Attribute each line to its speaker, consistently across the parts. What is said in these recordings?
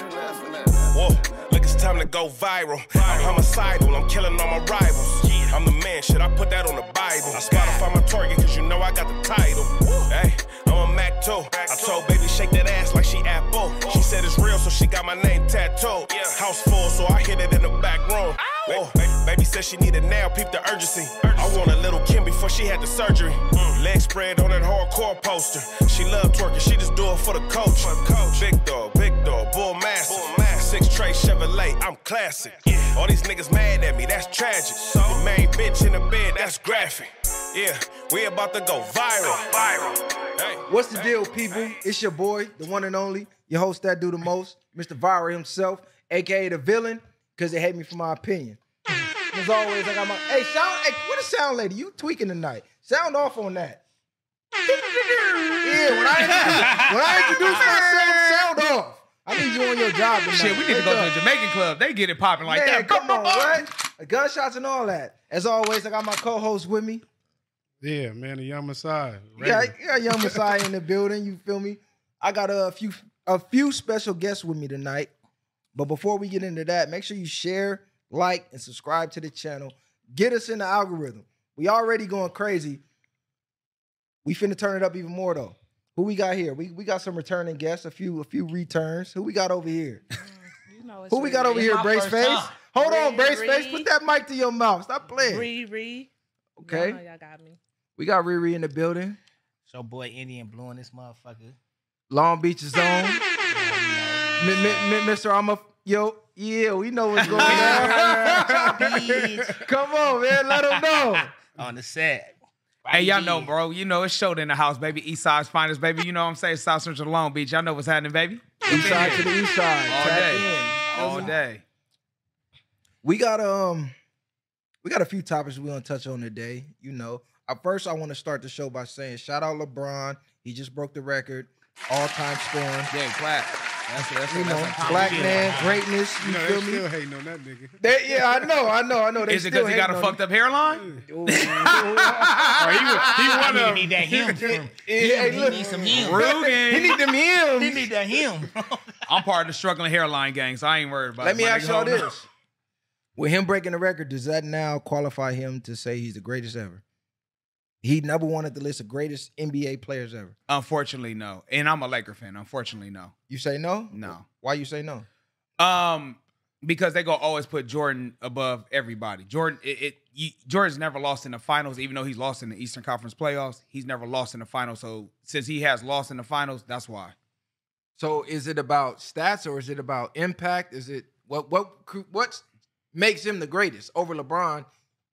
Speaker 1: Whoa, look, it's time to go viral. I'm homicidal, I'm killing all my rivals. I'm the man, shit, I put that on the Bible. I Spotify my target, cause you know I got the title. Hey, I'm a Mac too. I told baby, shake that ass like she Apple. She said it's real, so she got my name tattooed. House full, so I hit it in the back room. Whoa, ba- baby said she need it now, peep the urgency. I want a little Kim before she had the surgery. Leg spread on that hardcore poster. She love twerking, she just do it for the coach. Big dog, big dog, bull master. Six tray Chevrolet, I'm classic. All these niggas mad at me, that's tragic. The main bitch in the bed, that's graphic. Yeah, we about to go viral. Viral.
Speaker 2: What's the deal, people? It's your boy, the one and only, your host that do the most, Mr. Viral himself, aka the villain, because they hate me for my opinion. As always, I got my hey sound. Hey, what a sound lady! You tweaking tonight? Sound off on that. Yeah, when I introduce, when I introduce myself, sound off. I need you on your job tonight.
Speaker 3: Shit, we need to go
Speaker 2: Wake
Speaker 3: to
Speaker 2: up.
Speaker 3: the Jamaican club. They get it popping like
Speaker 2: Man,
Speaker 3: that.
Speaker 2: come on, what? Gunshots and all that. As always, I got my co-host with me.
Speaker 4: Yeah, man, the young Messiah.
Speaker 2: Yeah,
Speaker 4: Regular.
Speaker 2: yeah, young Messiah in the building. You feel me? I got a few a few special guests with me tonight. But before we get into that, make sure you share, like, and subscribe to the channel. Get us in the algorithm. We already going crazy. We finna turn it up even more though. Who we got here? We we got some returning guests, a few a few returns. Who we got over here?
Speaker 5: You know it's
Speaker 2: Who we got over
Speaker 5: Riri.
Speaker 2: here?
Speaker 3: my
Speaker 2: Brace
Speaker 3: first
Speaker 2: face.
Speaker 3: time.
Speaker 2: Hold on,
Speaker 5: Riri,
Speaker 2: brace face.
Speaker 5: Riri.
Speaker 2: Put that mic to your mouth. Stop playing.
Speaker 5: Riri.
Speaker 2: Okay,
Speaker 5: Y'all know y'all got me.
Speaker 2: we got Riri in the building.
Speaker 6: So boy Indian blue in this motherfucker.
Speaker 2: Long Beach is on. M- m- m- Mr. I'm a yo. Yeah, we know what's going on.
Speaker 6: Bitch.
Speaker 2: Come on, man. Let them know.
Speaker 6: On the set.
Speaker 3: Hey, y'all know, bro. You know, it's showed in the house, baby. East Side's finest, baby. You know what I'm saying? South Central Long Beach. Y'all know what's happening, baby.
Speaker 2: East side to the east side.
Speaker 3: All
Speaker 2: Tap
Speaker 3: day.
Speaker 2: in.
Speaker 3: All day.
Speaker 2: We got um, we got a few topics we want to touch on today. You know, Uh, first I want to start the show by saying shout out LeBron. He just broke the record, all time scoring.
Speaker 3: Yeah, clap. That's, that's,
Speaker 2: You know,
Speaker 3: that's a
Speaker 2: black
Speaker 3: compliment.
Speaker 2: man greatness. You
Speaker 4: You know,
Speaker 2: feel
Speaker 4: they
Speaker 2: me?
Speaker 4: still hating on that nigga.
Speaker 2: They- yeah, I know, I know, I know. They
Speaker 3: Is it because he got a fucked up hairline?
Speaker 4: Oh, he, wa- he
Speaker 6: I
Speaker 4: one
Speaker 6: need
Speaker 4: of
Speaker 6: that him. him.
Speaker 2: Hey,
Speaker 6: he
Speaker 2: look.
Speaker 6: need some him.
Speaker 3: Rugen.
Speaker 2: He need them
Speaker 6: He
Speaker 2: hymns.
Speaker 6: need that him.
Speaker 3: I'm part of the struggling hairline gang, so I ain't worried about
Speaker 2: Let
Speaker 3: it.
Speaker 2: me
Speaker 3: My
Speaker 2: ask
Speaker 3: nigga
Speaker 2: y'all
Speaker 3: holding
Speaker 2: this.
Speaker 3: up.
Speaker 2: With him breaking the record, does that now qualify him to say he's the greatest ever? He number one at the list of greatest NBA players ever.
Speaker 3: Unfortunately, no. And I'm a Laker fan. Unfortunately, no.
Speaker 2: You say no?
Speaker 3: No.
Speaker 2: Why you say no?
Speaker 3: Um, because they gonna always put Jordan above everybody. Jordan, it, it you, Jordan's never lost in the finals, even though he's lost in the Eastern Conference playoffs. He's never lost in the finals. So since he has lost in the finals, that's why.
Speaker 2: So is it about stats or is it about impact? Is it what what cr- what makes him the greatest over LeBron,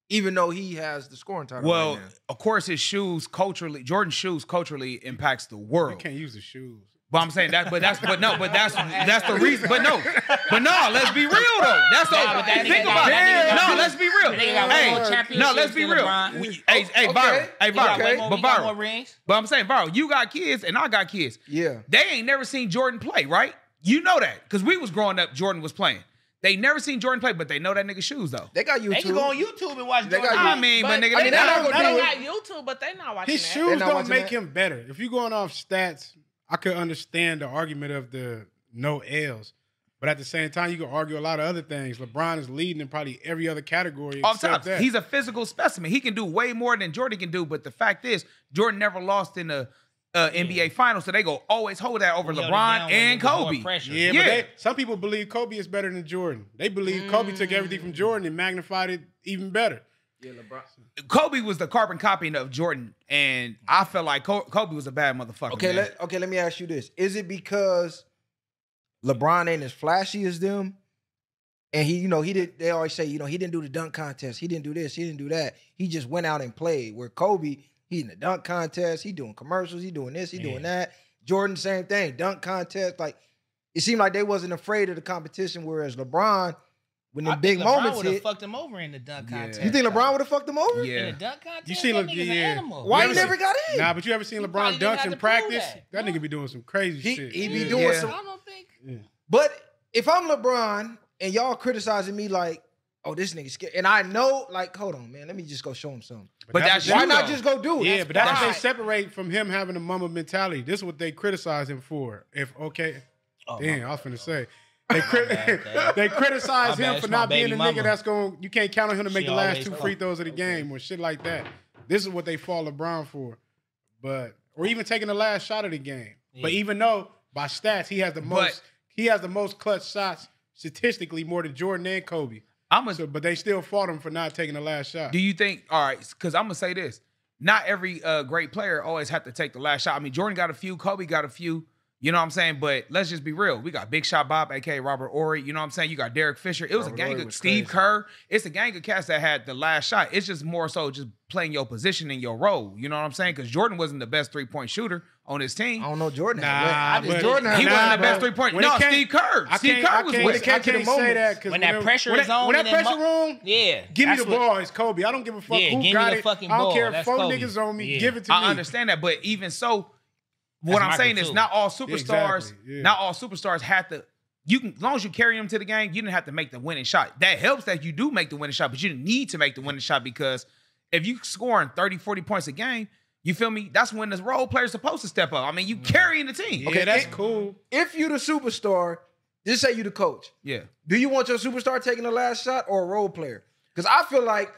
Speaker 2: even though he has the scoring title?
Speaker 3: Well,
Speaker 2: right now?
Speaker 3: of course, his shoes culturally, Jordan's shoes culturally impacts the
Speaker 4: You
Speaker 3: world.
Speaker 4: can't use the shoes.
Speaker 3: But I'm saying that, but that's, but no, but that's that's the reason. But no, but no, let's be real though. That's the
Speaker 6: Nah, but that
Speaker 3: think
Speaker 6: nigga
Speaker 3: about
Speaker 6: got- that
Speaker 3: it.
Speaker 6: nigga got-
Speaker 3: No, let's be real.
Speaker 6: They got
Speaker 3: Hey,
Speaker 6: one more championship.
Speaker 3: no, let's be real. We- hey, hey,
Speaker 2: okay.
Speaker 3: viral, hey,
Speaker 2: He
Speaker 3: viral,
Speaker 2: got way
Speaker 3: but
Speaker 2: more-
Speaker 6: But
Speaker 3: viral.
Speaker 6: got more rings.
Speaker 3: But I'm saying, Viral, you got kids and I got kids.
Speaker 2: yeah,
Speaker 3: They ain't never seen Jordan play, right? You know that. Because we was growing up, Jordan was playing. They never seen Jordan play, but they know that nigga shoes though.
Speaker 2: they got YouTube.
Speaker 6: They can go on YouTube and watch
Speaker 2: They got
Speaker 6: Jordan.
Speaker 2: you.
Speaker 3: I mean, but, nigga,
Speaker 2: I mean, that
Speaker 3: they not-
Speaker 5: They
Speaker 2: ain't gonna
Speaker 5: don't
Speaker 2: do
Speaker 5: got
Speaker 2: it.
Speaker 5: YouTube, but they not watching
Speaker 4: His
Speaker 5: that.
Speaker 2: not
Speaker 4: shoes don't
Speaker 2: watching
Speaker 4: make
Speaker 2: that.
Speaker 4: him better. If you going off stats, I could understand the argument of the no L's. But at the same time, you can argue a lot of other things. LeBron is leading in probably every other category
Speaker 3: off
Speaker 4: except
Speaker 3: top.
Speaker 4: that.
Speaker 3: He's a physical specimen. He can do way more than Jordan can do. But the fact is, Jordan never lost in the uh, NBA Finals, so they go always hold that over
Speaker 6: He held it down
Speaker 3: LeBron
Speaker 6: when
Speaker 3: and
Speaker 6: it was more
Speaker 3: Kobe.
Speaker 6: pressure.
Speaker 4: yeah,
Speaker 3: Yeah.
Speaker 4: but they, some people believe Kobe is better than Jordan. They believe Kobe took everything from Jordan and magnified it even better.
Speaker 3: Kobe was the carbon copy of Jordan, and I felt like Ko- Kobe was a bad motherfucker.
Speaker 2: Okay,
Speaker 3: man.
Speaker 2: let okay, let me ask you this. Is it because LeBron ain't as flashy as them? And he, you know, he did they always say, you know, he didn't do the dunk contest. He didn't do this, he didn't do that. He just went out and played. Where Kobe, he in the dunk contest, he doing commercials, he doing this, he doing that. Jordan, same thing, dunk contest. Like it seemed like they wasn't afraid of the competition, whereas LeBron, when the
Speaker 6: I
Speaker 2: big
Speaker 6: think LeBron
Speaker 2: moments
Speaker 6: would have
Speaker 2: hit,
Speaker 6: fucked him over in the dunk
Speaker 3: Yeah.
Speaker 6: contest.
Speaker 2: you think LeBron would have fucked them over?
Speaker 3: yeah.
Speaker 6: In the dunk contest?
Speaker 4: You seen
Speaker 6: that
Speaker 4: Le-
Speaker 6: nigga's
Speaker 4: yeah.
Speaker 6: an animal.
Speaker 2: Why
Speaker 4: Never
Speaker 2: he never
Speaker 4: seen-
Speaker 2: got in?
Speaker 4: Nah, but you ever seen
Speaker 6: He
Speaker 4: LeBron
Speaker 6: probably didn't
Speaker 4: dunks
Speaker 6: have
Speaker 4: in
Speaker 6: to prove
Speaker 4: practice?
Speaker 6: that.
Speaker 4: That nigga be doing some crazy
Speaker 2: He,
Speaker 4: shit.
Speaker 2: he be
Speaker 4: Yeah.
Speaker 2: doing
Speaker 3: Yeah.
Speaker 2: some
Speaker 6: I don't think.
Speaker 2: But if I'm LeBron and y'all criticizing me like, oh, this nigga scared, and I know, like, hold on, man, let me just go show him something.
Speaker 3: But that's
Speaker 2: Why
Speaker 3: you,
Speaker 2: not
Speaker 3: though.
Speaker 2: just go do it?
Speaker 4: Yeah, but that's what they
Speaker 2: pride.
Speaker 4: separate from him
Speaker 6: Oh,
Speaker 4: having a mama mentality. This is what they criticize him for. If okay, damn, I was finna say They, cri-
Speaker 6: bad,
Speaker 4: they criticize
Speaker 6: My
Speaker 4: him
Speaker 6: bad,
Speaker 4: for
Speaker 6: it's my
Speaker 4: not being
Speaker 6: baby
Speaker 4: a
Speaker 6: mama.
Speaker 4: nigga that's going. You can't count on him to
Speaker 6: She
Speaker 4: make the last
Speaker 6: always
Speaker 4: two
Speaker 6: fuck.
Speaker 4: free throws of the game or shit like that. This is what they fall LeBron for, but or even taking the last shot of the game. But
Speaker 6: Yeah.
Speaker 4: even though by stats he has the most, he has the most clutch shots statistically more than Jordan and Kobe.
Speaker 3: I'm a,
Speaker 4: So, but they still fought him for not taking the last shot.
Speaker 3: Do you think? All right, because I'm gonna say this: not every uh, great player always have to take the last shot. I mean, Jordan got a few, Kobe got a few. You know what I'm saying? But let's just be real. We got Big Shot Bob, aka Robert Ory. You know what I'm saying? You got Derek Fisher. It was
Speaker 2: Robert
Speaker 3: a gang
Speaker 2: Ory
Speaker 3: of
Speaker 2: was
Speaker 3: Steve
Speaker 2: crazy.
Speaker 3: Kerr. It's a gang of cats that had the last shot. It's just more so just playing your position and your role. You know what I'm saying? Because Jordan wasn't the best three point shooter on his team.
Speaker 2: I don't know Jordan.
Speaker 4: Nah,
Speaker 2: I just
Speaker 4: but-
Speaker 2: Jordan.
Speaker 3: he
Speaker 2: had-
Speaker 3: wasn't
Speaker 4: Nah,
Speaker 3: the best
Speaker 4: bro.
Speaker 3: three point.
Speaker 4: When it
Speaker 3: No,
Speaker 4: came-
Speaker 3: Steve Kerr.
Speaker 4: I
Speaker 3: Steve
Speaker 4: can't,
Speaker 3: Kerr
Speaker 4: I
Speaker 3: was
Speaker 4: can't,
Speaker 3: with.
Speaker 4: I
Speaker 2: catch the
Speaker 4: can't say
Speaker 2: moments.
Speaker 4: that because
Speaker 6: When that pressure
Speaker 4: when
Speaker 6: is
Speaker 4: that,
Speaker 6: on
Speaker 4: when
Speaker 6: and
Speaker 4: that
Speaker 6: that
Speaker 4: pressure
Speaker 6: mu-
Speaker 4: on,
Speaker 6: Yeah.
Speaker 4: Give me
Speaker 6: that's
Speaker 4: the
Speaker 6: what-
Speaker 4: ball. It's Kobe. I don't give a fuck
Speaker 6: Yeah,
Speaker 4: who
Speaker 6: give me
Speaker 4: got
Speaker 6: the
Speaker 4: it.
Speaker 6: fucking
Speaker 4: I don't
Speaker 6: ball.
Speaker 4: care if
Speaker 6: That's
Speaker 4: four
Speaker 6: Kobe.
Speaker 4: niggas on me.
Speaker 6: Yeah.
Speaker 4: Give it to me.
Speaker 3: I understand that, but even so, what
Speaker 6: That's
Speaker 3: I'm
Speaker 6: Michael
Speaker 3: saying is
Speaker 6: too.
Speaker 3: not all superstars,
Speaker 4: Exactly, yeah.
Speaker 3: not all superstars have to. You can, as long as you carry them to the game, you didn't have to make the winning shot. That helps that you do make the winning shot, but you didn't need to make the winning shot because if you scoring 30, 40 points a game, you feel me? That's when the role player's supposed to step up. I mean, you
Speaker 6: Mm.
Speaker 3: carrying the team.
Speaker 4: Yeah,
Speaker 2: Okay,
Speaker 4: that's
Speaker 2: it-
Speaker 4: cool.
Speaker 2: If you the superstar, just say you the coach.
Speaker 3: Yeah.
Speaker 2: Do you want your superstar taking the last shot or a role player? Because I feel like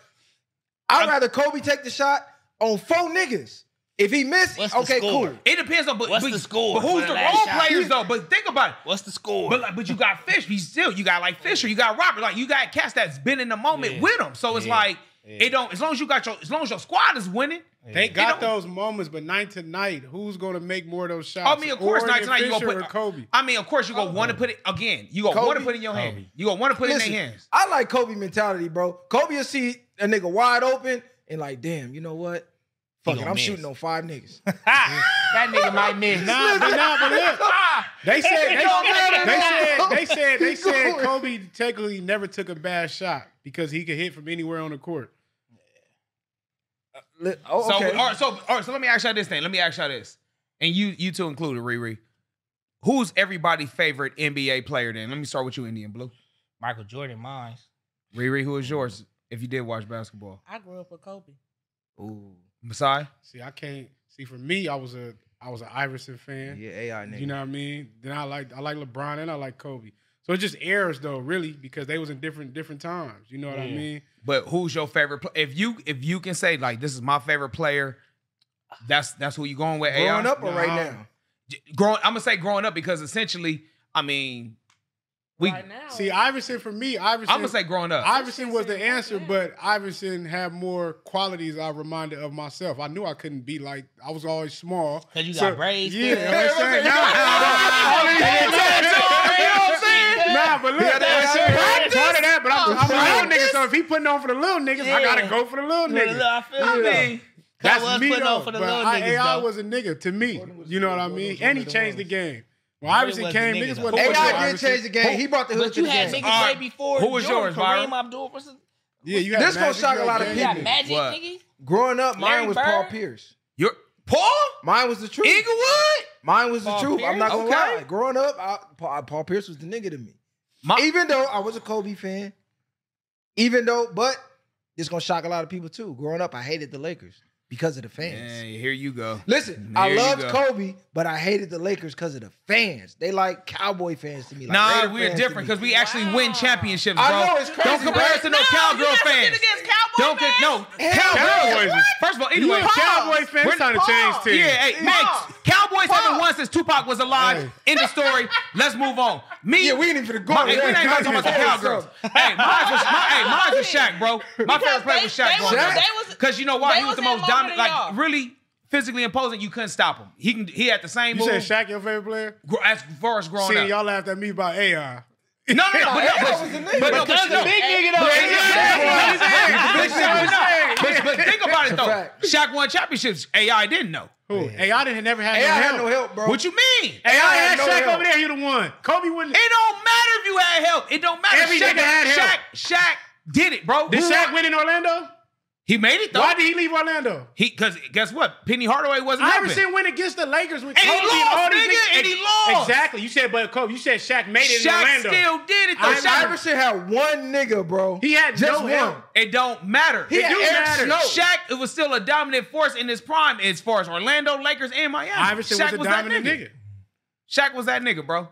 Speaker 2: I'd rather Kobe take the shot on four niggas. If he missed,
Speaker 6: What's the
Speaker 2: okay,
Speaker 6: score?
Speaker 2: cool.
Speaker 3: It depends on but,
Speaker 6: What's
Speaker 3: but-
Speaker 6: the score
Speaker 3: But who's the
Speaker 6: for the last
Speaker 3: role
Speaker 6: shot?
Speaker 3: players though? But think about it.
Speaker 6: What's the score?
Speaker 3: But like, but you got fish. He's still you got like Fisher. You got Robert. Like you got cats that's been in the moment
Speaker 6: Yeah.
Speaker 3: with him. So it's
Speaker 6: Yeah.
Speaker 3: like
Speaker 6: Yeah.
Speaker 3: it don't. As long as you got your as long as your squad is winning.
Speaker 4: They got
Speaker 3: It don't-
Speaker 4: those moments, but night to night, who's gonna make more of those
Speaker 3: I
Speaker 4: shots?
Speaker 3: mean, of course,
Speaker 4: Or
Speaker 3: not tonight. You
Speaker 4: Fisher
Speaker 3: gonna
Speaker 4: or
Speaker 3: put
Speaker 4: Kobe.
Speaker 3: I mean, of course, you gonna want to put it again. You gonna want to
Speaker 2: Kobe.
Speaker 3: put it in your hand.
Speaker 6: Oh, Kobe.
Speaker 3: You gonna want to put it in
Speaker 2: Listen,
Speaker 3: their hands.
Speaker 2: I like Kobe mentality, bro. Kobe will see a nigga wide open and like, damn, you know what? Fuck it,
Speaker 6: gonna
Speaker 2: I'm
Speaker 6: miss.
Speaker 2: shooting on five niggas.
Speaker 6: that nigga might miss.
Speaker 4: Nah, but nah, but look, they said
Speaker 6: It don't
Speaker 4: they,
Speaker 6: matter
Speaker 4: they
Speaker 2: now.
Speaker 4: said they said they
Speaker 2: He
Speaker 4: said
Speaker 2: going.
Speaker 4: Kobe technically never took a bad shot because he could hit from anywhere on the court.
Speaker 2: Li- oh,
Speaker 3: So,
Speaker 2: okay.
Speaker 3: all right, so, all right, so let me ask y'all this thing. Let me ask y'all this, and you, you two included, Riri. Who's everybody's favorite NBA player? Then let me start with you, Indian Blue.
Speaker 6: Michael Jordan, mine.
Speaker 3: Riri, who is yours? If you did watch basketball,
Speaker 5: I grew up with Kobe.
Speaker 2: Ooh,
Speaker 3: Masai.
Speaker 4: See, I can't see for me. I was a I was an Iverson fan.
Speaker 2: yeah, AI nigga.
Speaker 4: You know what I mean? Then I like I like LeBron and I like Kobe. So it's just errors though, really, because they was in different different times. You know what I
Speaker 6: Yeah.
Speaker 4: mean?
Speaker 3: But who's your favorite? Pl- if you, if you can say like, this is my favorite player. That's that's who you going with.
Speaker 2: Growing
Speaker 3: AI?
Speaker 2: up or right
Speaker 4: Nah.
Speaker 2: now?
Speaker 3: growing. I'm gonna say growing up because essentially, I mean, we.
Speaker 5: right now,
Speaker 4: See, Iverson for me, Iverson.
Speaker 3: I'm gonna say growing up.
Speaker 4: Oh. Iverson was the answer, but Iverson had more qualities. I reminded of myself. I knew I couldn't be like I was always small.
Speaker 6: 'Cause you got
Speaker 4: So-
Speaker 6: braids,
Speaker 4: Yeah,
Speaker 6: too.
Speaker 4: you know what I'm saying? Nah, Nah, but look,
Speaker 2: Yeah, that's
Speaker 4: that's it.
Speaker 2: practice.
Speaker 4: part of that. But I'm, I'm a little
Speaker 2: Practice.
Speaker 4: nigga, so if he putting on for the little niggas, I gotta
Speaker 6: Yeah.
Speaker 4: go for the little
Speaker 6: Little-
Speaker 4: niggas.
Speaker 6: I feel you.
Speaker 4: Yeah.
Speaker 6: I mean,
Speaker 4: That's
Speaker 6: I was
Speaker 4: me
Speaker 6: putting
Speaker 4: though.
Speaker 6: on for the
Speaker 4: but
Speaker 6: little
Speaker 4: I,
Speaker 6: niggas,
Speaker 4: AI
Speaker 6: though.
Speaker 4: was a nigga to me. You know what I mean? And he changed the game. Well,
Speaker 6: Jordan
Speaker 4: Iverson
Speaker 6: was the
Speaker 4: came.
Speaker 6: nigga,
Speaker 4: Niggas
Speaker 6: though.
Speaker 4: wasn't.
Speaker 6: Who was
Speaker 2: AI did
Speaker 4: Iverson.
Speaker 2: change the game. He brought the hood
Speaker 6: But
Speaker 2: to
Speaker 6: you
Speaker 2: the
Speaker 6: had
Speaker 2: game.
Speaker 6: niggas
Speaker 3: All
Speaker 6: way
Speaker 3: right.
Speaker 6: before.
Speaker 3: Who was
Speaker 6: Jordan,
Speaker 3: yours, Byron?
Speaker 6: Kareem Abdul versus.
Speaker 4: Yeah, you had
Speaker 2: This gonna
Speaker 4: Magic,
Speaker 2: shock
Speaker 4: you
Speaker 2: a
Speaker 4: had
Speaker 2: lot of
Speaker 6: You
Speaker 4: James.
Speaker 6: got
Speaker 2: People.
Speaker 6: Magic,
Speaker 3: What?
Speaker 6: nigga.
Speaker 2: Growing up,
Speaker 6: Larry
Speaker 2: mine was Paul
Speaker 6: Bird?
Speaker 2: Pierce.
Speaker 3: You're Paul
Speaker 2: Mine was the truth.
Speaker 3: Inglewood.
Speaker 2: Mine was the
Speaker 6: Paul
Speaker 2: truth. I'm not gonna
Speaker 3: Pierce? Okay.
Speaker 2: lie. Growing up, I, Paul, Paul Pierce was the nigga to me.
Speaker 3: My-
Speaker 2: Even though I was a Kobe fan, even though, but this gonna shock a lot of people too. Growing up, I hated the Lakers because of the fans.
Speaker 3: Man, here you go.
Speaker 2: Listen,
Speaker 3: There
Speaker 2: I
Speaker 3: you
Speaker 2: loved
Speaker 3: go.
Speaker 2: Kobe, but I hated the Lakers because of the fans. They like cowboy fans to me. Like
Speaker 3: nah,
Speaker 2: Raider
Speaker 3: we're
Speaker 2: fans to
Speaker 3: different
Speaker 2: me.
Speaker 3: because we actually win
Speaker 5: Wow.
Speaker 3: championships, bro.
Speaker 2: I know, it's crazy,
Speaker 3: Don't compare
Speaker 2: right?
Speaker 3: us to no,
Speaker 5: No, you
Speaker 3: cowgirl
Speaker 5: guys
Speaker 3: fans.
Speaker 5: compete against cowboy
Speaker 3: Don't get no
Speaker 2: Hell
Speaker 3: cowgirls.
Speaker 4: Cowboys is-
Speaker 3: First of all,
Speaker 4: You
Speaker 3: anyway,
Speaker 4: a Cowboy fan? It's time to change
Speaker 5: Pause.
Speaker 4: teams.
Speaker 3: Yeah, hey, man,
Speaker 5: Pause.
Speaker 3: Cowboys haven't
Speaker 2: Pause.
Speaker 3: won since Tupac was alive. End of story. Let's move on. Me,
Speaker 2: Yeah, we ain't even
Speaker 3: my,
Speaker 2: going.
Speaker 3: hey, we ain't even talking about the cowgirls. hey, mine was, my, hey, mine was Shaq, bro. My favorite player
Speaker 5: they-
Speaker 3: was Shaq.
Speaker 5: they was-
Speaker 3: growing up.
Speaker 5: they was-
Speaker 3: Cause you know why
Speaker 5: they
Speaker 3: he was
Speaker 5: was
Speaker 3: the
Speaker 5: in
Speaker 3: most
Speaker 5: longer
Speaker 3: dominant,
Speaker 5: than
Speaker 3: like
Speaker 5: y'all.
Speaker 3: really physically imposing. You couldn't stop him. He can. He had the same
Speaker 4: You
Speaker 3: move
Speaker 4: said Shaq your favorite player?
Speaker 3: gr- as far as growing
Speaker 4: See,
Speaker 3: up.
Speaker 4: y'all laughed at me about AI.
Speaker 3: No, no, no, but,
Speaker 2: Nah,
Speaker 3: no,
Speaker 2: that was the
Speaker 3: but,
Speaker 2: nigga.
Speaker 3: but, no,
Speaker 6: Because
Speaker 3: but,
Speaker 6: the
Speaker 3: no.
Speaker 6: big nigga though.
Speaker 3: But-
Speaker 6: Yeah.
Speaker 3: But-
Speaker 4: That's what I'm
Speaker 3: but- but think about it
Speaker 2: Fact.
Speaker 3: though. Shaq won championships. AI didn't know.
Speaker 4: Who? AI didn't never had
Speaker 2: Hey, I had
Speaker 4: no
Speaker 2: no
Speaker 4: help.
Speaker 2: help, bro.
Speaker 3: What you mean?
Speaker 4: AI
Speaker 2: had
Speaker 4: had
Speaker 2: no
Speaker 4: Shaq
Speaker 2: help.
Speaker 4: over there. He the one. Kobe wouldn't.
Speaker 3: It don't matter if you had help. It don't matter.
Speaker 4: Every
Speaker 3: Shaq,
Speaker 4: nigga had
Speaker 3: Shaq,
Speaker 4: help.
Speaker 3: Shaq did it, bro.
Speaker 4: Did
Speaker 3: Who
Speaker 4: Shaq
Speaker 3: won?
Speaker 4: win in Orlando?
Speaker 3: He made it though.
Speaker 4: Why did he leave Orlando?
Speaker 3: He because guess what? Penny Hardaway wasn't helping.
Speaker 4: Iverson went against the Lakers with
Speaker 3: And he
Speaker 4: Kobe and all
Speaker 3: lost,
Speaker 4: these
Speaker 3: nigga,
Speaker 4: niggas.
Speaker 3: and he lost.
Speaker 4: Exactly. You said, but Kobe, you said Shaq made it in
Speaker 3: Shaq
Speaker 4: Orlando.
Speaker 3: still did it though.
Speaker 4: I-
Speaker 3: Shaq-
Speaker 2: Iverson had one nigga, bro.
Speaker 4: He had
Speaker 2: just
Speaker 4: no
Speaker 2: one.
Speaker 4: help.
Speaker 3: it don't matter.
Speaker 2: He
Speaker 4: do
Speaker 2: had Eric
Speaker 4: matter.
Speaker 2: Snow.
Speaker 3: Shaq it was still a dominant force in his prime as far as Orlando, Lakers, and Miami.
Speaker 4: Iverson
Speaker 3: Shaq
Speaker 4: was a dominant
Speaker 3: that
Speaker 4: nigga.
Speaker 3: Shaq was that nigga, bro.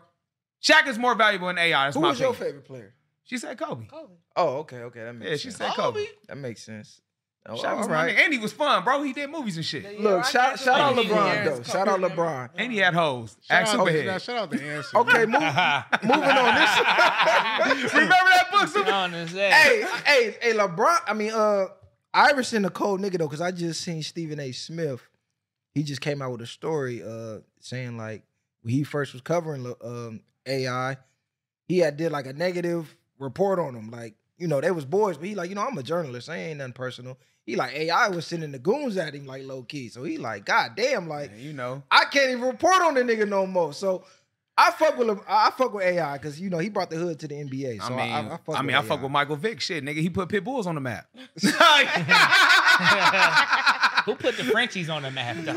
Speaker 3: Shaq is more valuable than AI. That's
Speaker 2: Who
Speaker 3: my
Speaker 2: was your
Speaker 3: opinion.
Speaker 2: favorite player?
Speaker 3: She said Kobe.
Speaker 5: Kobe.
Speaker 2: Oh, okay, okay, that makes
Speaker 3: Yeah, she
Speaker 2: sense.
Speaker 3: said Kobe.
Speaker 2: that makes sense. Oh,
Speaker 3: Shaq was
Speaker 2: all
Speaker 3: my
Speaker 2: right.
Speaker 3: nigga. And he was fun, bro. He did movies and shit.
Speaker 2: Look, shout, shout out
Speaker 5: Kobe.
Speaker 2: LeBron
Speaker 5: Yeah,
Speaker 2: though.
Speaker 5: it's
Speaker 2: Shout out
Speaker 5: Kobe.
Speaker 2: LeBron.
Speaker 3: And he had hoes. Act
Speaker 4: Shout out-
Speaker 3: Superhead.
Speaker 4: Shout out to Anson.
Speaker 2: Okay, move, moving on. This
Speaker 3: Remember that book,
Speaker 6: You know
Speaker 3: Super?
Speaker 6: what I'm saying?
Speaker 2: hey, hey, hey, LeBron. I mean, uh, Iverson a cold nigga though, because I just seen Stephen A. Smith. He just came out with a story, uh, saying like when he first was covering Le- um AI, he had did like a negative report on him. Like you know they was boys, but he like you know I'm a journalist. I ain't nothing personal. He like AI was sending the goons at him like low key. So he like god damn like
Speaker 3: You know.
Speaker 2: I can't even report on the nigga no more. So. I fuck with Le- I fuck with AI because you know he brought the hood to the NBA.
Speaker 3: I
Speaker 2: So
Speaker 3: mean,
Speaker 2: I, I,
Speaker 3: I,
Speaker 2: I fuck
Speaker 3: mean,
Speaker 2: with
Speaker 3: I
Speaker 2: AI.
Speaker 3: fuck with Michael Vick. Shit, nigga, he put pit bulls on the map.
Speaker 6: Who put the Frenchies on the map? though?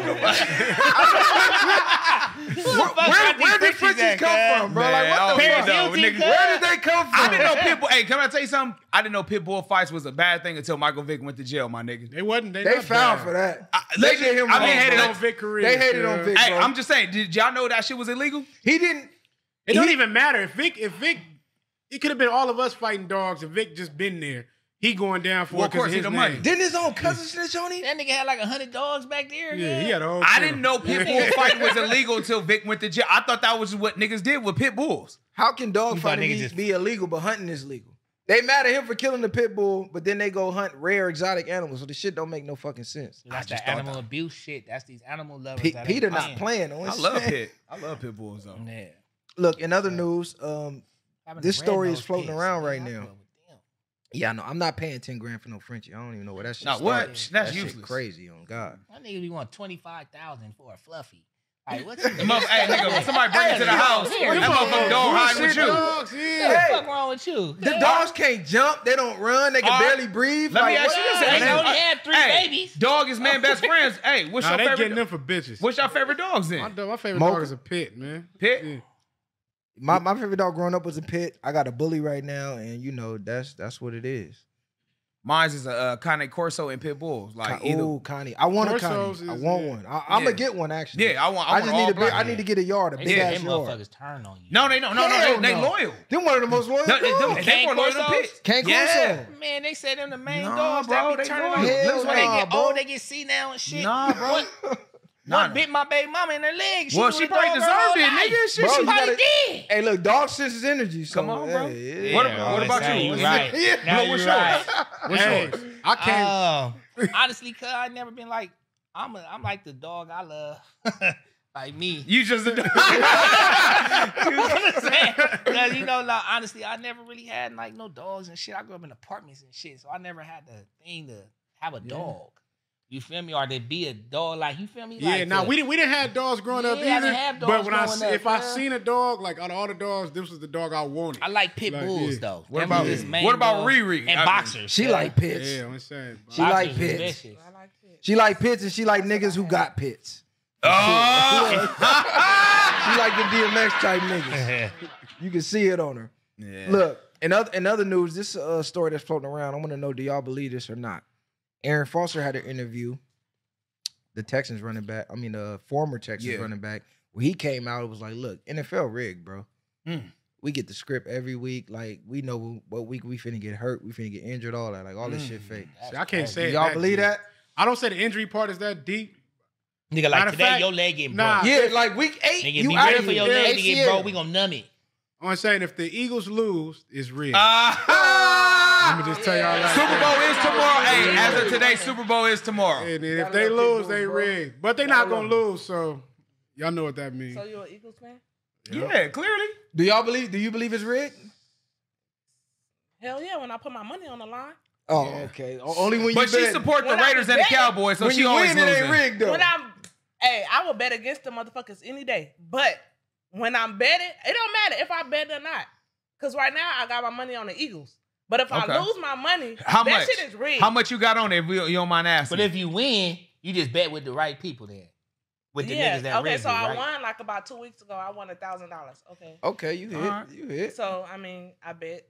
Speaker 6: Where,
Speaker 2: where, where did Frenchies come from, bro?
Speaker 3: Man,
Speaker 2: like, what the
Speaker 3: I
Speaker 2: fuck?
Speaker 3: don't know,
Speaker 6: Guilty,
Speaker 3: nigga.
Speaker 6: cuz.
Speaker 2: Where did they come from?
Speaker 3: I didn't know pit bull. Hey, can I tell you something? I didn't know pit bull fights was a bad thing until Michael Vick went to jail, my nigga.
Speaker 4: They wasn't. They,
Speaker 2: They
Speaker 4: not
Speaker 2: found
Speaker 4: bad.
Speaker 2: for that.
Speaker 3: I-
Speaker 2: they
Speaker 3: listen,
Speaker 2: did him
Speaker 3: I
Speaker 2: wrong.
Speaker 3: mean, hated
Speaker 2: bro.
Speaker 4: on Vic Career.
Speaker 2: They hated on Vic.
Speaker 3: Hey,
Speaker 2: bro.
Speaker 3: I'm just saying. Did y'all know that shit was illegal?
Speaker 2: he didn't.
Speaker 4: It don't
Speaker 2: He-
Speaker 4: even matter if Vic. If Vic, it could have been all of us fighting dogs. If Vic just been there, he going down for
Speaker 3: Well,
Speaker 4: it
Speaker 3: of course,
Speaker 4: because
Speaker 3: he
Speaker 4: his
Speaker 3: the
Speaker 4: name.
Speaker 3: money.
Speaker 2: Didn't his own
Speaker 3: Mm.
Speaker 2: cousin snitch on him?
Speaker 6: That nigga had like hundred dogs back there.
Speaker 4: Yeah, he had a whole.
Speaker 3: I
Speaker 4: crew.
Speaker 3: didn't know pit bull fighting was illegal until Vic went to jail. I thought that was what niggas did with pit bulls.
Speaker 2: How can dog
Speaker 6: You thought
Speaker 2: fighting
Speaker 6: niggas
Speaker 2: be-
Speaker 6: just-
Speaker 2: be illegal but hunting is legal? They mad at him for killing the pit bull, but then they go hunt rare exotic animals. So the shit don't make no fucking sense.
Speaker 6: That's
Speaker 3: just
Speaker 6: Ah, that
Speaker 3: thought
Speaker 6: animal abuse shit. That's these animal lovers.
Speaker 2: Pe-
Speaker 6: that ain't
Speaker 2: Peter not playing. on
Speaker 3: I
Speaker 2: his-
Speaker 3: love pit. I love pit bulls though.
Speaker 6: Yeah.
Speaker 2: Look, in other news, um,
Speaker 6: Having
Speaker 2: This
Speaker 6: a
Speaker 2: story is
Speaker 6: red-nosed
Speaker 2: floating
Speaker 6: pig,
Speaker 2: around
Speaker 6: so
Speaker 2: right
Speaker 6: I
Speaker 2: now.
Speaker 6: fuck with them.
Speaker 2: yeah, no, I'm not paying ten grand for no Frenchie. I don't even know where that shit.
Speaker 3: Nah,
Speaker 2: started.
Speaker 3: what?
Speaker 6: That's
Speaker 3: That's
Speaker 2: That shit
Speaker 3: useless.
Speaker 2: crazy on God.
Speaker 6: That nigga be want twenty five thousand for a fluffy. Like what's the
Speaker 3: Motherf- hey, nigga, somebody bring it to the house.
Speaker 6: Here,
Speaker 3: That
Speaker 6: come
Speaker 3: motherfucker
Speaker 6: on.
Speaker 3: dog hiding with
Speaker 4: Bullshit
Speaker 3: you.
Speaker 4: dogs,
Speaker 6: What
Speaker 4: yeah.
Speaker 6: the fuck wrong with you?
Speaker 2: The dogs can't jump. They don't run. They can
Speaker 3: All right.
Speaker 2: barely breathe.
Speaker 3: Let me
Speaker 2: Like,
Speaker 3: ask
Speaker 2: what-
Speaker 3: you this:
Speaker 6: They
Speaker 3: ain't-
Speaker 6: only had three babies.
Speaker 3: Dog is man best friends. Hey, what's
Speaker 4: Nah,
Speaker 3: your
Speaker 4: they
Speaker 3: favorite?
Speaker 4: getting them for bitches.
Speaker 3: What's your favorite dogs
Speaker 4: my,
Speaker 3: then?
Speaker 4: dog- my favorite
Speaker 2: Mocha.
Speaker 4: dog is a pit, man.
Speaker 3: Pit?
Speaker 4: Yeah.
Speaker 2: My my favorite dog growing up was a pit. I got a bully right now, and you know that's that's what it is.
Speaker 3: Mine's is a uh, Conde Corso and pit bulls. Like
Speaker 2: Con-
Speaker 3: either.
Speaker 2: Ooh, Connie, I want a Connie.
Speaker 4: Corsos
Speaker 2: I
Speaker 4: is-
Speaker 2: want
Speaker 4: yeah.
Speaker 2: one. I, I'm gonna
Speaker 3: Yeah.
Speaker 2: get one actually.
Speaker 3: Yeah, I want. I,
Speaker 2: I,
Speaker 3: want
Speaker 2: just
Speaker 3: all
Speaker 2: need a big,
Speaker 3: black.
Speaker 2: I need to get a yard, a
Speaker 6: They
Speaker 2: big
Speaker 6: said
Speaker 2: ass
Speaker 6: them
Speaker 2: yard.
Speaker 6: motherfuckers turn on you.
Speaker 3: No, they don't. No, no,
Speaker 2: Hell
Speaker 3: they, they
Speaker 2: no.
Speaker 3: loyal.
Speaker 2: Them one of the most loyal.
Speaker 3: No, they,
Speaker 2: dogs.
Speaker 3: they, they more loyal than
Speaker 6: Corsos?
Speaker 3: pits.
Speaker 2: Can't go
Speaker 3: yeah.
Speaker 2: so.
Speaker 6: Man, they say them the main
Speaker 3: Nah,
Speaker 6: dogs
Speaker 3: bro,
Speaker 6: that be
Speaker 3: they
Speaker 6: turning
Speaker 3: loyal.
Speaker 6: on you.
Speaker 2: Hell
Speaker 6: Look, when they
Speaker 2: nah,
Speaker 6: get
Speaker 2: bro.
Speaker 6: old, they get senile and shit.
Speaker 3: Nah, bro.
Speaker 6: One,
Speaker 3: Nah,
Speaker 6: one
Speaker 3: nah.
Speaker 6: bit my baby mama in her leg. She
Speaker 3: Well,
Speaker 6: was
Speaker 3: she
Speaker 6: a
Speaker 3: probably
Speaker 6: dog her
Speaker 3: deserved
Speaker 6: whole
Speaker 3: it,
Speaker 6: life.
Speaker 3: nigga. Shit,
Speaker 2: Bro,
Speaker 6: She
Speaker 2: you
Speaker 6: probably
Speaker 2: gotta-
Speaker 6: did.
Speaker 2: Hey, look, dog senses energy. So,
Speaker 3: Come on, bro.
Speaker 2: hey,
Speaker 3: What,
Speaker 6: Yeah,
Speaker 3: what
Speaker 6: oh,
Speaker 3: about
Speaker 6: that's how
Speaker 3: you?
Speaker 6: you
Speaker 3: What's
Speaker 6: right.
Speaker 3: your-
Speaker 6: Now
Speaker 3: Bro,
Speaker 6: you
Speaker 3: what's
Speaker 6: right.
Speaker 3: yours? What's
Speaker 4: Hey,
Speaker 3: yours?
Speaker 4: I can't.
Speaker 2: Uh,
Speaker 6: Oh, honestly, cuz I never been like I'm. A, I'm like the dog I love, like me.
Speaker 3: You just
Speaker 6: You know what I'm saying? 'Cause, you know, like honestly, I never really had like no dogs and shit. I grew up in apartments and shit, so I never had the thing to have a dog. You feel me? Or to be a dog, like you feel me?
Speaker 4: Yeah,
Speaker 6: like,
Speaker 4: now
Speaker 6: to-
Speaker 4: we didn't we didn't have dogs growing up
Speaker 6: Yeah, I didn't
Speaker 4: either.
Speaker 6: have
Speaker 4: but
Speaker 6: dogs
Speaker 4: when I
Speaker 6: growing
Speaker 4: see,
Speaker 6: up,
Speaker 4: if I
Speaker 6: yeah.
Speaker 4: seen a dog, like out of all the dogs, this was the dog I wanted.
Speaker 6: I like pit
Speaker 4: Like,
Speaker 6: bulls
Speaker 4: yeah.
Speaker 6: though.
Speaker 3: What
Speaker 6: Them
Speaker 3: about-
Speaker 6: is main
Speaker 3: what about
Speaker 6: dogs
Speaker 3: Riri? I
Speaker 6: and
Speaker 3: mean,
Speaker 6: boxers?
Speaker 2: she
Speaker 6: cuz.
Speaker 2: like pits.
Speaker 4: yeah, I'm saying.
Speaker 2: She like
Speaker 6: Boxers is
Speaker 2: pits.
Speaker 6: vicious.
Speaker 5: I like that.
Speaker 2: She like pits, and she like niggas who got pits.
Speaker 3: Oh.
Speaker 2: She like the DMX type niggas. You can see it on her.
Speaker 3: Yeah.
Speaker 2: Look, in other in other news, this uh, story that's floating around. I want to know, do y'all believe this or not? Aaron Foster had an interview. The Texans running back, I mean, uh, former Texans
Speaker 3: Yeah.
Speaker 2: running back, where he came out, it was like, look, NFL rigged, bro.
Speaker 3: Mm.
Speaker 2: We get the script every week. Like we know what week we finna get hurt, we finna get injured, all that. Like all this shit fake.
Speaker 6: That's
Speaker 4: See, I can't
Speaker 6: crazy.
Speaker 4: say it
Speaker 2: y'all
Speaker 4: that
Speaker 2: believe
Speaker 4: deep.
Speaker 2: that?
Speaker 4: I don't say the injury part is that deep.
Speaker 6: Nigga,
Speaker 4: Matter
Speaker 6: like
Speaker 4: of
Speaker 6: today,
Speaker 4: fact,
Speaker 6: your leg getting
Speaker 4: nah.
Speaker 6: broke.
Speaker 2: Yeah, like week eight,
Speaker 6: Nigga,
Speaker 2: you
Speaker 6: be
Speaker 2: out
Speaker 6: ready
Speaker 2: of
Speaker 6: for
Speaker 2: here.
Speaker 6: your leg to get
Speaker 2: ACL.
Speaker 6: broke. We gonna numb it.
Speaker 4: I'm saying if the Eagles lose, it's real.
Speaker 3: Ah.
Speaker 4: Let me just tell y'all like
Speaker 3: Super Bowl
Speaker 4: that.
Speaker 3: is tomorrow. Hey, as of today, Super Bowl is tomorrow.
Speaker 4: And then if they lose, they rigged. But they not gonna lose, so y'all know what that means.
Speaker 5: So you an Eagles fan?
Speaker 3: Yeah, clearly.
Speaker 2: Do y'all believe? Do you believe it's rigged?
Speaker 5: Hell yeah! When I put my money on the line,
Speaker 2: Oh, okay. O- Only when you
Speaker 3: But she
Speaker 2: bet.
Speaker 3: support the
Speaker 5: When I
Speaker 3: Raiders and the
Speaker 5: bet-
Speaker 3: Cowboys, so
Speaker 2: when
Speaker 3: she
Speaker 2: you
Speaker 3: always
Speaker 2: win, it ain't
Speaker 3: losing.
Speaker 2: rigged though.
Speaker 5: when I'm, hey, I will bet against the motherfuckers any day. But when I'm betting, it don't matter if I bet or not, cause right now I got my money on the Eagles. But if
Speaker 3: Okay.
Speaker 5: I lose my money,
Speaker 3: How
Speaker 5: that
Speaker 3: much?
Speaker 5: shit is rigged.
Speaker 3: How much you got on there? If you you don't mind asking.
Speaker 6: But if you win, you just bet with the right people then. With the
Speaker 5: yeah.
Speaker 6: niggas that
Speaker 5: okay,
Speaker 6: rigged
Speaker 5: so
Speaker 6: it,
Speaker 5: I
Speaker 6: right?
Speaker 5: won like about two weeks ago. I won a thousand dollars. Okay.
Speaker 2: okay, you hit.
Speaker 3: Alright.
Speaker 2: You hit.
Speaker 5: So I mean, I bet,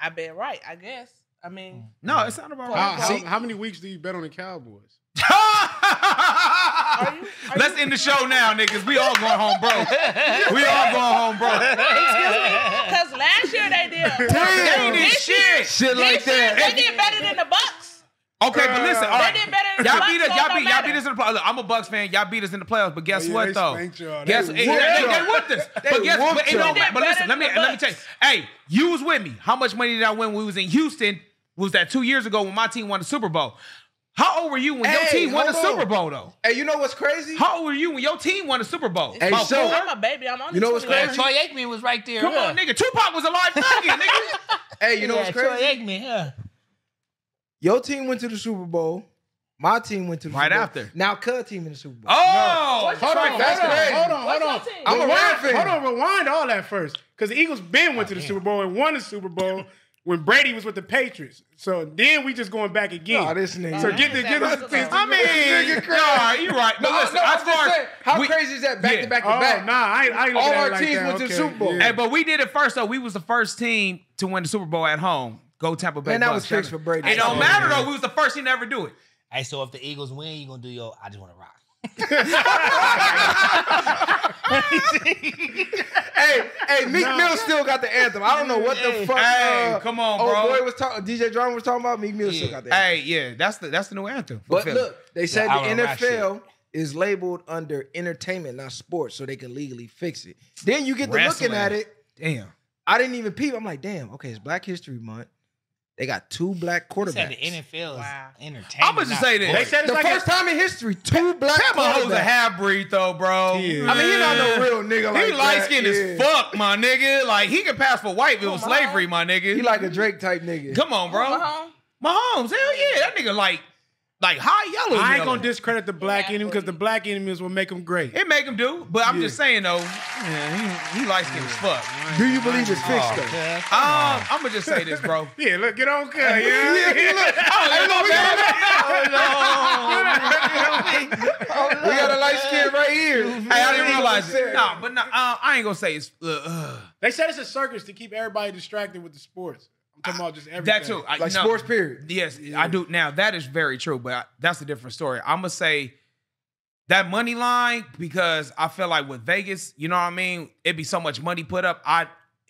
Speaker 5: I bet right. I guess. I mean,
Speaker 6: Ah,
Speaker 3: no, it's not about
Speaker 4: How,
Speaker 3: right.
Speaker 4: how,
Speaker 2: See-
Speaker 4: how many weeks do you bet on the Cowboys?
Speaker 5: Are you? Are
Speaker 3: Let's
Speaker 5: you?
Speaker 3: end the show now, niggas. We all going home, bro. We all going home, bro.
Speaker 5: Because last year they did.
Speaker 3: Damn,
Speaker 5: this
Speaker 3: this
Speaker 5: year-
Speaker 3: shit.
Speaker 5: This
Speaker 3: Shit
Speaker 5: year They did better than the Bucks.
Speaker 3: Okay, but listen, all
Speaker 5: They
Speaker 3: right.
Speaker 5: did better than the
Speaker 3: Y'all
Speaker 5: Bucks.
Speaker 3: beat
Speaker 5: so
Speaker 3: us.
Speaker 5: it
Speaker 3: Y'all
Speaker 5: don't
Speaker 3: beat. Y'all
Speaker 5: matter.
Speaker 3: beat us in the playoffs. Look, I'm a Bucks fan. Y'all beat us in the playoffs. But guess
Speaker 4: Oh, yeah,
Speaker 3: what
Speaker 4: they
Speaker 3: though?
Speaker 4: spanked y'all. They
Speaker 3: Guess they, they,
Speaker 4: whooped
Speaker 3: they
Speaker 4: y'all.
Speaker 3: whooped us. But guess
Speaker 2: whooped
Speaker 3: but it
Speaker 2: y'all.
Speaker 3: don't matter. But
Speaker 5: They
Speaker 3: listen,
Speaker 5: did
Speaker 3: let me
Speaker 5: better
Speaker 3: let me tell
Speaker 5: than
Speaker 3: you. Hey, you was with me. How much money did I win when we was in Houston? Was that two years ago when my team won the Super Bowl? How old were you when your
Speaker 2: Hey,
Speaker 3: team won the
Speaker 2: hold
Speaker 3: Super
Speaker 2: on.
Speaker 3: Bowl though?
Speaker 2: Hey, you know what's crazy?
Speaker 3: How old were you when your team won the Super Bowl?
Speaker 2: Hey,
Speaker 3: About
Speaker 2: so-
Speaker 3: four?
Speaker 5: I'm a baby. I'm only
Speaker 2: You know what's
Speaker 5: 21.
Speaker 6: Man, Troy Aikman was right there.
Speaker 3: Come
Speaker 6: huh?
Speaker 3: on, nigga. Tupac was alive fucking, nigga.
Speaker 2: Hey, you know
Speaker 6: yeah,
Speaker 2: what's crazy?
Speaker 6: Troy Aikman, huh?
Speaker 2: Your team went to the Super Bowl. My team went to the
Speaker 3: Right
Speaker 2: Super Bowl.
Speaker 3: after.
Speaker 2: Now Cud team in the Super Bowl.
Speaker 3: Oh,
Speaker 5: No. Hold on,
Speaker 2: that's
Speaker 4: hold on,
Speaker 2: crazy.
Speaker 4: hold on,
Speaker 5: What's
Speaker 4: hold
Speaker 5: your
Speaker 4: on.
Speaker 5: team?
Speaker 2: I'm a Ram fan.
Speaker 4: Rewind- Hold on, rewind all that first. Because the Eagles been
Speaker 2: Oh,
Speaker 4: went to the Super Bowl and won the Super Bowl when Brady was with the Patriots. So then we just going back again.
Speaker 2: Nah, this nigga.
Speaker 4: so
Speaker 5: Nah,
Speaker 4: get the
Speaker 5: that
Speaker 4: get
Speaker 5: was
Speaker 4: the
Speaker 5: the Super
Speaker 4: things.
Speaker 5: Bowl.
Speaker 3: I mean, nah, you're right. But
Speaker 2: No,
Speaker 3: listen,
Speaker 2: no, I'm
Speaker 3: as
Speaker 2: just
Speaker 3: far as
Speaker 2: saying, how
Speaker 3: we-
Speaker 2: crazy is that back
Speaker 3: Yeah.
Speaker 2: to back to
Speaker 4: Oh,
Speaker 2: back?
Speaker 4: nah, I ain't, I ain't looking
Speaker 2: All
Speaker 4: at it
Speaker 2: our
Speaker 4: like
Speaker 2: teams
Speaker 4: that.
Speaker 2: went to the
Speaker 4: Okay,
Speaker 2: Super Bowl.
Speaker 4: yeah.
Speaker 3: Hey, but we did it first though. We was the first team to win the Super Bowl at home. Go Tampa Bay.
Speaker 2: Man, that
Speaker 3: Bucks.
Speaker 2: was fixed for Brady.
Speaker 3: It don't
Speaker 6: Yeah.
Speaker 3: matter though. We was the first team to ever do it.
Speaker 6: Hey, so if the Eagles win, you gonna do your I just wanna rock.
Speaker 2: Hey, hey, Meek Mill still got the anthem. I don't know what the fuck.
Speaker 3: Hey,
Speaker 2: uh,
Speaker 3: come on,
Speaker 2: old
Speaker 3: bro.
Speaker 2: boy was talking. DJ Drama was talking about Meek Mill still
Speaker 6: Yeah.
Speaker 2: got the anthem.
Speaker 3: Hey, yeah, that's the that's the new anthem. for
Speaker 2: But
Speaker 3: Philly.
Speaker 2: look, they said
Speaker 6: I don't
Speaker 2: the
Speaker 6: know that
Speaker 2: NFL is labeled under entertainment, not sports, so they can legally fix it. Then you get to
Speaker 3: Wrestling.
Speaker 2: looking at it.
Speaker 3: damn.
Speaker 2: I didn't even peep. I'm like, damn, okay, it's Black History Month. They got two black
Speaker 6: You said
Speaker 2: quarterbacks.
Speaker 6: the NFL is
Speaker 5: Wow.
Speaker 6: entertainment.
Speaker 3: I'ma just
Speaker 6: not
Speaker 3: say this.
Speaker 4: they
Speaker 6: sports.
Speaker 4: said it's
Speaker 2: the
Speaker 4: like a-
Speaker 2: first time in history, two black
Speaker 3: That Mahomes a
Speaker 2: quarterbacks.
Speaker 3: half breed though, bro.
Speaker 4: He is.
Speaker 2: I mean, he not no real nigga like
Speaker 3: He light
Speaker 2: that.
Speaker 3: skinned as
Speaker 2: Yeah.
Speaker 3: fuck, my nigga. Like he can pass for white if it was
Speaker 5: Mahomes.
Speaker 3: slavery, my nigga.
Speaker 2: He like a Drake type nigga.
Speaker 3: Come on, bro.
Speaker 5: Mahomes.
Speaker 3: Mahomes, hell yeah, that nigga like like high yellow.
Speaker 4: I ain't
Speaker 3: yellow.
Speaker 4: gonna discredit the black
Speaker 5: Yeah,
Speaker 4: enemy because the
Speaker 5: absolutely.
Speaker 4: black enemy is what make them great.
Speaker 3: It make him do, but I'm
Speaker 4: Yeah.
Speaker 3: just saying though, yeah, he, he light skinned as fuck.
Speaker 2: Do you believe it's fixed
Speaker 6: Oh,
Speaker 2: though?
Speaker 6: cuz.
Speaker 3: Um, I'm gonna just say this, bro.
Speaker 4: Yeah, look, get on, cut. Yeah,
Speaker 2: Yeah, look,
Speaker 3: Oh, my bad.
Speaker 2: Oh, we got a light skin right here.
Speaker 3: Hey, I didn't realize it. No, but no, uh, I ain't gonna say it's uh, uh,
Speaker 4: They said it's a circus to keep everybody distracted with the sports. I'm talking about just everything.
Speaker 3: that too. I,
Speaker 2: Like
Speaker 3: no.
Speaker 2: sports period.
Speaker 3: Yes, I do. Now that is very true, but I, that's a different story. I'm gonna say that money line because I feel like with Vegas, you know what I mean. It'd be so much money put up. I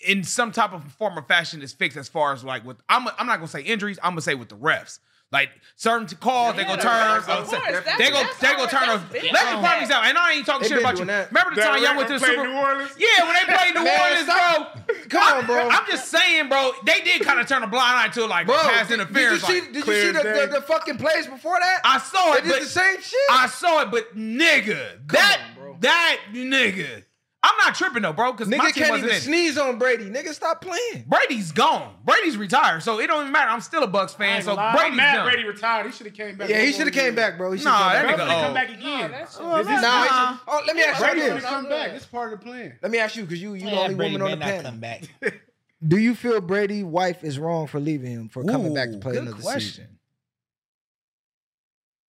Speaker 3: in some type of form or fashion is fixed as far as like with I'm I'm not gonna say injuries. I'm gonna say with the refs. Like certain calls, they
Speaker 5: Yeah,
Speaker 3: gonna
Speaker 5: the
Speaker 3: turn.
Speaker 5: refs, of
Speaker 3: uh,
Speaker 5: course. That's-
Speaker 3: they gonna
Speaker 5: that's
Speaker 3: they
Speaker 5: all-
Speaker 3: gonna turn.
Speaker 5: that's
Speaker 3: off. Let
Speaker 5: big.
Speaker 3: me prime these out, and I ain't talking
Speaker 2: They
Speaker 3: shit
Speaker 2: been
Speaker 3: about you.
Speaker 2: doing that.
Speaker 3: Remember the
Speaker 4: That
Speaker 3: time y'all
Speaker 4: rapper
Speaker 3: went to the
Speaker 4: played
Speaker 3: Super
Speaker 4: New Orleans?
Speaker 3: Yeah, when they played New
Speaker 2: Man,
Speaker 3: Orleans,
Speaker 2: stop.
Speaker 3: bro.
Speaker 2: Come on, bro.
Speaker 3: I'm just saying, bro. They did kind of turn a blind eye to like
Speaker 2: Bro,
Speaker 3: pass
Speaker 2: did-
Speaker 3: interference.
Speaker 2: Did you
Speaker 3: like,
Speaker 2: see, did you
Speaker 4: clear
Speaker 2: see the,
Speaker 4: day.
Speaker 2: the, the fucking plays before that?
Speaker 3: I saw
Speaker 2: they
Speaker 3: it,
Speaker 2: did
Speaker 3: but
Speaker 2: the same shit.
Speaker 3: I saw it, but nigga, that that nigga, I'm not tripping though, bro, because my
Speaker 2: nigga
Speaker 3: team
Speaker 2: can't
Speaker 3: wasn't
Speaker 2: even
Speaker 3: in. it.
Speaker 2: sneeze on Brady. Nigga, stop playing.
Speaker 3: Brady's gone. Brady's retired, so it don't even matter. I'm still a Bucks
Speaker 4: I
Speaker 3: fan,
Speaker 4: ain't
Speaker 3: so
Speaker 4: gonna lie. I'm
Speaker 3: Brady's
Speaker 4: mad
Speaker 3: done.
Speaker 4: Brady retired. He should have came back.
Speaker 2: Yeah, he
Speaker 4: one
Speaker 2: should
Speaker 4: more
Speaker 2: have came
Speaker 4: year.
Speaker 2: back, bro. He should
Speaker 3: Nah,
Speaker 2: have came
Speaker 3: that
Speaker 4: Brady
Speaker 2: back.
Speaker 4: should
Speaker 3: nigga
Speaker 4: come
Speaker 3: old.
Speaker 4: back again.
Speaker 5: Nah, that shit-
Speaker 4: This is-
Speaker 2: Nah,
Speaker 3: Nah.
Speaker 2: he should- oh, let me ask
Speaker 4: Brady
Speaker 2: you
Speaker 4: should
Speaker 2: this.
Speaker 4: come back. It's part of the plan.
Speaker 2: Let me ask you, because you you the
Speaker 6: Yeah,
Speaker 2: only
Speaker 6: Brady
Speaker 2: woman on the
Speaker 6: better not
Speaker 2: panel.
Speaker 6: come back.
Speaker 2: Do you feel Brady wife is wrong for leaving him for coming
Speaker 3: Ooh,
Speaker 2: back to play
Speaker 3: good
Speaker 2: another
Speaker 3: question.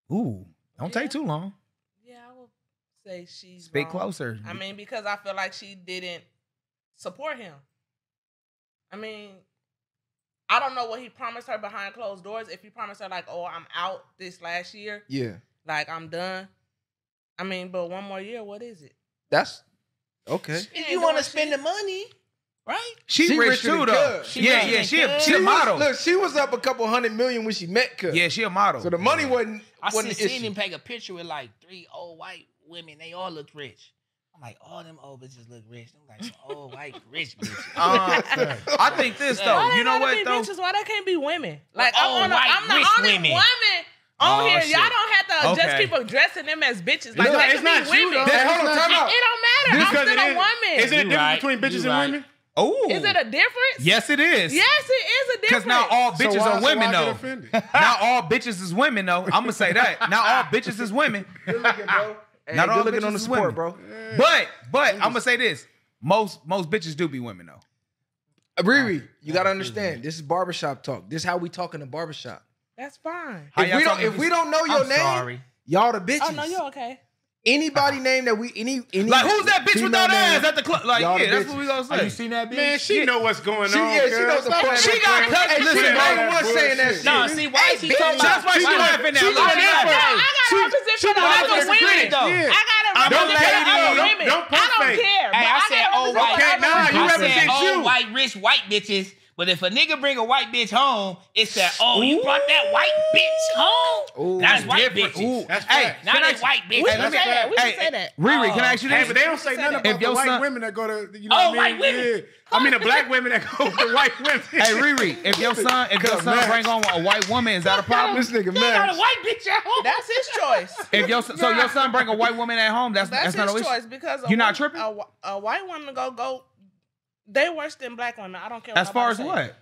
Speaker 2: season?
Speaker 3: Ooh, don't
Speaker 5: Yeah.
Speaker 3: take too long.
Speaker 5: Yeah, I would say she's
Speaker 3: Speak
Speaker 5: wrong.
Speaker 3: closer.
Speaker 5: I mean, because I feel like she didn't support him. I mean, I don't know what he promised her behind closed doors. If he promised her like, "Oh, I'm out this last year,
Speaker 2: Yeah,
Speaker 5: like I'm done." I mean, but one more year, what is it?
Speaker 2: that's okay.
Speaker 6: If you wanna spend the money, right?
Speaker 3: she,
Speaker 2: she
Speaker 3: rich
Speaker 2: richer than
Speaker 3: too though.
Speaker 2: Cub.
Speaker 6: She
Speaker 3: yeah,
Speaker 6: richer
Speaker 3: yeah,
Speaker 6: than
Speaker 3: she a,
Speaker 6: Cub.
Speaker 3: she a
Speaker 2: was-
Speaker 3: model.
Speaker 2: look, she was up a couple hundred million when she met Cuz.
Speaker 3: yeah, she a model.
Speaker 2: So the money wasn't.
Speaker 6: I
Speaker 2: wasn't
Speaker 6: seen,
Speaker 2: the
Speaker 6: seen
Speaker 2: issue.
Speaker 6: him take a picture with like three old white women. They all looked rich. I'm like, all them old bitches look rich. I'm like, some old white rich bitches.
Speaker 3: Uh, I think this though.
Speaker 5: Why they
Speaker 3: Oh, You know
Speaker 5: gotta
Speaker 3: what
Speaker 5: be
Speaker 3: though?
Speaker 5: Bitches? Why they can't be women? Like
Speaker 6: Oh,
Speaker 5: I'm, on a,
Speaker 6: white
Speaker 5: I'm
Speaker 6: rich
Speaker 5: the only
Speaker 6: women.
Speaker 5: woman on
Speaker 3: Oh,
Speaker 5: here.
Speaker 3: shit.
Speaker 5: Y'all don't have to just
Speaker 3: Okay.
Speaker 5: keep addressing them as bitches. Like
Speaker 4: No,
Speaker 5: they
Speaker 4: it's
Speaker 5: can
Speaker 4: not
Speaker 5: be
Speaker 4: you,
Speaker 5: women.
Speaker 4: though.
Speaker 2: Hey, hold on,
Speaker 4: That's
Speaker 2: time
Speaker 4: not-
Speaker 2: out.
Speaker 5: It don't matter.
Speaker 4: Because
Speaker 5: I'm still
Speaker 4: it
Speaker 5: a
Speaker 4: is-
Speaker 5: woman.
Speaker 4: Is it a
Speaker 6: You
Speaker 4: difference
Speaker 6: right,
Speaker 4: between bitches
Speaker 6: you
Speaker 4: and
Speaker 6: right.
Speaker 4: women?
Speaker 3: Oh,
Speaker 5: Is it a difference?
Speaker 3: Yes, it is.
Speaker 5: Yes, it is a difference.
Speaker 3: Because now all bitches
Speaker 4: So why-
Speaker 3: are
Speaker 4: so why
Speaker 3: women
Speaker 4: get
Speaker 3: though.
Speaker 4: offended?
Speaker 3: Now all bitches is women though. I'm gonna say that. Now all bitches is women.
Speaker 2: good
Speaker 3: Not all
Speaker 2: looking
Speaker 3: bitches
Speaker 2: on the
Speaker 3: is
Speaker 2: sport,
Speaker 3: women.
Speaker 2: bro.
Speaker 3: But but I'm gonna say this. Most most bitches do be women though.
Speaker 2: Uh, Riri, you gotta understand. This is barbershop talk. This is how we talk in the barbershop.
Speaker 5: That's fine.
Speaker 3: How
Speaker 2: If
Speaker 3: y'all
Speaker 2: we don't,
Speaker 3: talking
Speaker 2: if
Speaker 3: to-
Speaker 2: we don't know your
Speaker 6: I'm
Speaker 2: name,
Speaker 6: sorry.
Speaker 2: y'all the bitches.
Speaker 5: Oh no, you're okay.
Speaker 2: Anybody name that we any any
Speaker 3: Like who's that bitch
Speaker 2: female
Speaker 3: without
Speaker 2: name-
Speaker 3: ass at the club? Like
Speaker 2: Y'all the
Speaker 3: yeah, that's what
Speaker 2: bitches.
Speaker 3: we gonna
Speaker 7: Have you
Speaker 3: say.
Speaker 7: seen that bitch?
Speaker 4: Man, she know what's going
Speaker 2: She,
Speaker 4: on.
Speaker 2: yeah, she
Speaker 4: girl.
Speaker 2: knows the
Speaker 4: Stop-
Speaker 2: plan.
Speaker 3: She got cut.
Speaker 2: Hey,
Speaker 3: Listen,
Speaker 2: listen,
Speaker 3: why
Speaker 4: you
Speaker 2: I
Speaker 4: wanna
Speaker 2: was
Speaker 4: say
Speaker 2: saying that shit.
Speaker 4: that
Speaker 5: Oh,
Speaker 6: No, see, why is she
Speaker 2: bitch,
Speaker 6: talking
Speaker 3: That's
Speaker 6: about?
Speaker 3: why she
Speaker 6: why-
Speaker 3: laughing now.
Speaker 4: she
Speaker 3: Like,
Speaker 4: doing that
Speaker 3: yeah.
Speaker 4: for-
Speaker 5: I got a opposite for the
Speaker 4: knows
Speaker 5: other
Speaker 4: what's
Speaker 5: women.
Speaker 4: good, yeah.
Speaker 5: I got a
Speaker 3: I'm
Speaker 5: representative for
Speaker 3: not hating on
Speaker 5: other
Speaker 3: you.
Speaker 5: women.
Speaker 4: Don't
Speaker 5: I don't
Speaker 4: fake.
Speaker 5: care.
Speaker 6: Hey,
Speaker 5: but
Speaker 6: I
Speaker 5: got
Speaker 6: said oh,
Speaker 5: a
Speaker 6: old
Speaker 4: Okay, nah,
Speaker 5: representative for other
Speaker 6: white.
Speaker 5: women.
Speaker 4: you
Speaker 6: I said
Speaker 4: represent
Speaker 6: old
Speaker 4: you.
Speaker 6: white rich white bitches. But if a nigga bring a white bitch home, it's that oh you brought that white bitch home.
Speaker 2: Ooh.
Speaker 6: That's white
Speaker 3: Different.
Speaker 6: bitches.
Speaker 3: Ooh.
Speaker 4: That's
Speaker 3: Hey,
Speaker 4: facts.
Speaker 6: Not
Speaker 3: can I-
Speaker 6: that white bitch.
Speaker 5: We
Speaker 3: Hey,
Speaker 5: can
Speaker 3: let me-
Speaker 5: say that. We can
Speaker 3: hey,
Speaker 5: say that.
Speaker 3: Riri,
Speaker 6: Oh.
Speaker 3: can I ask you
Speaker 4: Hey,
Speaker 3: this?
Speaker 4: but they don't say nothing
Speaker 3: that.
Speaker 4: about
Speaker 3: If
Speaker 4: the
Speaker 3: your
Speaker 4: white
Speaker 3: son-
Speaker 4: women that go to you know
Speaker 6: Oh,
Speaker 4: what I mean?
Speaker 6: white women.
Speaker 4: Yeah. I mean the black women that go to white women.
Speaker 3: Hey Riri, if your son, if your son bring on a white woman, is that a problem?
Speaker 2: This nigga
Speaker 6: You got a
Speaker 2: mad.
Speaker 6: white bitch at home.
Speaker 5: That's his choice.
Speaker 3: If your son, so your son bring a white woman at home, that's
Speaker 5: That's,
Speaker 3: that's, not a
Speaker 5: his
Speaker 3: issue.
Speaker 5: choice because a
Speaker 3: You not
Speaker 5: wom-
Speaker 3: tripping?
Speaker 5: A, wh- a white woman go go. They worse than black women. I don't care. What
Speaker 3: As far as
Speaker 5: nobody say.
Speaker 3: what?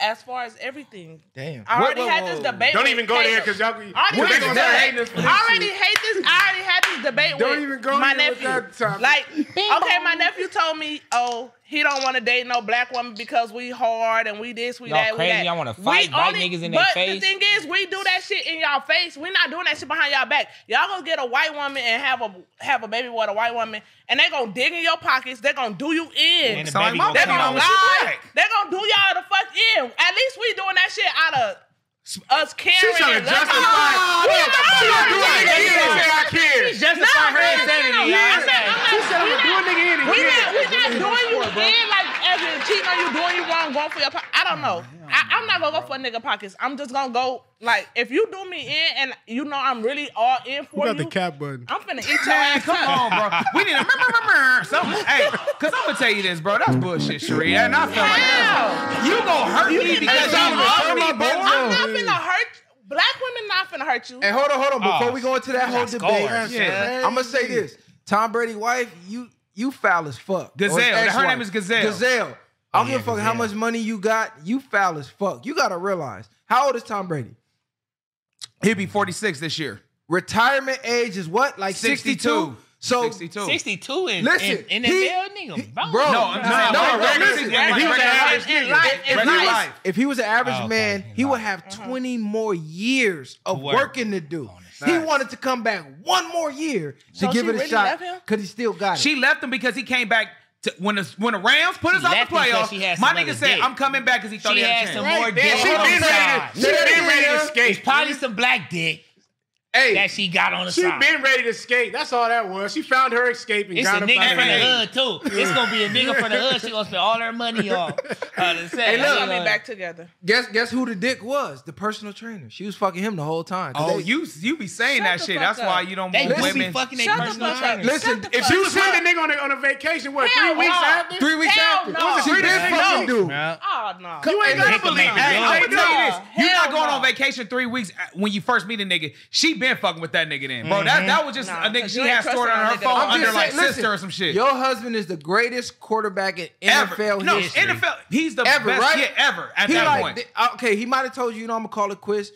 Speaker 5: As far as everything.
Speaker 2: Damn.
Speaker 5: I already
Speaker 2: Whoa,
Speaker 5: had
Speaker 2: whoa,
Speaker 5: this
Speaker 2: whoa.
Speaker 5: debate.
Speaker 4: Don't
Speaker 5: with
Speaker 4: even go there
Speaker 5: Caleb.
Speaker 4: because y'all be
Speaker 5: I
Speaker 4: they
Speaker 5: already,
Speaker 4: gonna
Speaker 3: is
Speaker 4: start
Speaker 3: that?
Speaker 4: hating us for this
Speaker 5: I already
Speaker 4: shit.
Speaker 5: hate this. I already had this debate
Speaker 4: Don't
Speaker 5: with
Speaker 4: even go
Speaker 5: my
Speaker 4: there with
Speaker 5: nephew.
Speaker 4: that topic.
Speaker 5: like, okay, my nephew told me, oh, he don't want to date no black woman because we hard and we this, we
Speaker 6: Y'all
Speaker 5: that,
Speaker 6: crazy.
Speaker 5: we that.
Speaker 6: Y'all wanna
Speaker 5: We
Speaker 6: fight white
Speaker 5: only-
Speaker 6: niggas in
Speaker 5: but
Speaker 6: their
Speaker 5: the
Speaker 6: face.
Speaker 5: thing is, we do that shit in y'all face. we not doing that shit behind y'all back. Y'all gonna get a white woman and have a have a baby with a white woman, and they gonna dig in your pockets. They gonna do you in.
Speaker 6: And the
Speaker 3: Sound like
Speaker 6: baby
Speaker 3: my
Speaker 6: gonna
Speaker 5: They
Speaker 3: mama
Speaker 6: come out
Speaker 5: gonna
Speaker 3: when she
Speaker 6: with-
Speaker 5: lie.
Speaker 3: black.
Speaker 5: They gonna do y'all the fuck in. At least we doing that shit out of us caring.
Speaker 4: She's trying
Speaker 5: and
Speaker 4: to
Speaker 5: loving.
Speaker 4: justify.
Speaker 5: We love
Speaker 4: She
Speaker 5: our
Speaker 4: gonna do it
Speaker 5: niggas.
Speaker 4: again.
Speaker 5: Yeah.
Speaker 4: Say I care.
Speaker 6: She justify her
Speaker 5: Yeah,
Speaker 6: insanity. y'all.
Speaker 5: I said,
Speaker 4: She
Speaker 5: I'm
Speaker 4: said I'm
Speaker 5: not-
Speaker 4: gonna do a nigga in
Speaker 5: we
Speaker 4: again.
Speaker 5: not, we not doing you in like as in cheating on you, doing you wrong, going for your pocket. I don't know. I, I'm not gonna go for a nigga pockets. I'm just gonna go like if you do me in and you know I'm really all in for you.
Speaker 4: cap button?
Speaker 5: I'm finna eat your
Speaker 3: Man,
Speaker 5: ass
Speaker 3: come
Speaker 5: up.
Speaker 3: on, bro. We need a mur- mur- mur- mur- something. Hey, cause I'm gonna tell you this, bro. That's bullshit, Sheree. And I feel like
Speaker 5: How?
Speaker 3: that's- you gonna hurt
Speaker 5: You
Speaker 3: me
Speaker 5: didn't
Speaker 3: because
Speaker 5: hurt
Speaker 3: I'm
Speaker 5: me.
Speaker 3: ugly,
Speaker 2: Turn my
Speaker 3: boy.
Speaker 2: buttons
Speaker 5: I'm not finna hurt. Black women not finna hurt you.
Speaker 2: Hey, hold on, hold on. Before
Speaker 6: Oh,
Speaker 2: we go into that whole debate,
Speaker 6: scars.
Speaker 3: Yeah.
Speaker 2: I'm gonna say this: Tom Brady wife, you you foul as fuck.
Speaker 3: Gazelle.
Speaker 2: Or his
Speaker 3: Her
Speaker 2: ex-wife.
Speaker 3: name is Gazelle.
Speaker 2: Gazelle. I don't give a fuck how much money you got. You foul as fuck. You gotta realize how old is Tom Brady?
Speaker 3: He'll be 46 this year.
Speaker 2: Retirement age is what? Like 62.
Speaker 3: 62.
Speaker 2: So
Speaker 3: 62.
Speaker 6: 62 and
Speaker 2: Listen,
Speaker 6: and, and
Speaker 2: he-
Speaker 6: that nigga,
Speaker 2: he-
Speaker 6: bro.
Speaker 2: bro,
Speaker 3: No, I'm just
Speaker 2: No,
Speaker 3: saying.
Speaker 2: no,
Speaker 3: like,
Speaker 2: bro,
Speaker 3: no,
Speaker 2: listen,
Speaker 3: like,
Speaker 2: he was
Speaker 3: regular
Speaker 2: an
Speaker 3: life.
Speaker 5: average nigga.
Speaker 3: Life.
Speaker 5: If
Speaker 3: Regular
Speaker 5: he was-
Speaker 3: life. Uh-huh.
Speaker 2: If he was an average
Speaker 6: Oh, okay,
Speaker 2: man,
Speaker 6: he
Speaker 2: he would
Speaker 6: lied.
Speaker 2: have 20 more years of
Speaker 6: work.
Speaker 2: working to do. He wanted to come back one more year to
Speaker 5: So
Speaker 2: give
Speaker 5: she
Speaker 2: it a
Speaker 5: really
Speaker 2: shot
Speaker 5: left him?
Speaker 2: because he still got it.
Speaker 3: She left him because he came back to, when the when the Rams put us
Speaker 6: She
Speaker 3: out
Speaker 6: left
Speaker 3: the
Speaker 6: him 'cause
Speaker 3: playoffs.
Speaker 6: she had some
Speaker 3: My
Speaker 6: other
Speaker 3: nigga said,
Speaker 6: dick.
Speaker 3: "I'm coming back" because he thought
Speaker 6: She
Speaker 3: he had,
Speaker 6: had
Speaker 3: a
Speaker 6: some
Speaker 3: chance.
Speaker 6: more
Speaker 4: Yeah,
Speaker 6: dick.
Speaker 4: she
Speaker 6: on
Speaker 4: been
Speaker 6: the
Speaker 4: ready.
Speaker 6: side.
Speaker 4: To, she been ready to
Speaker 6: It's
Speaker 4: skate.
Speaker 6: probably some black dick that she got on the
Speaker 4: She
Speaker 6: side.
Speaker 4: been ready to skate. That's all that was. She found her escape and
Speaker 6: It's a
Speaker 4: got up
Speaker 6: nigga
Speaker 4: out
Speaker 6: from
Speaker 4: of
Speaker 6: the
Speaker 4: there.
Speaker 6: hood too. It's gonna be a nigga from the hood. She gonna spend all her money on. Uh, to
Speaker 5: They
Speaker 6: say, look,
Speaker 5: gonna be back together.
Speaker 2: Guess guess who the dick was? The personal trainer. She was fucking him the whole time. 'Cause
Speaker 3: Oh,
Speaker 2: they-
Speaker 3: you you be saying
Speaker 5: Shut
Speaker 3: that
Speaker 5: the
Speaker 3: shit.
Speaker 5: fuck
Speaker 3: That's
Speaker 5: up.
Speaker 3: why you don't
Speaker 6: They
Speaker 3: want
Speaker 6: pussy
Speaker 3: women.
Speaker 6: fucking their
Speaker 5: Shut the
Speaker 6: personal
Speaker 5: fuck up.
Speaker 6: trainers.
Speaker 2: Listen,
Speaker 5: Shut the
Speaker 2: if
Speaker 5: fuck
Speaker 2: you
Speaker 4: You sent the nigga on a, on a vacation, what,
Speaker 5: Hell
Speaker 4: three weeks
Speaker 5: no.
Speaker 4: after?
Speaker 2: three weeks
Speaker 5: Hell
Speaker 2: after,
Speaker 5: no.
Speaker 2: she did
Speaker 5: Hell
Speaker 2: fucking
Speaker 5: no.
Speaker 2: do.
Speaker 6: Yeah.
Speaker 5: Oh no.
Speaker 4: You ain't
Speaker 3: They
Speaker 4: gotta
Speaker 3: can
Speaker 4: believe
Speaker 3: make
Speaker 4: it.
Speaker 3: it. Hey,
Speaker 4: Hey,
Speaker 3: I'm gonna tell you
Speaker 5: Hell
Speaker 3: this: you're not
Speaker 5: no.
Speaker 3: going on vacation three weeks when you first meet a nigga. She been fucking with that nigga then, bro. That that was just
Speaker 5: Nah,
Speaker 3: a nigga
Speaker 5: cause
Speaker 3: she
Speaker 5: you ain't
Speaker 3: had stored
Speaker 5: trusting
Speaker 3: on her
Speaker 5: that nigga.
Speaker 3: phone
Speaker 5: I'm
Speaker 3: under
Speaker 5: just
Speaker 3: like
Speaker 2: saying,
Speaker 3: sister
Speaker 2: listen,
Speaker 3: or some shit.
Speaker 2: Your husband is the greatest quarterback in
Speaker 3: ever.
Speaker 2: NFL
Speaker 3: no,
Speaker 2: history.
Speaker 3: NFL. He's the
Speaker 2: Ever,
Speaker 3: best
Speaker 2: right?
Speaker 3: yeah, ever at
Speaker 2: he
Speaker 3: that
Speaker 2: like,
Speaker 3: point.
Speaker 2: th- uh, okay, he might have told you, you know, I'm gonna call it quits.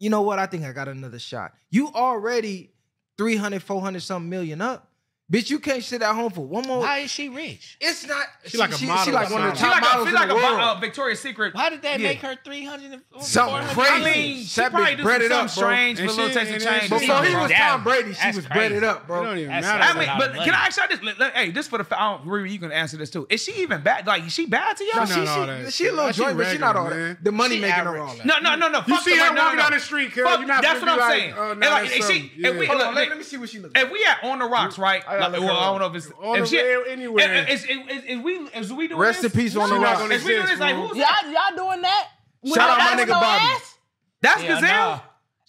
Speaker 2: You know what? I think I got another shot. You already 300, 400 something million up. Bitch, you can't sit at home for one more.
Speaker 6: Why is she rich?
Speaker 2: it's not. She,
Speaker 4: like a
Speaker 2: she,
Speaker 4: model
Speaker 2: She
Speaker 4: or
Speaker 2: like one of the
Speaker 3: she
Speaker 4: something.
Speaker 2: top
Speaker 3: like a,
Speaker 2: models
Speaker 3: she
Speaker 2: in
Speaker 3: like
Speaker 2: the
Speaker 3: a
Speaker 2: world.
Speaker 3: uh, Victoria's Secret.
Speaker 6: Why did that
Speaker 3: Yeah.
Speaker 6: make her three hundred and
Speaker 2: Something
Speaker 6: 400?
Speaker 2: crazy.
Speaker 3: I mean, she
Speaker 2: That
Speaker 3: probably
Speaker 2: bitch
Speaker 3: do
Speaker 2: bred
Speaker 3: some
Speaker 2: it up,
Speaker 3: something
Speaker 2: bro.
Speaker 3: strange
Speaker 4: And
Speaker 3: for a little
Speaker 4: she-
Speaker 3: taste of
Speaker 4: and
Speaker 3: change.
Speaker 4: she-
Speaker 3: But
Speaker 4: she-
Speaker 2: Before he was
Speaker 6: Damn.
Speaker 2: Tom Brady, she
Speaker 6: That's
Speaker 2: was bred
Speaker 6: crazy.
Speaker 2: it up,
Speaker 4: It
Speaker 2: bro.
Speaker 4: don't even
Speaker 6: That's
Speaker 4: matter.
Speaker 6: crazy.
Speaker 3: I mean,
Speaker 6: lot of
Speaker 3: but
Speaker 6: money.
Speaker 3: can I actually this? Let, let- hey, this for the fa- I don't, Riri, you can answer this too. Is she even bad? Like, is she bad to y'all?
Speaker 2: No,
Speaker 4: She
Speaker 2: she,
Speaker 4: not all
Speaker 2: she,
Speaker 4: that.
Speaker 2: she, a little
Speaker 4: She
Speaker 2: joint, but she not
Speaker 4: regular,
Speaker 2: all
Speaker 4: man.
Speaker 2: that. The money
Speaker 5: She
Speaker 2: making her
Speaker 5: average.
Speaker 2: all that.
Speaker 3: No, no, no, no.
Speaker 4: You
Speaker 3: fuck
Speaker 4: see
Speaker 3: the-
Speaker 4: her
Speaker 3: no, no,
Speaker 4: walking
Speaker 3: no.
Speaker 4: down the street, girl.
Speaker 3: Fuck,
Speaker 4: You're not
Speaker 3: that's
Speaker 4: finna
Speaker 3: what I'm
Speaker 4: be like,
Speaker 3: saying.
Speaker 4: oh, nah,
Speaker 3: And like,
Speaker 4: that's
Speaker 3: if she,
Speaker 4: something.
Speaker 3: if we,
Speaker 4: Yeah.
Speaker 3: hold
Speaker 2: Hold
Speaker 3: on,
Speaker 2: on,
Speaker 3: let,
Speaker 2: let,
Speaker 3: let
Speaker 2: me
Speaker 3: me.
Speaker 2: see what she looking.
Speaker 3: If we at on the rocks, right?
Speaker 2: I gotta
Speaker 3: Like,
Speaker 2: look
Speaker 3: well,
Speaker 2: her
Speaker 3: I
Speaker 2: up.
Speaker 3: don't know if it's
Speaker 4: On
Speaker 3: if
Speaker 4: the
Speaker 3: she,
Speaker 4: rail anywhere.
Speaker 3: Is, is, is, is we is we doing
Speaker 2: Rest
Speaker 3: this?
Speaker 2: in peace on the
Speaker 4: She not
Speaker 2: rocks.
Speaker 4: gonna
Speaker 3: Is we doing this?
Speaker 4: exist,
Speaker 3: Like
Speaker 4: bro.
Speaker 3: who's
Speaker 5: Y'all
Speaker 3: that?
Speaker 5: y'all doing that?
Speaker 2: Shout out my
Speaker 5: Without
Speaker 2: nigga
Speaker 5: no
Speaker 2: Bobby.
Speaker 5: ass?
Speaker 3: That's
Speaker 6: Yeah,
Speaker 3: Gazelle.
Speaker 6: nah.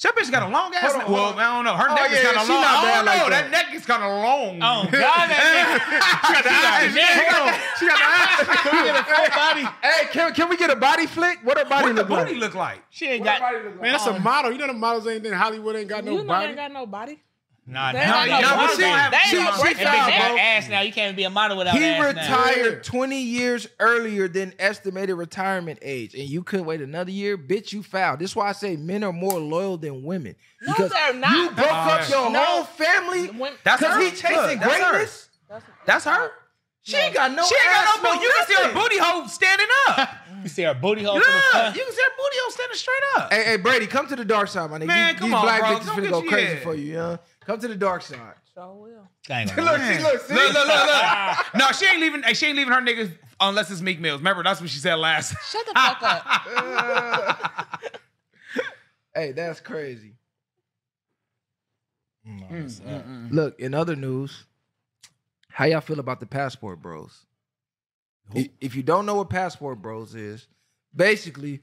Speaker 3: That bitch got a long ass.
Speaker 2: Hold on,
Speaker 3: well,
Speaker 2: hold on.
Speaker 3: I don't know. Her
Speaker 2: Oh,
Speaker 3: neck is
Speaker 2: yeah,
Speaker 3: kind of
Speaker 2: she
Speaker 3: long.
Speaker 2: not
Speaker 3: I
Speaker 2: bad
Speaker 3: don't
Speaker 2: like
Speaker 3: know.
Speaker 2: that.
Speaker 3: That neck is kind of long.
Speaker 6: Oh God, that
Speaker 4: She got the eyes.
Speaker 6: Yeah.
Speaker 4: She got- She got the eyes.
Speaker 2: Hey, can, can we get a body flick? What her body
Speaker 3: What the
Speaker 2: look
Speaker 3: booty
Speaker 2: like?
Speaker 3: look like?
Speaker 6: bitch- she ain't
Speaker 2: What her
Speaker 6: got.
Speaker 2: body look
Speaker 4: Man,
Speaker 2: like?
Speaker 4: that's a model. You know the models ain't in Hollywood ain't got no
Speaker 5: You know they
Speaker 4: body.
Speaker 5: ain't got no body.
Speaker 6: Nah,
Speaker 5: They
Speaker 6: nah,
Speaker 5: got no
Speaker 6: nah,
Speaker 5: body.
Speaker 2: she-
Speaker 6: They ain't
Speaker 5: They
Speaker 2: she-
Speaker 5: ain't
Speaker 2: she
Speaker 5: no break
Speaker 2: found
Speaker 5: down.
Speaker 6: got ass now. You can't be a model without
Speaker 2: He
Speaker 6: ass now.
Speaker 4: Yeah.
Speaker 2: retired 20 years earlier than estimated retirement age, and you couldn't wait another year? Bitch, you foul. This is why I say men are more loyal than women.
Speaker 5: No,
Speaker 2: Because
Speaker 5: they're not.
Speaker 2: you broke up your
Speaker 5: No.
Speaker 2: whole family
Speaker 5: When-
Speaker 3: That's
Speaker 2: because
Speaker 3: her.
Speaker 2: he chasing
Speaker 3: Look, that's her.
Speaker 2: greatness?
Speaker 3: That's her.
Speaker 2: She ain't got no
Speaker 3: she ain't
Speaker 2: ass,
Speaker 3: got no booty. You can see her
Speaker 2: nothing.
Speaker 3: booty hole standing up.
Speaker 6: You see her booty hole. from the
Speaker 3: Look,
Speaker 6: front?
Speaker 3: you can see her booty hole standing straight up.
Speaker 2: Hey, hey, Brady, come to the dark side, my nigga.
Speaker 3: Man,
Speaker 2: these,
Speaker 3: come
Speaker 2: these
Speaker 3: on,
Speaker 2: black
Speaker 3: bro.
Speaker 2: bitches
Speaker 3: Don't
Speaker 2: finna
Speaker 3: get
Speaker 2: go
Speaker 3: you-
Speaker 2: crazy
Speaker 3: yeah.
Speaker 2: for you, yeah? Come to the dark side.
Speaker 5: Sure will.
Speaker 6: I ain't gonna lie.
Speaker 2: look, see, look, see.
Speaker 3: Look, look, look, look. no, she ain't leaving. hey, She ain't leaving her niggas unless it's Meek Mills. Remember, that's what she said last.
Speaker 5: Shut the fuck up.
Speaker 2: hey, that's crazy.
Speaker 3: Mm, mm, mm.
Speaker 2: Look, in other news, how y'all feel about the Passport Bros? I- If you don't know what Passport Bros is, basically,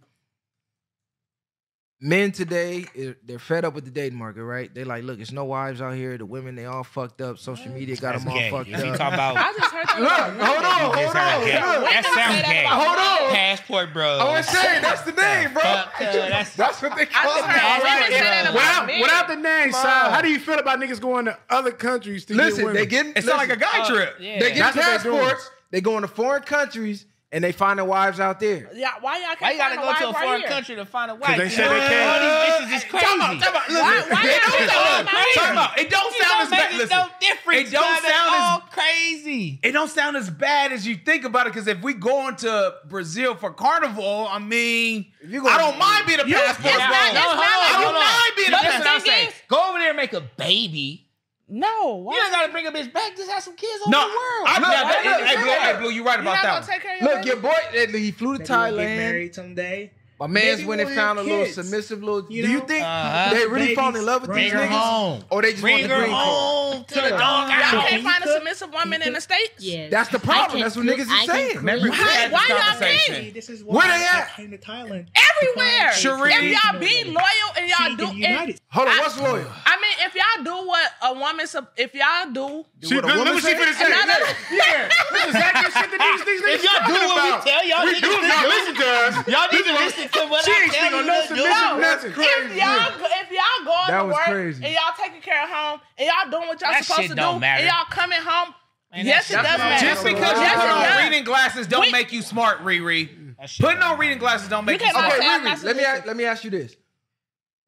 Speaker 2: men today i- they're fed up with the dating market, right? They like, look, it's no wives out here. The women they all fucked up. Social media got
Speaker 6: That's
Speaker 2: them all
Speaker 6: gay.
Speaker 2: fucked
Speaker 6: If you
Speaker 2: up.
Speaker 6: talk about
Speaker 5: I just heard that.
Speaker 2: Look, hold on,
Speaker 6: You
Speaker 2: hold
Speaker 6: just heard
Speaker 2: on.
Speaker 6: gay.
Speaker 2: look.
Speaker 5: Wait
Speaker 6: That
Speaker 5: till I
Speaker 6: sounds
Speaker 5: say that
Speaker 6: gay.
Speaker 5: about
Speaker 2: Hold on.
Speaker 6: passport,
Speaker 2: Oh,
Speaker 6: bro.
Speaker 2: I was saying that's the name, bro.
Speaker 6: Fuck, uh, that's-
Speaker 2: that's what they call
Speaker 5: just heard
Speaker 2: it.
Speaker 5: women say that about
Speaker 4: Without,
Speaker 5: men.
Speaker 4: without the name,
Speaker 2: Come
Speaker 4: Sal,
Speaker 2: on.
Speaker 4: how do you feel about niggas going to other countries to get
Speaker 2: Listen,
Speaker 4: women?
Speaker 2: they getting
Speaker 3: It sound like a
Speaker 2: listen,
Speaker 3: guy
Speaker 6: Uh,
Speaker 3: trip.
Speaker 6: yeah.
Speaker 2: they get
Speaker 4: That's what they doing.
Speaker 2: passports. They go into foreign countries and they find their wives out there.
Speaker 5: Yeah, why y'all can't
Speaker 6: Why you gotta
Speaker 5: find
Speaker 6: go to a
Speaker 5: wife right
Speaker 6: foreign
Speaker 5: here?
Speaker 6: country to find a wife?
Speaker 4: they said they
Speaker 6: All
Speaker 4: can't.
Speaker 6: these bitches is crazy.
Speaker 5: Why, why
Speaker 3: It
Speaker 5: y'all
Speaker 3: don't
Speaker 5: can't find wife
Speaker 3: sound- Time
Speaker 5: right here?
Speaker 3: out. It don't
Speaker 6: You
Speaker 3: sound
Speaker 6: don't
Speaker 3: as
Speaker 6: make
Speaker 3: bad.
Speaker 6: it
Speaker 3: Listen,
Speaker 6: no difference.
Speaker 3: it don't
Speaker 6: God, that's
Speaker 3: sound as-
Speaker 6: all crazy.
Speaker 3: it don't sound as bad as you think about it. Because if we going to Brazil for carnival, I mean,
Speaker 2: If you go-
Speaker 3: I don't mind being a
Speaker 6: You-
Speaker 3: passport
Speaker 5: it's
Speaker 3: bro.
Speaker 5: not- it's not
Speaker 3: I
Speaker 5: like-
Speaker 3: don't
Speaker 5: hold on.
Speaker 3: mind being a
Speaker 5: But the
Speaker 6: That's what I'm
Speaker 3: passport.
Speaker 5: thing
Speaker 6: saying.
Speaker 5: is-
Speaker 6: Go over there and make a baby.
Speaker 5: No, why?
Speaker 6: You don't gotta bring a bitch back. Just have some kids over
Speaker 3: No,
Speaker 6: the world.
Speaker 3: I,
Speaker 6: Now,
Speaker 3: now
Speaker 6: that
Speaker 3: that-
Speaker 6: is
Speaker 3: hey, Blue,
Speaker 6: fair.
Speaker 3: hey, Blue, you right
Speaker 5: You're
Speaker 3: about
Speaker 5: not
Speaker 3: that.
Speaker 5: gonna take care of your
Speaker 2: Look, your
Speaker 5: baby?
Speaker 2: boy, he flew to Thailand.
Speaker 7: someday.
Speaker 2: My man's
Speaker 7: Maybe
Speaker 2: when they
Speaker 7: we'll
Speaker 2: found a
Speaker 7: have
Speaker 2: little
Speaker 7: kids,
Speaker 2: submissive little.
Speaker 7: you
Speaker 2: do you
Speaker 7: know?
Speaker 2: think
Speaker 6: Uh-huh.
Speaker 2: they really fall in love with
Speaker 7: Babies,
Speaker 2: these
Speaker 6: Bring her
Speaker 2: niggas,
Speaker 6: home.
Speaker 2: or they just
Speaker 6: Bring
Speaker 2: want the
Speaker 6: her
Speaker 2: green card?
Speaker 6: home to the dog
Speaker 5: Y'all
Speaker 6: house.
Speaker 5: can't find a
Speaker 7: cook-
Speaker 5: submissive woman in the States?
Speaker 8: Yes.
Speaker 2: That's the problem.
Speaker 8: I can
Speaker 2: That's what
Speaker 8: cook-
Speaker 2: niggas is
Speaker 8: I can
Speaker 2: saying.
Speaker 8: cook.
Speaker 3: Remember, we
Speaker 5: Why-
Speaker 3: had
Speaker 5: why
Speaker 3: this
Speaker 5: y'all
Speaker 3: conversation.
Speaker 5: think?
Speaker 7: This is
Speaker 2: Where
Speaker 7: why
Speaker 2: they at?
Speaker 7: I came to Thailand.
Speaker 5: Everywhere.
Speaker 3: Sheree.
Speaker 5: If y'all be loyal and y'all do,
Speaker 7: United
Speaker 5: and,
Speaker 2: Hold on, what's loyal?
Speaker 5: I mean, if y'all do what a woman, sup- if y'all do,
Speaker 2: Do
Speaker 4: She,
Speaker 2: what a
Speaker 4: look, look
Speaker 2: woman
Speaker 4: what she
Speaker 2: say?
Speaker 4: finna say.
Speaker 5: No, no, no.
Speaker 4: Look, Yeah, this is exactly the shit that these, these niggas
Speaker 6: If y'all do
Speaker 4: talking
Speaker 6: what
Speaker 4: about.
Speaker 6: we tell y'all,
Speaker 4: we
Speaker 6: niggas
Speaker 4: do
Speaker 6: to
Speaker 4: not
Speaker 6: do.
Speaker 4: listen to us.
Speaker 6: Y'all need to listen to what
Speaker 4: She
Speaker 6: I
Speaker 4: ain't
Speaker 6: tell
Speaker 4: speaking
Speaker 6: you
Speaker 4: on no
Speaker 6: to do.
Speaker 4: submission, nothing.
Speaker 5: if y'all if y'all going
Speaker 2: That
Speaker 5: to
Speaker 2: was
Speaker 5: work
Speaker 2: crazy.
Speaker 5: and y'all taking care of home and y'all doing what y'all
Speaker 6: That
Speaker 5: supposed
Speaker 6: shit
Speaker 5: to do
Speaker 6: don't matter.
Speaker 5: and y'all coming home,
Speaker 6: Man, that
Speaker 5: yes it
Speaker 6: shit
Speaker 5: does
Speaker 6: don't
Speaker 5: matter.
Speaker 3: Just because you
Speaker 5: yes,
Speaker 3: put
Speaker 5: it
Speaker 3: on
Speaker 5: does.
Speaker 3: reading glasses don't
Speaker 5: We-
Speaker 3: make you smart, Riri.
Speaker 6: That shit
Speaker 3: Putting on
Speaker 6: don't
Speaker 3: reading glasses don't make
Speaker 5: You
Speaker 3: you
Speaker 5: cannot
Speaker 3: smart.
Speaker 2: Okay,
Speaker 5: say I'm
Speaker 2: Riri,
Speaker 5: not
Speaker 2: let me ask,
Speaker 5: submissive.
Speaker 2: let me ask you this.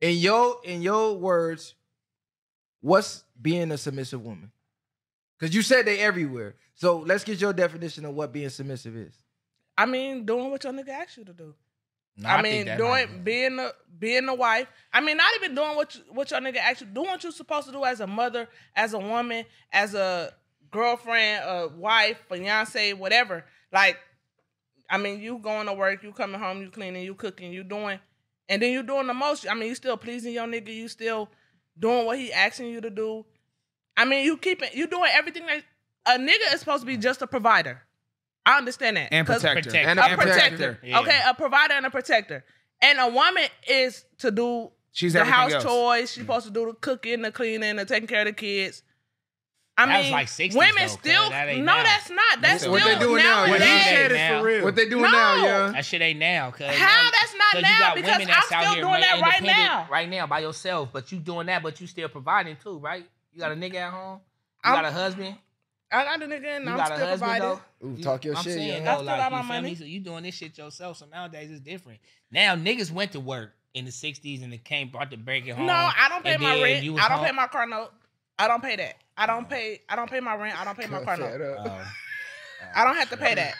Speaker 2: In your in your words, what's being a submissive woman? Because you said they everywhere. So let's get your definition of what being submissive is.
Speaker 5: I mean, doing what your nigga asked you to do.
Speaker 6: No,
Speaker 5: I,
Speaker 6: think
Speaker 5: mean,
Speaker 6: that might be-
Speaker 5: doing being a being a wife. I mean, not even doing what you, what your nigga actually doing what you supposed to do as a mother, as a woman, as a girlfriend, a wife, fiance, whatever. Like, I mean, you going to work, you coming home, you cleaning, you cooking, you doing, and then you doing the most. I mean, you still pleasing your nigga, you still doing what he asking you to do. I mean, you keeping you doing everything that a nigga is supposed to be just a provider. I understand that
Speaker 3: And
Speaker 5: 'Cause-
Speaker 3: protector.
Speaker 6: Protector.
Speaker 2: And
Speaker 5: a,
Speaker 2: a
Speaker 5: protector.
Speaker 3: protector.
Speaker 6: Yeah.
Speaker 5: Okay, a provider and a protector. And a woman is to do
Speaker 3: She's
Speaker 5: the
Speaker 3: everything
Speaker 5: house
Speaker 3: else.
Speaker 5: chores.
Speaker 6: Mm.
Speaker 5: She's supposed to do the cooking, the cleaning, the taking care of the kids. I
Speaker 6: That was
Speaker 5: mean,
Speaker 6: like 60s
Speaker 5: women
Speaker 6: though, cuz
Speaker 5: still.
Speaker 6: that ain't
Speaker 5: no,
Speaker 6: now.
Speaker 5: that's not. That's
Speaker 3: So what
Speaker 5: still
Speaker 2: they doing now,
Speaker 4: What
Speaker 5: nowadays.
Speaker 4: he
Speaker 6: Yeah.
Speaker 4: said is
Speaker 6: Now.
Speaker 4: for real.
Speaker 2: What they doing
Speaker 5: No.
Speaker 2: now, yeah?
Speaker 6: That shit ain't now. Cause
Speaker 5: How that's not
Speaker 6: Cause you
Speaker 5: now?
Speaker 6: got
Speaker 5: Because
Speaker 6: women
Speaker 5: I'm
Speaker 6: that's out
Speaker 5: still
Speaker 6: here
Speaker 5: doing that
Speaker 6: man,
Speaker 5: right
Speaker 6: independent
Speaker 5: now.
Speaker 6: Right now by yourself, but you doing that, but you still providing too, right? You got a nigga at home. You
Speaker 5: I'm-
Speaker 6: got a husband.
Speaker 5: I got the nigga and
Speaker 6: You
Speaker 5: I'm
Speaker 6: got a
Speaker 5: still
Speaker 6: husband
Speaker 5: providing.
Speaker 6: though.
Speaker 2: Ooh,
Speaker 6: You-
Speaker 2: talk your
Speaker 6: I'm
Speaker 2: shit,
Speaker 6: Saying,
Speaker 2: yeah.
Speaker 5: I
Speaker 6: though,
Speaker 5: still got
Speaker 6: like,
Speaker 5: my
Speaker 6: you feel
Speaker 5: money.
Speaker 6: me? So you doing this shit yourself. So nowadays it's different. Now niggas went to work in the '60s and they came brought the break at home.
Speaker 5: No, I don't pay
Speaker 6: and
Speaker 5: my
Speaker 6: then
Speaker 5: rent.
Speaker 6: you was
Speaker 5: I don't
Speaker 6: home.
Speaker 5: pay my car note. I don't pay that. I don't pay. I don't pay my rent. I don't pay my car note.
Speaker 6: Oh.
Speaker 5: I don't have to pay that.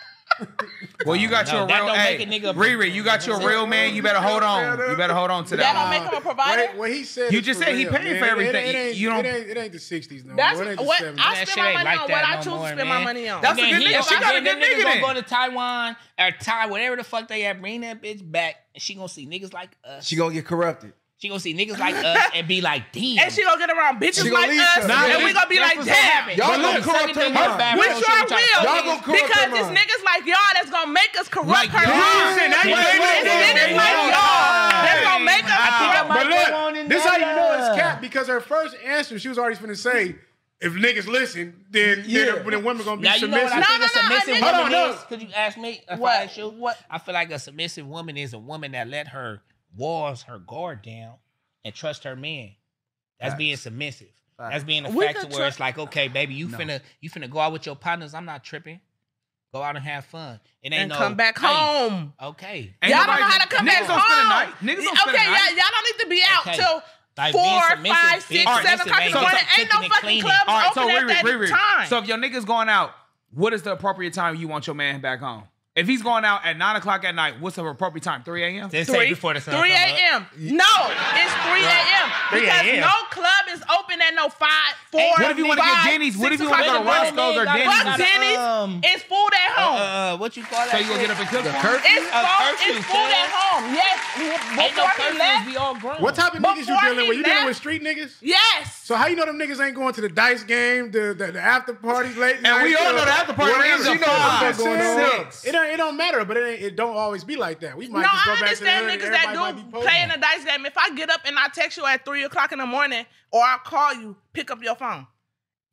Speaker 3: Well, you got
Speaker 6: No,
Speaker 3: your
Speaker 6: that
Speaker 3: real
Speaker 6: don't
Speaker 3: hey,
Speaker 6: make a nigga-
Speaker 3: Riri, you got your real man. You better hold on. You better hold on to
Speaker 5: That
Speaker 3: that.
Speaker 5: don't
Speaker 3: one.
Speaker 5: make him a provider.
Speaker 4: What, what he said.
Speaker 3: You
Speaker 4: is
Speaker 3: just
Speaker 4: for
Speaker 3: said he
Speaker 4: real,
Speaker 3: paying
Speaker 4: man.
Speaker 3: for
Speaker 4: It-
Speaker 3: everything.
Speaker 4: It, ain't,
Speaker 3: You don't-
Speaker 4: It ain't, it ain't the '60s no
Speaker 5: That's
Speaker 4: more. It ain't the
Speaker 5: what
Speaker 4: 70s.
Speaker 5: I
Speaker 6: That shit
Speaker 5: spend my
Speaker 6: ain't
Speaker 5: money
Speaker 6: like
Speaker 5: on.
Speaker 6: that
Speaker 5: What I
Speaker 6: no
Speaker 5: choose
Speaker 6: more,
Speaker 5: to spend
Speaker 6: man.
Speaker 5: my money on.
Speaker 3: That's a
Speaker 6: Then
Speaker 3: good
Speaker 6: he-
Speaker 3: nigga.
Speaker 6: if
Speaker 3: She
Speaker 6: I
Speaker 3: got a
Speaker 6: get
Speaker 3: good
Speaker 6: them niggas
Speaker 3: nigga
Speaker 6: gonna
Speaker 3: then.
Speaker 6: go to Taiwan or Thai, whatever the fuck they at, bring that bitch back, and she gonna see niggas like us.
Speaker 2: She gonna get corrupted.
Speaker 6: She gonna see niggas like us and be like, damn.
Speaker 5: and she gonna get around bitches
Speaker 2: She gonna
Speaker 5: like
Speaker 2: leave
Speaker 5: us,
Speaker 2: something. Nah,
Speaker 5: and
Speaker 2: that's-
Speaker 5: we gonna be
Speaker 6: that's
Speaker 5: like,
Speaker 6: what's gonna
Speaker 5: damn,
Speaker 6: happen.
Speaker 2: Y'all
Speaker 6: But
Speaker 2: gonna
Speaker 6: look,
Speaker 2: corrupt
Speaker 6: suck it
Speaker 2: her
Speaker 6: in your
Speaker 2: mind.
Speaker 6: back,
Speaker 5: we
Speaker 6: bro.
Speaker 5: sure
Speaker 6: She gonna
Speaker 5: will,
Speaker 6: try to fuck
Speaker 2: Y'all gonna
Speaker 6: niggas.
Speaker 2: corrupt
Speaker 5: because
Speaker 2: her
Speaker 5: it's
Speaker 2: mind.
Speaker 5: niggas like y'all that's gonna make us corrupt
Speaker 3: Like
Speaker 5: her
Speaker 3: y'all.
Speaker 5: mind.
Speaker 4: Listen, I ain't
Speaker 5: It's
Speaker 4: saying
Speaker 5: niggas
Speaker 4: that.
Speaker 5: like y'all that's gonna make us corrupt.
Speaker 4: But
Speaker 6: Might go on
Speaker 4: look,
Speaker 6: and
Speaker 4: this how you know
Speaker 6: die.
Speaker 4: it's cap because her first answer, she was already finna say, if niggas listen, then
Speaker 2: Yeah.
Speaker 4: then, then women gonna be
Speaker 6: Now you know what I
Speaker 4: submissive.
Speaker 5: No, no,
Speaker 6: think a
Speaker 5: no, I
Speaker 6: submissive
Speaker 5: think-
Speaker 6: woman
Speaker 4: Hold on,
Speaker 6: is? Could you ask me if
Speaker 5: What-
Speaker 6: I ask you?
Speaker 5: what-
Speaker 6: I feel like a submissive woman is a woman that let her walls, her guard down, and trust her man. That's being submissive. That's being a
Speaker 5: We
Speaker 6: fact to
Speaker 5: could
Speaker 6: where
Speaker 5: try-
Speaker 6: it's like, okay, baby, you
Speaker 3: No.
Speaker 6: finna you finna go out with your partners. I'm not tripping. Go out and have fun. It ain't
Speaker 5: And
Speaker 6: no
Speaker 5: come back
Speaker 6: hey,
Speaker 5: home.
Speaker 6: Okay.
Speaker 3: Ain't
Speaker 5: y'all
Speaker 3: nobody-
Speaker 5: don't know how to come
Speaker 3: niggas
Speaker 5: back
Speaker 3: don't spend a night.
Speaker 5: home.
Speaker 3: Niggas don't spend a
Speaker 5: okay,
Speaker 3: night.
Speaker 5: y'all, y'all don't need to be out
Speaker 6: Okay.
Speaker 5: till
Speaker 6: Like, being
Speaker 5: four,
Speaker 6: submissive,
Speaker 5: five,
Speaker 6: being
Speaker 5: six, seven
Speaker 6: submissive
Speaker 5: o'clock in
Speaker 6: ain't
Speaker 5: the morning.
Speaker 6: no
Speaker 5: Ain't no
Speaker 6: cooking and
Speaker 5: fucking
Speaker 6: cleaning.
Speaker 5: clubs
Speaker 3: All right, so
Speaker 5: open
Speaker 3: Riri,
Speaker 5: at that
Speaker 3: Riri.
Speaker 5: time.
Speaker 3: So if your niggas going out, what is the appropriate time you want your man back home? If he's going out at nine o'clock at night, what's an appropriate time? Three a.m.
Speaker 6: They say
Speaker 5: Three,
Speaker 6: before the sun
Speaker 5: 3
Speaker 6: come up.
Speaker 5: a.m. No, it's 3 a.m.
Speaker 6: 3
Speaker 5: Because
Speaker 6: a.m..
Speaker 5: no club is open at no 5, 4,
Speaker 3: What if you want to get
Speaker 5: five,
Speaker 3: Denny's? What if
Speaker 5: six
Speaker 3: you want to
Speaker 5: o'clock
Speaker 3: go
Speaker 5: in
Speaker 3: to
Speaker 5: the morning?
Speaker 3: Roscoe's or
Speaker 6: Got a-
Speaker 5: Fuck
Speaker 6: got a,
Speaker 3: Denny's?
Speaker 5: Denny's.
Speaker 6: um,
Speaker 5: It's food at
Speaker 6: Uh,
Speaker 5: home.
Speaker 6: uh, what you call that?
Speaker 3: So you gonna
Speaker 6: shit?
Speaker 3: get up and cook? for him?
Speaker 5: it's,
Speaker 6: a
Speaker 5: fo-
Speaker 6: curfew,
Speaker 5: it's food at
Speaker 6: cuz.
Speaker 5: home. Yes.
Speaker 6: Ain't no
Speaker 5: Before he
Speaker 6: curfews,
Speaker 5: left,
Speaker 6: We all grown.
Speaker 4: What type of niggas you
Speaker 5: Before
Speaker 4: dealing
Speaker 5: he
Speaker 4: with? You dealing
Speaker 5: left-
Speaker 4: with street niggas?
Speaker 5: yes.
Speaker 4: So how you know them niggas ain't going to the dice game, the the, the after party late night?
Speaker 3: And we all
Speaker 4: uh,
Speaker 3: know the after party
Speaker 4: whatever,
Speaker 3: ends at
Speaker 4: you know what I'm
Speaker 3: five,
Speaker 4: saying?
Speaker 3: six.
Speaker 4: It don't it don't matter, but it ain't, it don't always be like that. We might
Speaker 5: no,
Speaker 4: just go
Speaker 5: I
Speaker 4: back to the
Speaker 5: understand
Speaker 4: hood and
Speaker 5: niggas that
Speaker 4: everybody might
Speaker 5: do
Speaker 4: be
Speaker 5: play in
Speaker 4: poking.
Speaker 5: a dice game. If I get up and I text you at 3 o'clock in the morning or I call you, pick up your phone.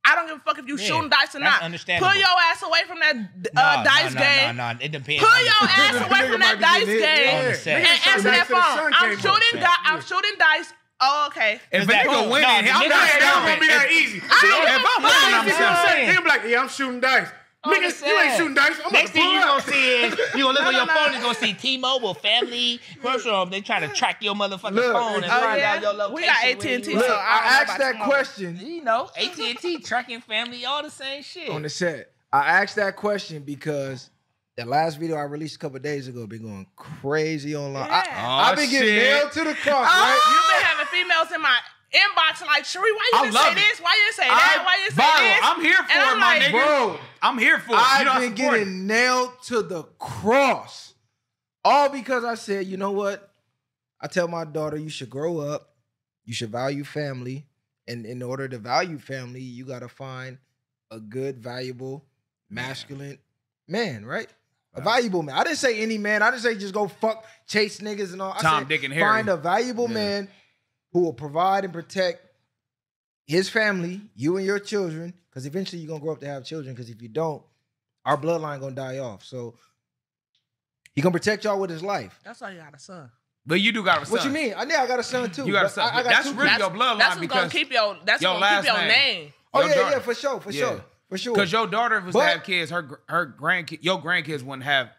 Speaker 5: I don't give a fuck if you
Speaker 6: Yeah,
Speaker 5: shooting dice or
Speaker 6: that's
Speaker 5: not.
Speaker 6: understandable.
Speaker 5: Pull your ass away from that
Speaker 6: No,
Speaker 5: uh,
Speaker 6: no,
Speaker 5: dice
Speaker 6: no,
Speaker 5: game.
Speaker 6: No, no, it depends.
Speaker 5: Pull
Speaker 6: on
Speaker 5: your
Speaker 6: the-
Speaker 5: ass away from that dice
Speaker 6: On the
Speaker 5: game.
Speaker 6: set.
Speaker 5: And answer that phone. I'm shooting, di- I'm shooting dice. Oh, okay.
Speaker 3: If a
Speaker 6: That-
Speaker 3: nigga
Speaker 6: no,
Speaker 3: winning,
Speaker 6: the
Speaker 3: I'm
Speaker 6: nigga-
Speaker 3: not
Speaker 4: That
Speaker 6: Hey, that
Speaker 4: won't
Speaker 3: stopping.
Speaker 4: be that
Speaker 3: If-
Speaker 4: easy.
Speaker 5: I don't
Speaker 3: If
Speaker 5: give a
Speaker 3: I'm winning, I'm
Speaker 5: fuck.
Speaker 6: That's
Speaker 3: stopping.
Speaker 6: what I'm
Speaker 4: He'll be like, yeah, I'm shooting dice.
Speaker 6: On the
Speaker 4: Nigga, you ain't
Speaker 6: set.
Speaker 4: shooting dice. I'm
Speaker 6: Next thing
Speaker 4: gonna
Speaker 6: you
Speaker 4: pull
Speaker 6: gonna
Speaker 4: up.
Speaker 6: see is you gonna look
Speaker 5: No,
Speaker 6: on your
Speaker 5: no, no.
Speaker 6: phone and gonna see T-Mobile, family, commercial. They trying to track your motherfucking
Speaker 2: Look,
Speaker 6: phone and
Speaker 2: oh,
Speaker 6: find
Speaker 5: yeah?
Speaker 6: out your location.
Speaker 5: We got
Speaker 6: where you
Speaker 5: AT&T.
Speaker 6: at.
Speaker 2: Look,
Speaker 5: So, I don't know
Speaker 2: I asked
Speaker 5: about
Speaker 2: that
Speaker 5: tomorrow.
Speaker 2: question.
Speaker 6: You know, AT and T tracking family, all the same shit.
Speaker 2: on the set. I asked that question because the last video I released a couple days ago been going crazy online.
Speaker 5: Yeah.
Speaker 2: I, have been getting
Speaker 3: shit.
Speaker 2: nailed to the cross, right?
Speaker 5: You've been having females in my inbox like, Sheree, why you
Speaker 3: I
Speaker 5: didn't
Speaker 3: love
Speaker 5: say
Speaker 3: it.
Speaker 5: this? Why you didn't say that?
Speaker 3: I-
Speaker 5: Why you didn't say
Speaker 3: viral.
Speaker 5: this?
Speaker 3: I'm here
Speaker 5: And
Speaker 3: for it,
Speaker 5: I'm
Speaker 3: my
Speaker 5: like,
Speaker 3: nigga.
Speaker 2: Bro,
Speaker 3: I'm here for it. you know,
Speaker 2: I've
Speaker 3: I
Speaker 2: been
Speaker 3: support it.
Speaker 2: getting nailed to the cross. All because I said, you know what? I tell my daughter, you should grow up, you should value family. And in order to value family, you gotta find a good, valuable, masculine man, right? A valuable man. I didn't say any man. I didn't say just go fuck chase niggas and all. I
Speaker 3: Tom,
Speaker 2: said,
Speaker 3: Dick, and Harry.
Speaker 2: Find a valuable man who will provide and protect his family, you and your children, because eventually you're gonna grow up to have children. Because if you don't, our bloodline gonna die off. So he gonna protect y'all with his life.
Speaker 5: That's why you got a son.
Speaker 3: But you do got a son.
Speaker 2: What you mean? I know I got a son too.
Speaker 3: You got a
Speaker 2: but
Speaker 3: son.
Speaker 2: I, I got
Speaker 3: That's
Speaker 2: two
Speaker 3: really
Speaker 2: kids.
Speaker 3: your bloodline
Speaker 5: That's what's gonna
Speaker 3: because
Speaker 5: keep your that's
Speaker 3: your
Speaker 5: what's gonna keep
Speaker 3: last
Speaker 5: your
Speaker 3: name.
Speaker 5: name.
Speaker 2: Oh
Speaker 3: your
Speaker 2: yeah,
Speaker 3: daughter.
Speaker 2: yeah, for sure, for
Speaker 3: Yeah.
Speaker 2: sure, for sure.
Speaker 3: because your daughter if was
Speaker 2: But-
Speaker 3: to have kids, her gr- her grandkid, your grandkids wouldn't have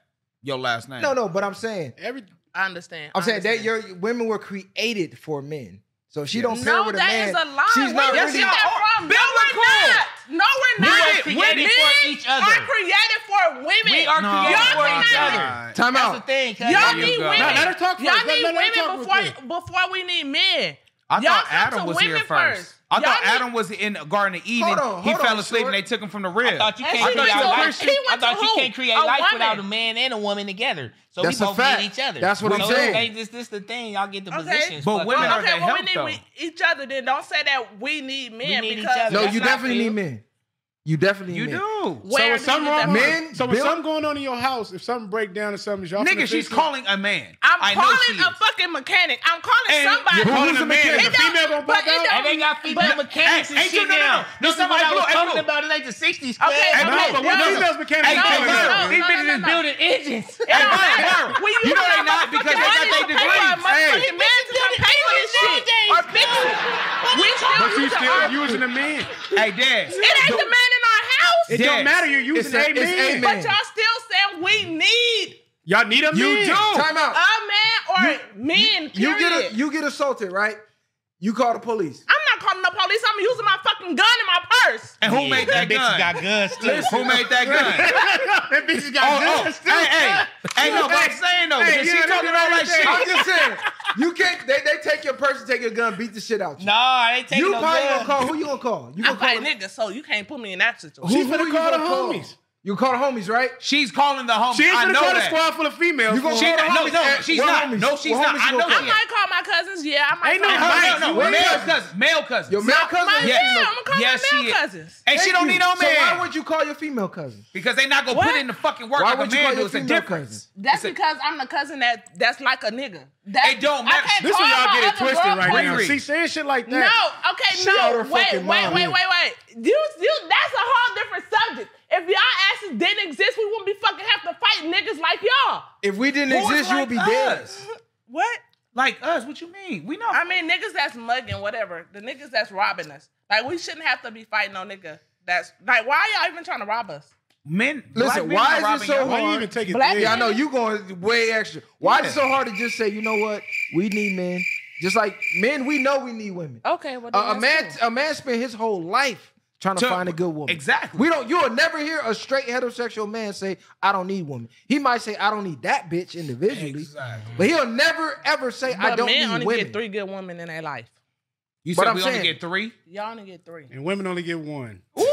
Speaker 3: your last name.
Speaker 2: no, no, but I'm saying,
Speaker 4: Every
Speaker 5: I understand.
Speaker 2: I'm
Speaker 5: I
Speaker 2: saying that
Speaker 5: understand.
Speaker 2: your women were created for men. So if she don't pair
Speaker 5: No,
Speaker 2: with a
Speaker 5: that is
Speaker 2: man.
Speaker 5: a lie.
Speaker 2: She's
Speaker 5: Where
Speaker 2: not
Speaker 5: you
Speaker 2: really. Oh,
Speaker 5: get that from? No, we're not. No, we're
Speaker 6: We
Speaker 5: not.
Speaker 6: are created
Speaker 5: Men
Speaker 6: for each other.
Speaker 5: Are created for women.
Speaker 6: We are
Speaker 3: No,
Speaker 6: created
Speaker 5: Y'all
Speaker 6: for
Speaker 5: cannot-
Speaker 6: each other.
Speaker 3: God.
Speaker 2: Time
Speaker 6: That's
Speaker 2: out.
Speaker 6: the thing. cuz.
Speaker 5: Y'all
Speaker 3: There you
Speaker 5: need
Speaker 3: go.
Speaker 5: women.
Speaker 3: No,
Speaker 4: let her talk
Speaker 5: Y'all
Speaker 4: first. Let-
Speaker 5: need
Speaker 4: let her talk real
Speaker 5: women before before we need men.
Speaker 3: I
Speaker 5: Y'all
Speaker 3: thought
Speaker 5: come
Speaker 3: Adam
Speaker 5: to
Speaker 3: was
Speaker 5: women
Speaker 3: here first.
Speaker 5: first.
Speaker 3: I thought
Speaker 5: Y'all need-
Speaker 3: Adam was in the Garden of Eden.
Speaker 2: Hold on,
Speaker 3: he
Speaker 2: hold
Speaker 3: fell
Speaker 2: on,
Speaker 3: asleep
Speaker 2: short.
Speaker 3: and they took him from the rib.
Speaker 6: I thought you
Speaker 5: And
Speaker 6: can't
Speaker 5: she went
Speaker 6: create
Speaker 5: to
Speaker 6: life.
Speaker 5: who? She went
Speaker 6: I thought
Speaker 5: to
Speaker 6: you
Speaker 5: who?
Speaker 6: can't create
Speaker 5: A
Speaker 6: life
Speaker 5: woman.
Speaker 6: without a man and a woman together. So
Speaker 2: That's a
Speaker 6: we both
Speaker 2: fact.
Speaker 6: need each other.
Speaker 2: That's what
Speaker 6: So
Speaker 2: I'm
Speaker 6: this
Speaker 2: saying.
Speaker 6: ain't- This this the thing. Y'all get the
Speaker 5: Okay.
Speaker 6: positions.
Speaker 3: But
Speaker 6: fucked
Speaker 3: women
Speaker 6: up.
Speaker 3: are-
Speaker 5: Okay,
Speaker 3: they
Speaker 5: well, we
Speaker 3: help,
Speaker 5: need
Speaker 3: though.
Speaker 5: we, each other. Then don't say that we need men
Speaker 6: need each
Speaker 5: because
Speaker 6: other.
Speaker 2: No,
Speaker 6: That's
Speaker 2: you
Speaker 6: how I
Speaker 2: definitely
Speaker 6: feel.
Speaker 2: need men. You definitely
Speaker 3: you
Speaker 2: need men.
Speaker 3: do.
Speaker 4: so
Speaker 5: where
Speaker 4: if something
Speaker 5: do you
Speaker 4: wrong,
Speaker 5: get that
Speaker 2: Men-
Speaker 5: from?
Speaker 4: so if
Speaker 2: built-
Speaker 4: something going on in your house, if something break down or something, y'all
Speaker 3: Nigga,
Speaker 4: finna
Speaker 3: she's
Speaker 4: fix it?
Speaker 3: calling a man.
Speaker 5: I'm
Speaker 3: I know she
Speaker 5: calling
Speaker 3: is.
Speaker 5: a fucking mechanic. I'm calling
Speaker 3: And
Speaker 5: somebody.
Speaker 3: you're calling
Speaker 4: Who's the
Speaker 3: a
Speaker 4: mechanic?
Speaker 3: man.
Speaker 4: The
Speaker 5: It don't-
Speaker 4: female gonna
Speaker 5: but
Speaker 4: pop out?
Speaker 5: it don't-
Speaker 6: And they got female
Speaker 5: But-
Speaker 6: mechanics
Speaker 3: Hey,
Speaker 6: and
Speaker 3: ain't you-
Speaker 6: shit
Speaker 3: no, no, no.
Speaker 6: now.
Speaker 3: No,
Speaker 6: This is what
Speaker 3: somebody
Speaker 6: I was
Speaker 3: blew- hey,
Speaker 6: talking
Speaker 3: look.
Speaker 6: about in like the 60s.
Speaker 5: Okay,
Speaker 6: man.
Speaker 5: okay,
Speaker 4: No, but when
Speaker 5: yeah.
Speaker 4: females mechanics
Speaker 3: Hey,
Speaker 4: calling out.
Speaker 3: hey,
Speaker 5: no,
Speaker 6: These
Speaker 5: no,
Speaker 6: bitches
Speaker 5: no, no.
Speaker 6: is building engines.
Speaker 5: It don't
Speaker 3: Hey,
Speaker 5: matter.
Speaker 3: Byron,
Speaker 5: When
Speaker 3: you
Speaker 5: got
Speaker 3: know they not because
Speaker 5: motherfucking money to pay
Speaker 3: they got their
Speaker 5: for a
Speaker 3: degrees.
Speaker 5: motherfucking
Speaker 4: Hey.
Speaker 5: man to come pay for this shit. Or bitches. We
Speaker 4: But
Speaker 5: still
Speaker 4: you
Speaker 5: use
Speaker 4: still
Speaker 5: our.
Speaker 4: using a man.
Speaker 3: Hey, Dad.
Speaker 5: It ain't the man in our house.
Speaker 4: It
Speaker 3: Yes.
Speaker 4: don't matter. You're
Speaker 2: It's
Speaker 4: using
Speaker 2: a-
Speaker 4: a,
Speaker 2: it's a man.
Speaker 4: man.
Speaker 5: But y'all still saying we need
Speaker 4: Y'all need a man.
Speaker 3: You do.
Speaker 2: Time out.
Speaker 5: a man or men. Period.
Speaker 2: You get a, you get assaulted, right? You call the police.
Speaker 5: I'm not calling the police. I'm using my fucking gun in my purse.
Speaker 3: And who made that gun?
Speaker 6: Bitches got guns too.
Speaker 3: Who made that gun?
Speaker 4: that bitch got
Speaker 3: oh, oh.
Speaker 4: guns, too.
Speaker 3: Hey, hey. Hey, no, but I'm saying though,
Speaker 4: Hey,
Speaker 3: if
Speaker 4: yeah,
Speaker 3: she
Speaker 4: they
Speaker 3: talking
Speaker 4: did
Speaker 3: all that
Speaker 4: everything.
Speaker 3: shit.
Speaker 2: I'm just saying, you can't. They, they take your person, take your gun, beat the shit out you.
Speaker 6: Nah, they taking
Speaker 2: you
Speaker 6: no
Speaker 2: probably
Speaker 6: guns.
Speaker 2: gonna call. Who you gonna call? You
Speaker 5: I'm
Speaker 2: gonna
Speaker 5: like
Speaker 2: call?
Speaker 5: nigga, so you can't put me in that situation.
Speaker 2: who-
Speaker 4: She's
Speaker 2: who
Speaker 4: finna
Speaker 2: you
Speaker 4: call the
Speaker 2: gonna call?
Speaker 4: homies.
Speaker 2: You call the homies, right?
Speaker 3: She's calling the homies.
Speaker 4: She's
Speaker 3: I
Speaker 4: finna
Speaker 3: know
Speaker 4: call a
Speaker 3: that.
Speaker 4: squad full of females.
Speaker 2: You gonna
Speaker 3: She,
Speaker 2: call the
Speaker 3: no,
Speaker 2: homies?
Speaker 3: no,
Speaker 2: Eh,
Speaker 3: she's
Speaker 2: what
Speaker 3: not.
Speaker 2: homies?
Speaker 3: No, she's
Speaker 2: What homies
Speaker 3: not. I
Speaker 2: you
Speaker 3: know
Speaker 2: gonna
Speaker 5: I
Speaker 3: she
Speaker 2: call?
Speaker 5: might call my cousins. Yeah, I might.
Speaker 4: Ain't
Speaker 5: call
Speaker 4: no
Speaker 5: my
Speaker 4: mic.
Speaker 3: No,
Speaker 5: cousins.
Speaker 3: no,
Speaker 2: Where
Speaker 3: male
Speaker 2: is-
Speaker 3: cousins. Male cousins.
Speaker 2: Your male cousin.
Speaker 5: My,
Speaker 3: Yes.
Speaker 5: yeah, I'm gonna call
Speaker 3: Yes,
Speaker 5: my
Speaker 3: she
Speaker 5: male
Speaker 3: is.
Speaker 5: cousins.
Speaker 3: And she
Speaker 2: Thank
Speaker 3: don't
Speaker 2: you.
Speaker 3: need no
Speaker 2: So
Speaker 3: man.
Speaker 2: why would you call your female cousin?
Speaker 3: because they not gonna
Speaker 5: What?
Speaker 3: put in the fucking work
Speaker 2: Why would
Speaker 3: like a
Speaker 2: you
Speaker 3: man
Speaker 2: call
Speaker 3: do.
Speaker 2: your
Speaker 3: It's a
Speaker 2: female
Speaker 3: difference.
Speaker 2: cousin?
Speaker 5: That's
Speaker 3: It's a-
Speaker 5: because i I'm the cousin that that's like a nigga. That,
Speaker 3: It don't
Speaker 5: I
Speaker 3: match.
Speaker 5: can't
Speaker 4: This is
Speaker 5: call
Speaker 4: where y'all
Speaker 5: my
Speaker 4: get it
Speaker 5: other
Speaker 4: twisted right now.
Speaker 5: girlfriend-
Speaker 3: Riri.
Speaker 4: She saying shit like that.
Speaker 5: No, okay,
Speaker 4: She out her
Speaker 5: no. Wait, wait,
Speaker 4: fucking
Speaker 5: wait,
Speaker 4: mind.
Speaker 5: wait, wait. You, you, that's a whole different subject. If y'all asses didn't exist, we wouldn't be fucking have to fight niggas like y'all.
Speaker 2: If we didn't
Speaker 3: Who is
Speaker 2: exist, you
Speaker 3: like
Speaker 2: would be dead.
Speaker 3: us?
Speaker 5: What?
Speaker 3: Like us? What you mean? We not.
Speaker 5: I mean, niggas that's mugging, whatever. The niggas that's robbing us. Like, we shouldn't have to be fighting no nigga. That's like, why y'all even trying to rob us?
Speaker 3: men.
Speaker 2: Listen,
Speaker 3: black men
Speaker 2: why
Speaker 3: are
Speaker 2: is it
Speaker 3: robbing
Speaker 2: so
Speaker 3: y'all.
Speaker 4: Why you even take it
Speaker 5: Black
Speaker 4: there?
Speaker 2: Yeah, I know you going way extra. Why is it so hard to just say, you know what? We need men. Just like men, we know we need women.
Speaker 5: Oh, Okay, well,
Speaker 2: A, a man, a man spent his whole life trying to,
Speaker 3: To-
Speaker 2: find a good woman.
Speaker 3: Exactly.
Speaker 2: We don't. You'll never hear a straight heterosexual man say, "I don't need woman." He might say, "I don't need that bitch individually,"
Speaker 3: Exactly.
Speaker 2: but he'll never ever say, "I
Speaker 5: But
Speaker 2: don't
Speaker 5: men
Speaker 2: need
Speaker 5: only
Speaker 2: women."
Speaker 5: get three good women in their life.
Speaker 3: You
Speaker 2: But
Speaker 3: said
Speaker 2: I'm
Speaker 3: we
Speaker 2: saying-
Speaker 3: only get three.
Speaker 5: Y'all only get three.
Speaker 4: And women only get one.
Speaker 3: Ooh,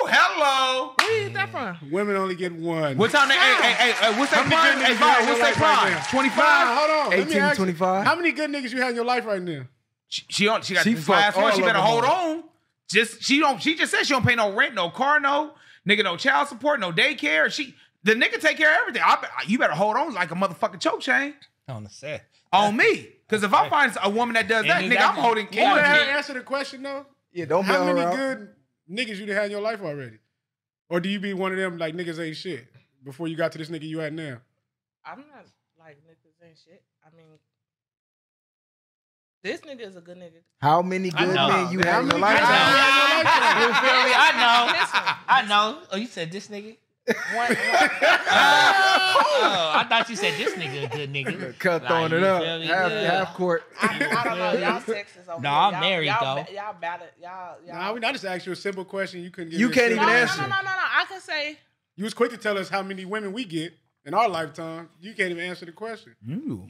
Speaker 3: hello.
Speaker 5: Where you get that
Speaker 2: Mm.
Speaker 5: from?
Speaker 4: Women only get one.
Speaker 3: What's time? Hey, hey, hey, hey, what's that
Speaker 4: How many
Speaker 3: prime?
Speaker 4: good
Speaker 3: Hey,
Speaker 4: niggas
Speaker 3: Vaughn,
Speaker 4: you got
Speaker 3: what's that
Speaker 4: in your life right
Speaker 3: prime?
Speaker 4: now?
Speaker 3: Twenty
Speaker 4: Vaughn,
Speaker 3: five.
Speaker 4: hold on. Let me
Speaker 2: 18,
Speaker 4: ask you,
Speaker 2: 25.
Speaker 4: How many good niggas you have in your life right now?
Speaker 3: She she, don't- she got
Speaker 2: She
Speaker 3: this
Speaker 2: fucked
Speaker 3: last one.
Speaker 2: all
Speaker 3: She
Speaker 2: of
Speaker 3: better
Speaker 2: them
Speaker 3: hold
Speaker 2: hoes.
Speaker 3: on. Just she don't. She just said she don't pay no rent, no car, no nigga, no child support, no daycare. She the nigga take care of everything. I, be- you better hold on like a motherfucking choke chain
Speaker 6: on the set.
Speaker 3: on me. Because if I find a woman that does that,
Speaker 6: And you
Speaker 3: nigga,
Speaker 6: got
Speaker 3: I'm
Speaker 6: to-
Speaker 3: holding.
Speaker 6: you gotta
Speaker 4: Let her
Speaker 3: on.
Speaker 6: have-
Speaker 4: answer the question though.
Speaker 2: Yeah, don't
Speaker 4: How
Speaker 2: bail her
Speaker 4: many
Speaker 2: out.
Speaker 4: good niggas you done had in your life already? Or do you be one of them like niggas ain't shit before you got to this nigga you at now?
Speaker 5: I'm not like niggas and shit. I mean, this nigga is a good nigga.
Speaker 2: How many good
Speaker 6: know.
Speaker 2: men you
Speaker 4: How
Speaker 2: have in your
Speaker 4: many good
Speaker 2: life?
Speaker 4: men?
Speaker 6: you feel me? I
Speaker 5: Listen.
Speaker 6: know. I know. Oh, you said this nigga?
Speaker 5: One, one-
Speaker 6: Oh, I thought you said this nigga a good nigga.
Speaker 2: Cut
Speaker 6: Like,
Speaker 2: throwing
Speaker 6: you
Speaker 2: it up,
Speaker 6: feel me?
Speaker 2: half,
Speaker 6: Yeah.
Speaker 2: half court.
Speaker 5: I, I don't know. Y'all sexes over
Speaker 6: No,
Speaker 5: here.
Speaker 6: I'm
Speaker 5: Y'all-
Speaker 6: married,
Speaker 5: y'all,
Speaker 6: though.
Speaker 5: Y'all battle. Y'all. y'all.
Speaker 4: Nah, we I just asked you a simple question. You couldn't give
Speaker 2: You
Speaker 4: me a
Speaker 2: can't
Speaker 5: no,
Speaker 4: simple
Speaker 5: no,
Speaker 2: even
Speaker 5: no,
Speaker 2: answer.
Speaker 5: no, no, no, no. I can say
Speaker 4: You was quick to tell us how many women we get in our lifetime. You can't even answer the question.
Speaker 3: Ooh.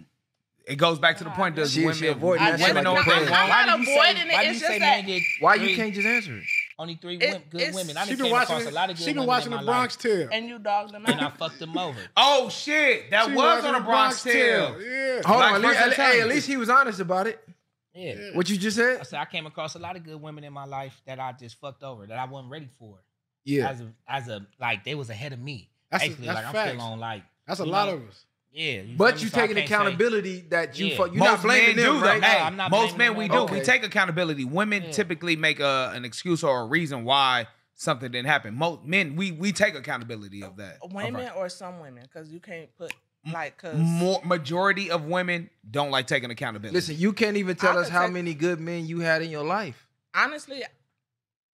Speaker 3: It goes back to the point. Does
Speaker 2: She- she
Speaker 3: women
Speaker 2: avoiding that shit like
Speaker 3: women
Speaker 2: that.
Speaker 3: don't pay
Speaker 2: No,
Speaker 5: I'm
Speaker 3: rent?
Speaker 5: not avoiding it. It's just that-
Speaker 2: Why you can't just answer it?
Speaker 6: Only three
Speaker 5: It-
Speaker 6: women, good
Speaker 5: it's-
Speaker 6: women. I
Speaker 4: She
Speaker 6: done
Speaker 4: been
Speaker 6: came across
Speaker 4: watching.
Speaker 6: a lot of good
Speaker 4: She been
Speaker 6: women
Speaker 4: watching
Speaker 6: in
Speaker 4: the
Speaker 6: my
Speaker 4: Bronx Tale.
Speaker 5: and you dog them
Speaker 6: life, and I
Speaker 5: out.
Speaker 6: fucked them over.
Speaker 3: Oh shit, that
Speaker 4: She been
Speaker 3: was
Speaker 4: watching
Speaker 3: on a
Speaker 4: the
Speaker 3: Bronx tale.
Speaker 4: Yeah.
Speaker 2: Hold
Speaker 3: Black
Speaker 2: on, at least,
Speaker 3: person
Speaker 2: at- hey,
Speaker 3: challenge.
Speaker 2: at least he was honest about it.
Speaker 6: Yeah.
Speaker 2: What you just
Speaker 6: I
Speaker 2: said?
Speaker 6: said I came across a lot of good women in my life that I just fucked over that I wasn't ready for.
Speaker 2: Yeah,
Speaker 6: As a, as a like they was ahead of me.
Speaker 4: That's a-
Speaker 6: Basically,
Speaker 4: that's
Speaker 6: like I'm
Speaker 4: facts.
Speaker 6: still on like
Speaker 4: That's a
Speaker 6: you
Speaker 4: lot
Speaker 6: know,
Speaker 4: of us.
Speaker 6: yeah. feel me?
Speaker 2: but you
Speaker 6: So I
Speaker 2: taking
Speaker 6: can't say-
Speaker 2: accountability that you
Speaker 6: Yeah.
Speaker 2: fuck. You're
Speaker 3: most
Speaker 2: not blaming
Speaker 3: men
Speaker 2: them,
Speaker 3: do
Speaker 2: right?
Speaker 3: though. Hey,
Speaker 6: No, I'm not
Speaker 3: most men
Speaker 6: blaming
Speaker 3: we
Speaker 6: them
Speaker 3: do.
Speaker 6: at
Speaker 2: all.
Speaker 3: We take accountability. Women
Speaker 6: Yeah.
Speaker 3: typically make a, an excuse or a reason why something didn't happen. Most men we we take accountability of that.
Speaker 5: Women
Speaker 3: Of
Speaker 5: or some women, because you can't put like
Speaker 3: our-
Speaker 5: because
Speaker 3: More majority of women don't like taking accountability.
Speaker 2: Listen, you can't even tell
Speaker 5: I
Speaker 2: us
Speaker 5: could
Speaker 2: how
Speaker 5: take-
Speaker 2: many good men you had in your life.
Speaker 5: honestly,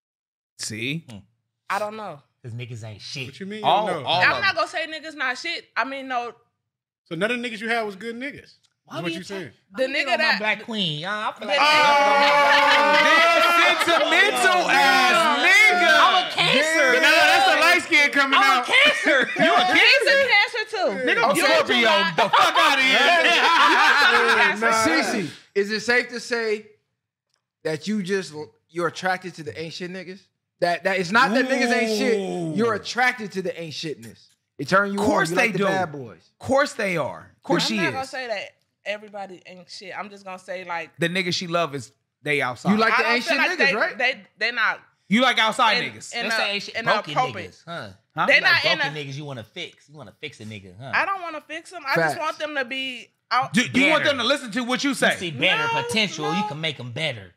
Speaker 3: see,
Speaker 5: I don't know.
Speaker 6: Cause niggas ain't shit.
Speaker 4: What you mean? You
Speaker 3: All-
Speaker 4: don't know.
Speaker 3: all- of
Speaker 5: I'm not gonna say niggas not shit. I mean, no,
Speaker 4: So none of the niggas you had was good niggas.
Speaker 6: Why
Speaker 4: That's
Speaker 6: we
Speaker 4: what you
Speaker 6: attack-
Speaker 4: saying.
Speaker 5: the
Speaker 6: Get
Speaker 5: nigga
Speaker 6: on
Speaker 5: that
Speaker 6: my black queen, y'all. I feel like oh,
Speaker 3: this sentimental ass nigga.
Speaker 6: I'm a cancer.
Speaker 3: Yeah. that's
Speaker 6: a
Speaker 4: light skin
Speaker 5: Oh,
Speaker 4: coming
Speaker 6: I'm a cancer.
Speaker 3: You a
Speaker 5: he's
Speaker 3: cancer?
Speaker 5: a cancer too.
Speaker 3: Nigga,
Speaker 5: You don't
Speaker 3: I'm
Speaker 5: do
Speaker 3: Scorpio.
Speaker 5: that.
Speaker 3: The fuck out of
Speaker 5: Cancer.
Speaker 3: here.
Speaker 2: Cece, is it safe to say that you just you're attracted to the ain't shit niggas? That that it's not that niggas ain't
Speaker 3: Ooh.
Speaker 2: shit. You're attracted to the ain't shitness. It turn you
Speaker 3: Course
Speaker 2: on. You
Speaker 3: they
Speaker 2: like the
Speaker 3: do.
Speaker 2: bad boys.
Speaker 3: Of course they are. Of course
Speaker 5: I'm
Speaker 3: she
Speaker 5: not
Speaker 3: is.
Speaker 5: gonna say that everybody ain't shit. I'm just gonna say like
Speaker 3: the nigga she love is they outside.
Speaker 2: You like
Speaker 5: I
Speaker 2: the
Speaker 5: don't
Speaker 2: ain't
Speaker 5: feel
Speaker 2: shit
Speaker 5: like
Speaker 2: niggas,
Speaker 5: they,
Speaker 2: right?
Speaker 5: They they not
Speaker 3: you like outside
Speaker 5: And-
Speaker 3: niggas.
Speaker 5: and-
Speaker 6: They say ain't shit.
Speaker 5: and
Speaker 6: Broken
Speaker 5: appropriate.
Speaker 6: niggas, huh?
Speaker 3: Huh?
Speaker 5: they
Speaker 6: You like
Speaker 5: not in a-
Speaker 6: broken niggas you want to fix. You want to fix a nigga, huh?
Speaker 5: I don't want to fix them. I
Speaker 2: Facts.
Speaker 5: just want them to be out.
Speaker 3: Do, you want
Speaker 6: Better.
Speaker 3: them to listen to what you
Speaker 6: You
Speaker 3: say?
Speaker 6: see better
Speaker 5: No,
Speaker 6: potential. You
Speaker 5: no.
Speaker 6: can make them better.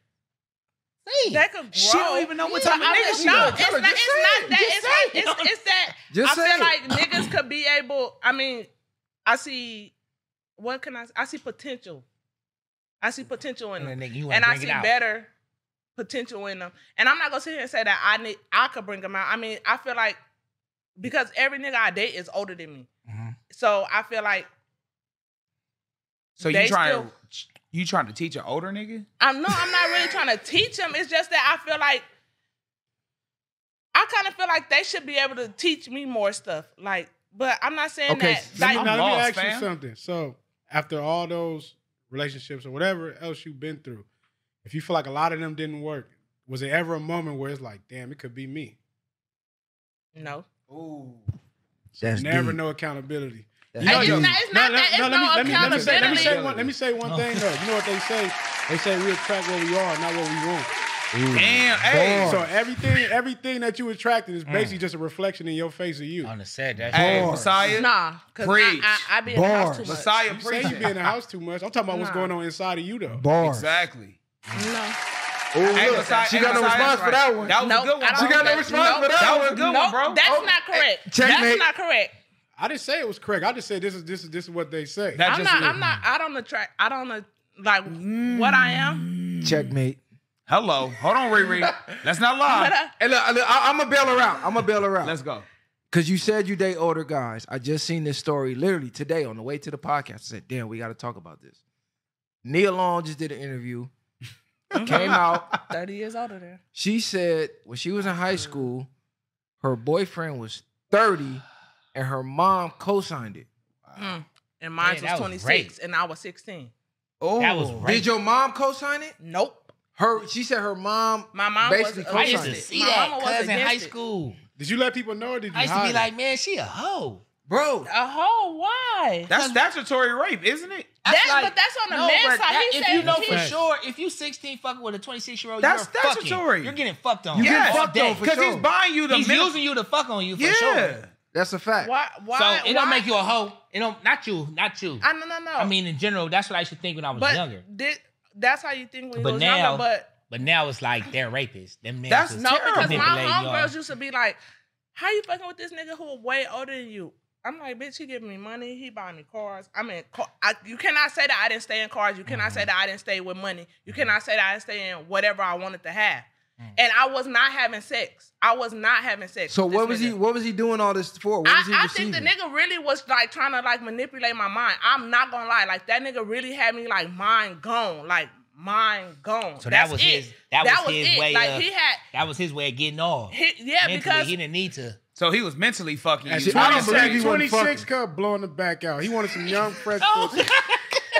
Speaker 5: They could grow.
Speaker 3: She don't even know what type of
Speaker 5: I
Speaker 3: nigga
Speaker 5: just-
Speaker 3: she
Speaker 5: no,
Speaker 3: is.
Speaker 5: it's
Speaker 2: Tell her,
Speaker 5: not.
Speaker 2: just
Speaker 5: It's
Speaker 2: say
Speaker 5: not
Speaker 2: it.
Speaker 5: that.
Speaker 6: Just
Speaker 5: It's
Speaker 6: say
Speaker 5: not.
Speaker 6: it.
Speaker 5: It's, it's that.
Speaker 2: Just
Speaker 5: I
Speaker 2: say
Speaker 5: feel
Speaker 2: it.
Speaker 5: like niggas could be able. I mean, I see. What can I? I see potential. I see potential in
Speaker 6: And,
Speaker 5: them,
Speaker 6: a nigga, you wanna
Speaker 5: and I
Speaker 6: bring it
Speaker 5: see
Speaker 6: out.
Speaker 5: better potential in them. And I'm not gonna sit here and say that I need. I could bring them out. I mean, I feel like because every nigga I date is older than me,
Speaker 6: Mhm.
Speaker 5: so I feel like
Speaker 3: So you
Speaker 5: They
Speaker 3: trying to you trying to teach an older nigga?
Speaker 5: I'm no, I'm not really trying to teach them. It's just that I feel like I kind of feel like they should be able to teach me more stuff. Like, but I'm not saying
Speaker 2: Okay,
Speaker 5: that.
Speaker 4: now,
Speaker 5: Like,
Speaker 3: I'm
Speaker 4: let me
Speaker 3: lost,
Speaker 4: ask you
Speaker 3: fam.
Speaker 4: something. So, after all those relationships or whatever else you've been through, if you feel like a lot of them didn't work, was there ever a moment where it's like, damn, it could be me?
Speaker 5: no,
Speaker 2: That's
Speaker 4: Never
Speaker 2: deep.
Speaker 4: no accountability.
Speaker 2: That's
Speaker 5: And
Speaker 4: know,
Speaker 5: it's
Speaker 4: yo,
Speaker 5: not. It's not that. It's no,
Speaker 4: let me, let me say,
Speaker 5: accountability.
Speaker 4: let me say one, let me say one
Speaker 6: Oh.
Speaker 4: thing though. You know what they say? They say we attract what we are, not what we want.
Speaker 3: Damn, hey,
Speaker 4: So everything, everything that you attracted
Speaker 3: Mm.
Speaker 4: is basically just a reflection in your face of you.
Speaker 6: On the set, that
Speaker 3: hey,
Speaker 2: Bars.
Speaker 3: Messiah,
Speaker 5: Nah, cause I,
Speaker 3: Preach.
Speaker 5: I, I be in the house too
Speaker 2: Bars.
Speaker 5: much.
Speaker 3: Messiah,
Speaker 4: You say
Speaker 3: preach
Speaker 4: you be in
Speaker 3: it.
Speaker 4: the house too much. I'm talking about what's
Speaker 5: Nah.
Speaker 4: going on inside of you though.
Speaker 2: Bars.
Speaker 3: exactly.
Speaker 5: No,
Speaker 2: Oh, look,
Speaker 3: Hey, Messiah-
Speaker 2: she
Speaker 3: hey,
Speaker 2: got no
Speaker 3: Messiah's
Speaker 2: response for
Speaker 3: right.
Speaker 2: that one.
Speaker 3: That was
Speaker 5: Nope,
Speaker 3: a good
Speaker 5: I
Speaker 3: one.
Speaker 5: don't
Speaker 2: she got no
Speaker 5: think-
Speaker 2: response for
Speaker 5: nope,
Speaker 2: that,
Speaker 3: that
Speaker 2: one.
Speaker 3: was a good
Speaker 5: no,
Speaker 3: one, bro.
Speaker 5: that's
Speaker 3: Oh,
Speaker 5: not correct.
Speaker 2: checkmate.
Speaker 5: That's not correct.
Speaker 4: I didn't say it was correct. I just said this is this is this is what they say.
Speaker 3: That
Speaker 5: I'm
Speaker 3: just
Speaker 5: not.
Speaker 3: is-
Speaker 5: I'm not. I don't attract. I don't uh, like what I am.
Speaker 2: Checkmate.
Speaker 3: Hello, hold on, Riri. Let's not
Speaker 5: But,
Speaker 3: lie.
Speaker 5: uh,
Speaker 2: Hey, look, look I, am gonna bail her out. I'm gonna bail her out.
Speaker 3: Let's go.
Speaker 2: Cause you said you date older guys. I just seen this story literally today on the way to the podcast. I said, damn, we gotta talk about this. Neil Long just did an interview Came out.
Speaker 5: 30 years older than.
Speaker 2: She said when she was in high school, her boyfriend was 30 and her mom co-signed it.
Speaker 5: Mm. And mine
Speaker 6: Man, that
Speaker 5: was
Speaker 6: was
Speaker 5: 26
Speaker 6: rape.
Speaker 5: and I was 16.
Speaker 2: Oh,
Speaker 6: That was
Speaker 2: Did
Speaker 6: rape.
Speaker 2: your mom co-sign it?
Speaker 5: Nope.
Speaker 2: Her she said her mom
Speaker 5: My mom
Speaker 2: Basically,
Speaker 5: was
Speaker 6: I used to
Speaker 2: co-signed it.
Speaker 6: see
Speaker 5: My
Speaker 6: that
Speaker 5: mama was
Speaker 6: cuz in high
Speaker 5: against it.
Speaker 6: school.
Speaker 4: Did you let people know or did you
Speaker 6: I used to
Speaker 4: hide
Speaker 6: be
Speaker 4: it?
Speaker 6: like, man, she a hoe.
Speaker 2: Bro,
Speaker 5: A whole why?
Speaker 3: That's statutory rape, isn't it?
Speaker 5: That's
Speaker 6: That's like-
Speaker 5: but that's on the
Speaker 6: No,
Speaker 5: man's
Speaker 6: bro,
Speaker 5: side.
Speaker 6: that-
Speaker 5: he
Speaker 6: if
Speaker 5: said
Speaker 6: you know
Speaker 5: he,
Speaker 6: for
Speaker 4: Facts.
Speaker 6: sure, if you 16 fucking with a 26 year old,
Speaker 3: That's
Speaker 6: you're fucking.
Speaker 3: statutory.
Speaker 6: You're getting fucked on.
Speaker 2: You
Speaker 6: You're
Speaker 2: get
Speaker 3: Yes.
Speaker 2: fucked on for
Speaker 3: Because
Speaker 2: sure.
Speaker 3: he's buying you the
Speaker 6: He's
Speaker 3: minute-
Speaker 6: using you to fuck on you for
Speaker 3: yeah.
Speaker 6: sure.
Speaker 2: That's a fact.
Speaker 5: why why
Speaker 6: So it
Speaker 5: why-
Speaker 6: don't make you a hoe. It don't not you, not you.
Speaker 5: I no no no.
Speaker 6: I mean, in general, that's what I used to think when I was
Speaker 5: but
Speaker 6: younger.
Speaker 5: thi- that's how you think when you
Speaker 6: But
Speaker 5: was
Speaker 6: now-
Speaker 5: younger, but
Speaker 6: But now it's like they're rapists. Them niggas
Speaker 3: That's
Speaker 6: is
Speaker 5: No, because
Speaker 3: terrible.
Speaker 5: my
Speaker 6: manipulating y'all.
Speaker 5: homegirls used to be like, "How you fucking with this nigga who way older than you?" I'm like, "Bitch, he giving me money. He buying me cars. I mean, ca- I, you cannot say that I didn't stay in cars. You cannot
Speaker 6: Mm-hmm.
Speaker 5: say that I didn't stay with money. You cannot say that I didn't stay in whatever I wanted to have.
Speaker 6: Mm.
Speaker 5: And I was not having sex. I was not having sex.
Speaker 2: So
Speaker 5: with this
Speaker 2: what was he
Speaker 5: nigga.
Speaker 2: what was he doing all this for? What was he
Speaker 5: I, I
Speaker 2: receiving?
Speaker 5: think the nigga really was like trying to like manipulate my mind. I'm not gonna lie, like that nigga really had me like mind gone, like mind gone.
Speaker 6: So that
Speaker 5: That's
Speaker 6: was
Speaker 5: it.
Speaker 6: his- that was his
Speaker 5: it.
Speaker 6: way
Speaker 5: Like
Speaker 6: of-
Speaker 5: he had,
Speaker 6: That was his way of getting off.
Speaker 5: he, yeah,
Speaker 6: Mentally,
Speaker 5: because
Speaker 6: he didn't need to.
Speaker 3: So he was mentally fucking you.
Speaker 4: Actually,
Speaker 2: I
Speaker 4: I
Speaker 2: don't
Speaker 4: don't
Speaker 2: believe he
Speaker 4: believe
Speaker 2: wasn't
Speaker 4: 26
Speaker 2: fucking.
Speaker 4: cup blowing the back out. He wanted some young, fresh pussy.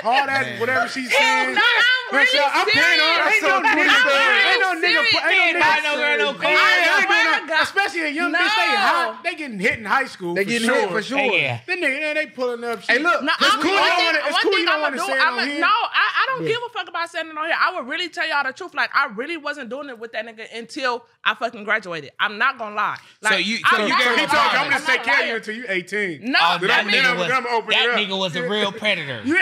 Speaker 4: All that, whatever she's saying.
Speaker 5: no, I'm really
Speaker 4: Michelle, I'm paying all
Speaker 5: serious.
Speaker 4: that. Ain't no nigga, ain't no
Speaker 5: I'm really
Speaker 4: nigga,
Speaker 5: serious.
Speaker 4: ain't no nigga.
Speaker 6: I know there ain't no car.
Speaker 4: Yeah,
Speaker 5: I
Speaker 4: ain't been
Speaker 5: swear
Speaker 4: a-
Speaker 5: to God.
Speaker 4: especially a young
Speaker 5: No.
Speaker 4: bitch, they hot. They getting hit in high school.
Speaker 2: they
Speaker 4: for
Speaker 2: getting
Speaker 4: sure.
Speaker 2: hit for sure.
Speaker 6: Hey, yeah.
Speaker 4: Then they, they, they pulling up.
Speaker 2: Hey,
Speaker 4: shit.
Speaker 2: look,
Speaker 5: No,
Speaker 4: It's
Speaker 5: I'm,
Speaker 4: cool, you
Speaker 5: one
Speaker 4: don't
Speaker 5: thing,
Speaker 4: wanna- it's
Speaker 5: one
Speaker 4: cool,
Speaker 5: thing
Speaker 4: you don't
Speaker 5: I'm
Speaker 4: wanna
Speaker 5: gonna do,
Speaker 4: say it on
Speaker 5: I'm
Speaker 4: here.
Speaker 5: no, I, I don't give a fuck about saying it on here. I would really tell y'all the truth. Like I really wasn't doing it with that nigga until I fucking graduated. I'm not gonna lie. Like,
Speaker 3: So you-
Speaker 5: I'm
Speaker 3: so you
Speaker 5: not
Speaker 3: gave-
Speaker 5: gonna
Speaker 4: He
Speaker 3: I'm
Speaker 4: told you,
Speaker 5: lie.
Speaker 4: I'm gonna
Speaker 5: not
Speaker 4: take care of
Speaker 5: lying.
Speaker 4: you until you 18.
Speaker 5: No,
Speaker 6: Oh,
Speaker 5: I
Speaker 6: that
Speaker 5: mean,
Speaker 6: nigga
Speaker 4: I'm
Speaker 6: was,
Speaker 4: gonna open it
Speaker 6: that
Speaker 4: up.
Speaker 6: nigga was a real predator.
Speaker 4: Yeah.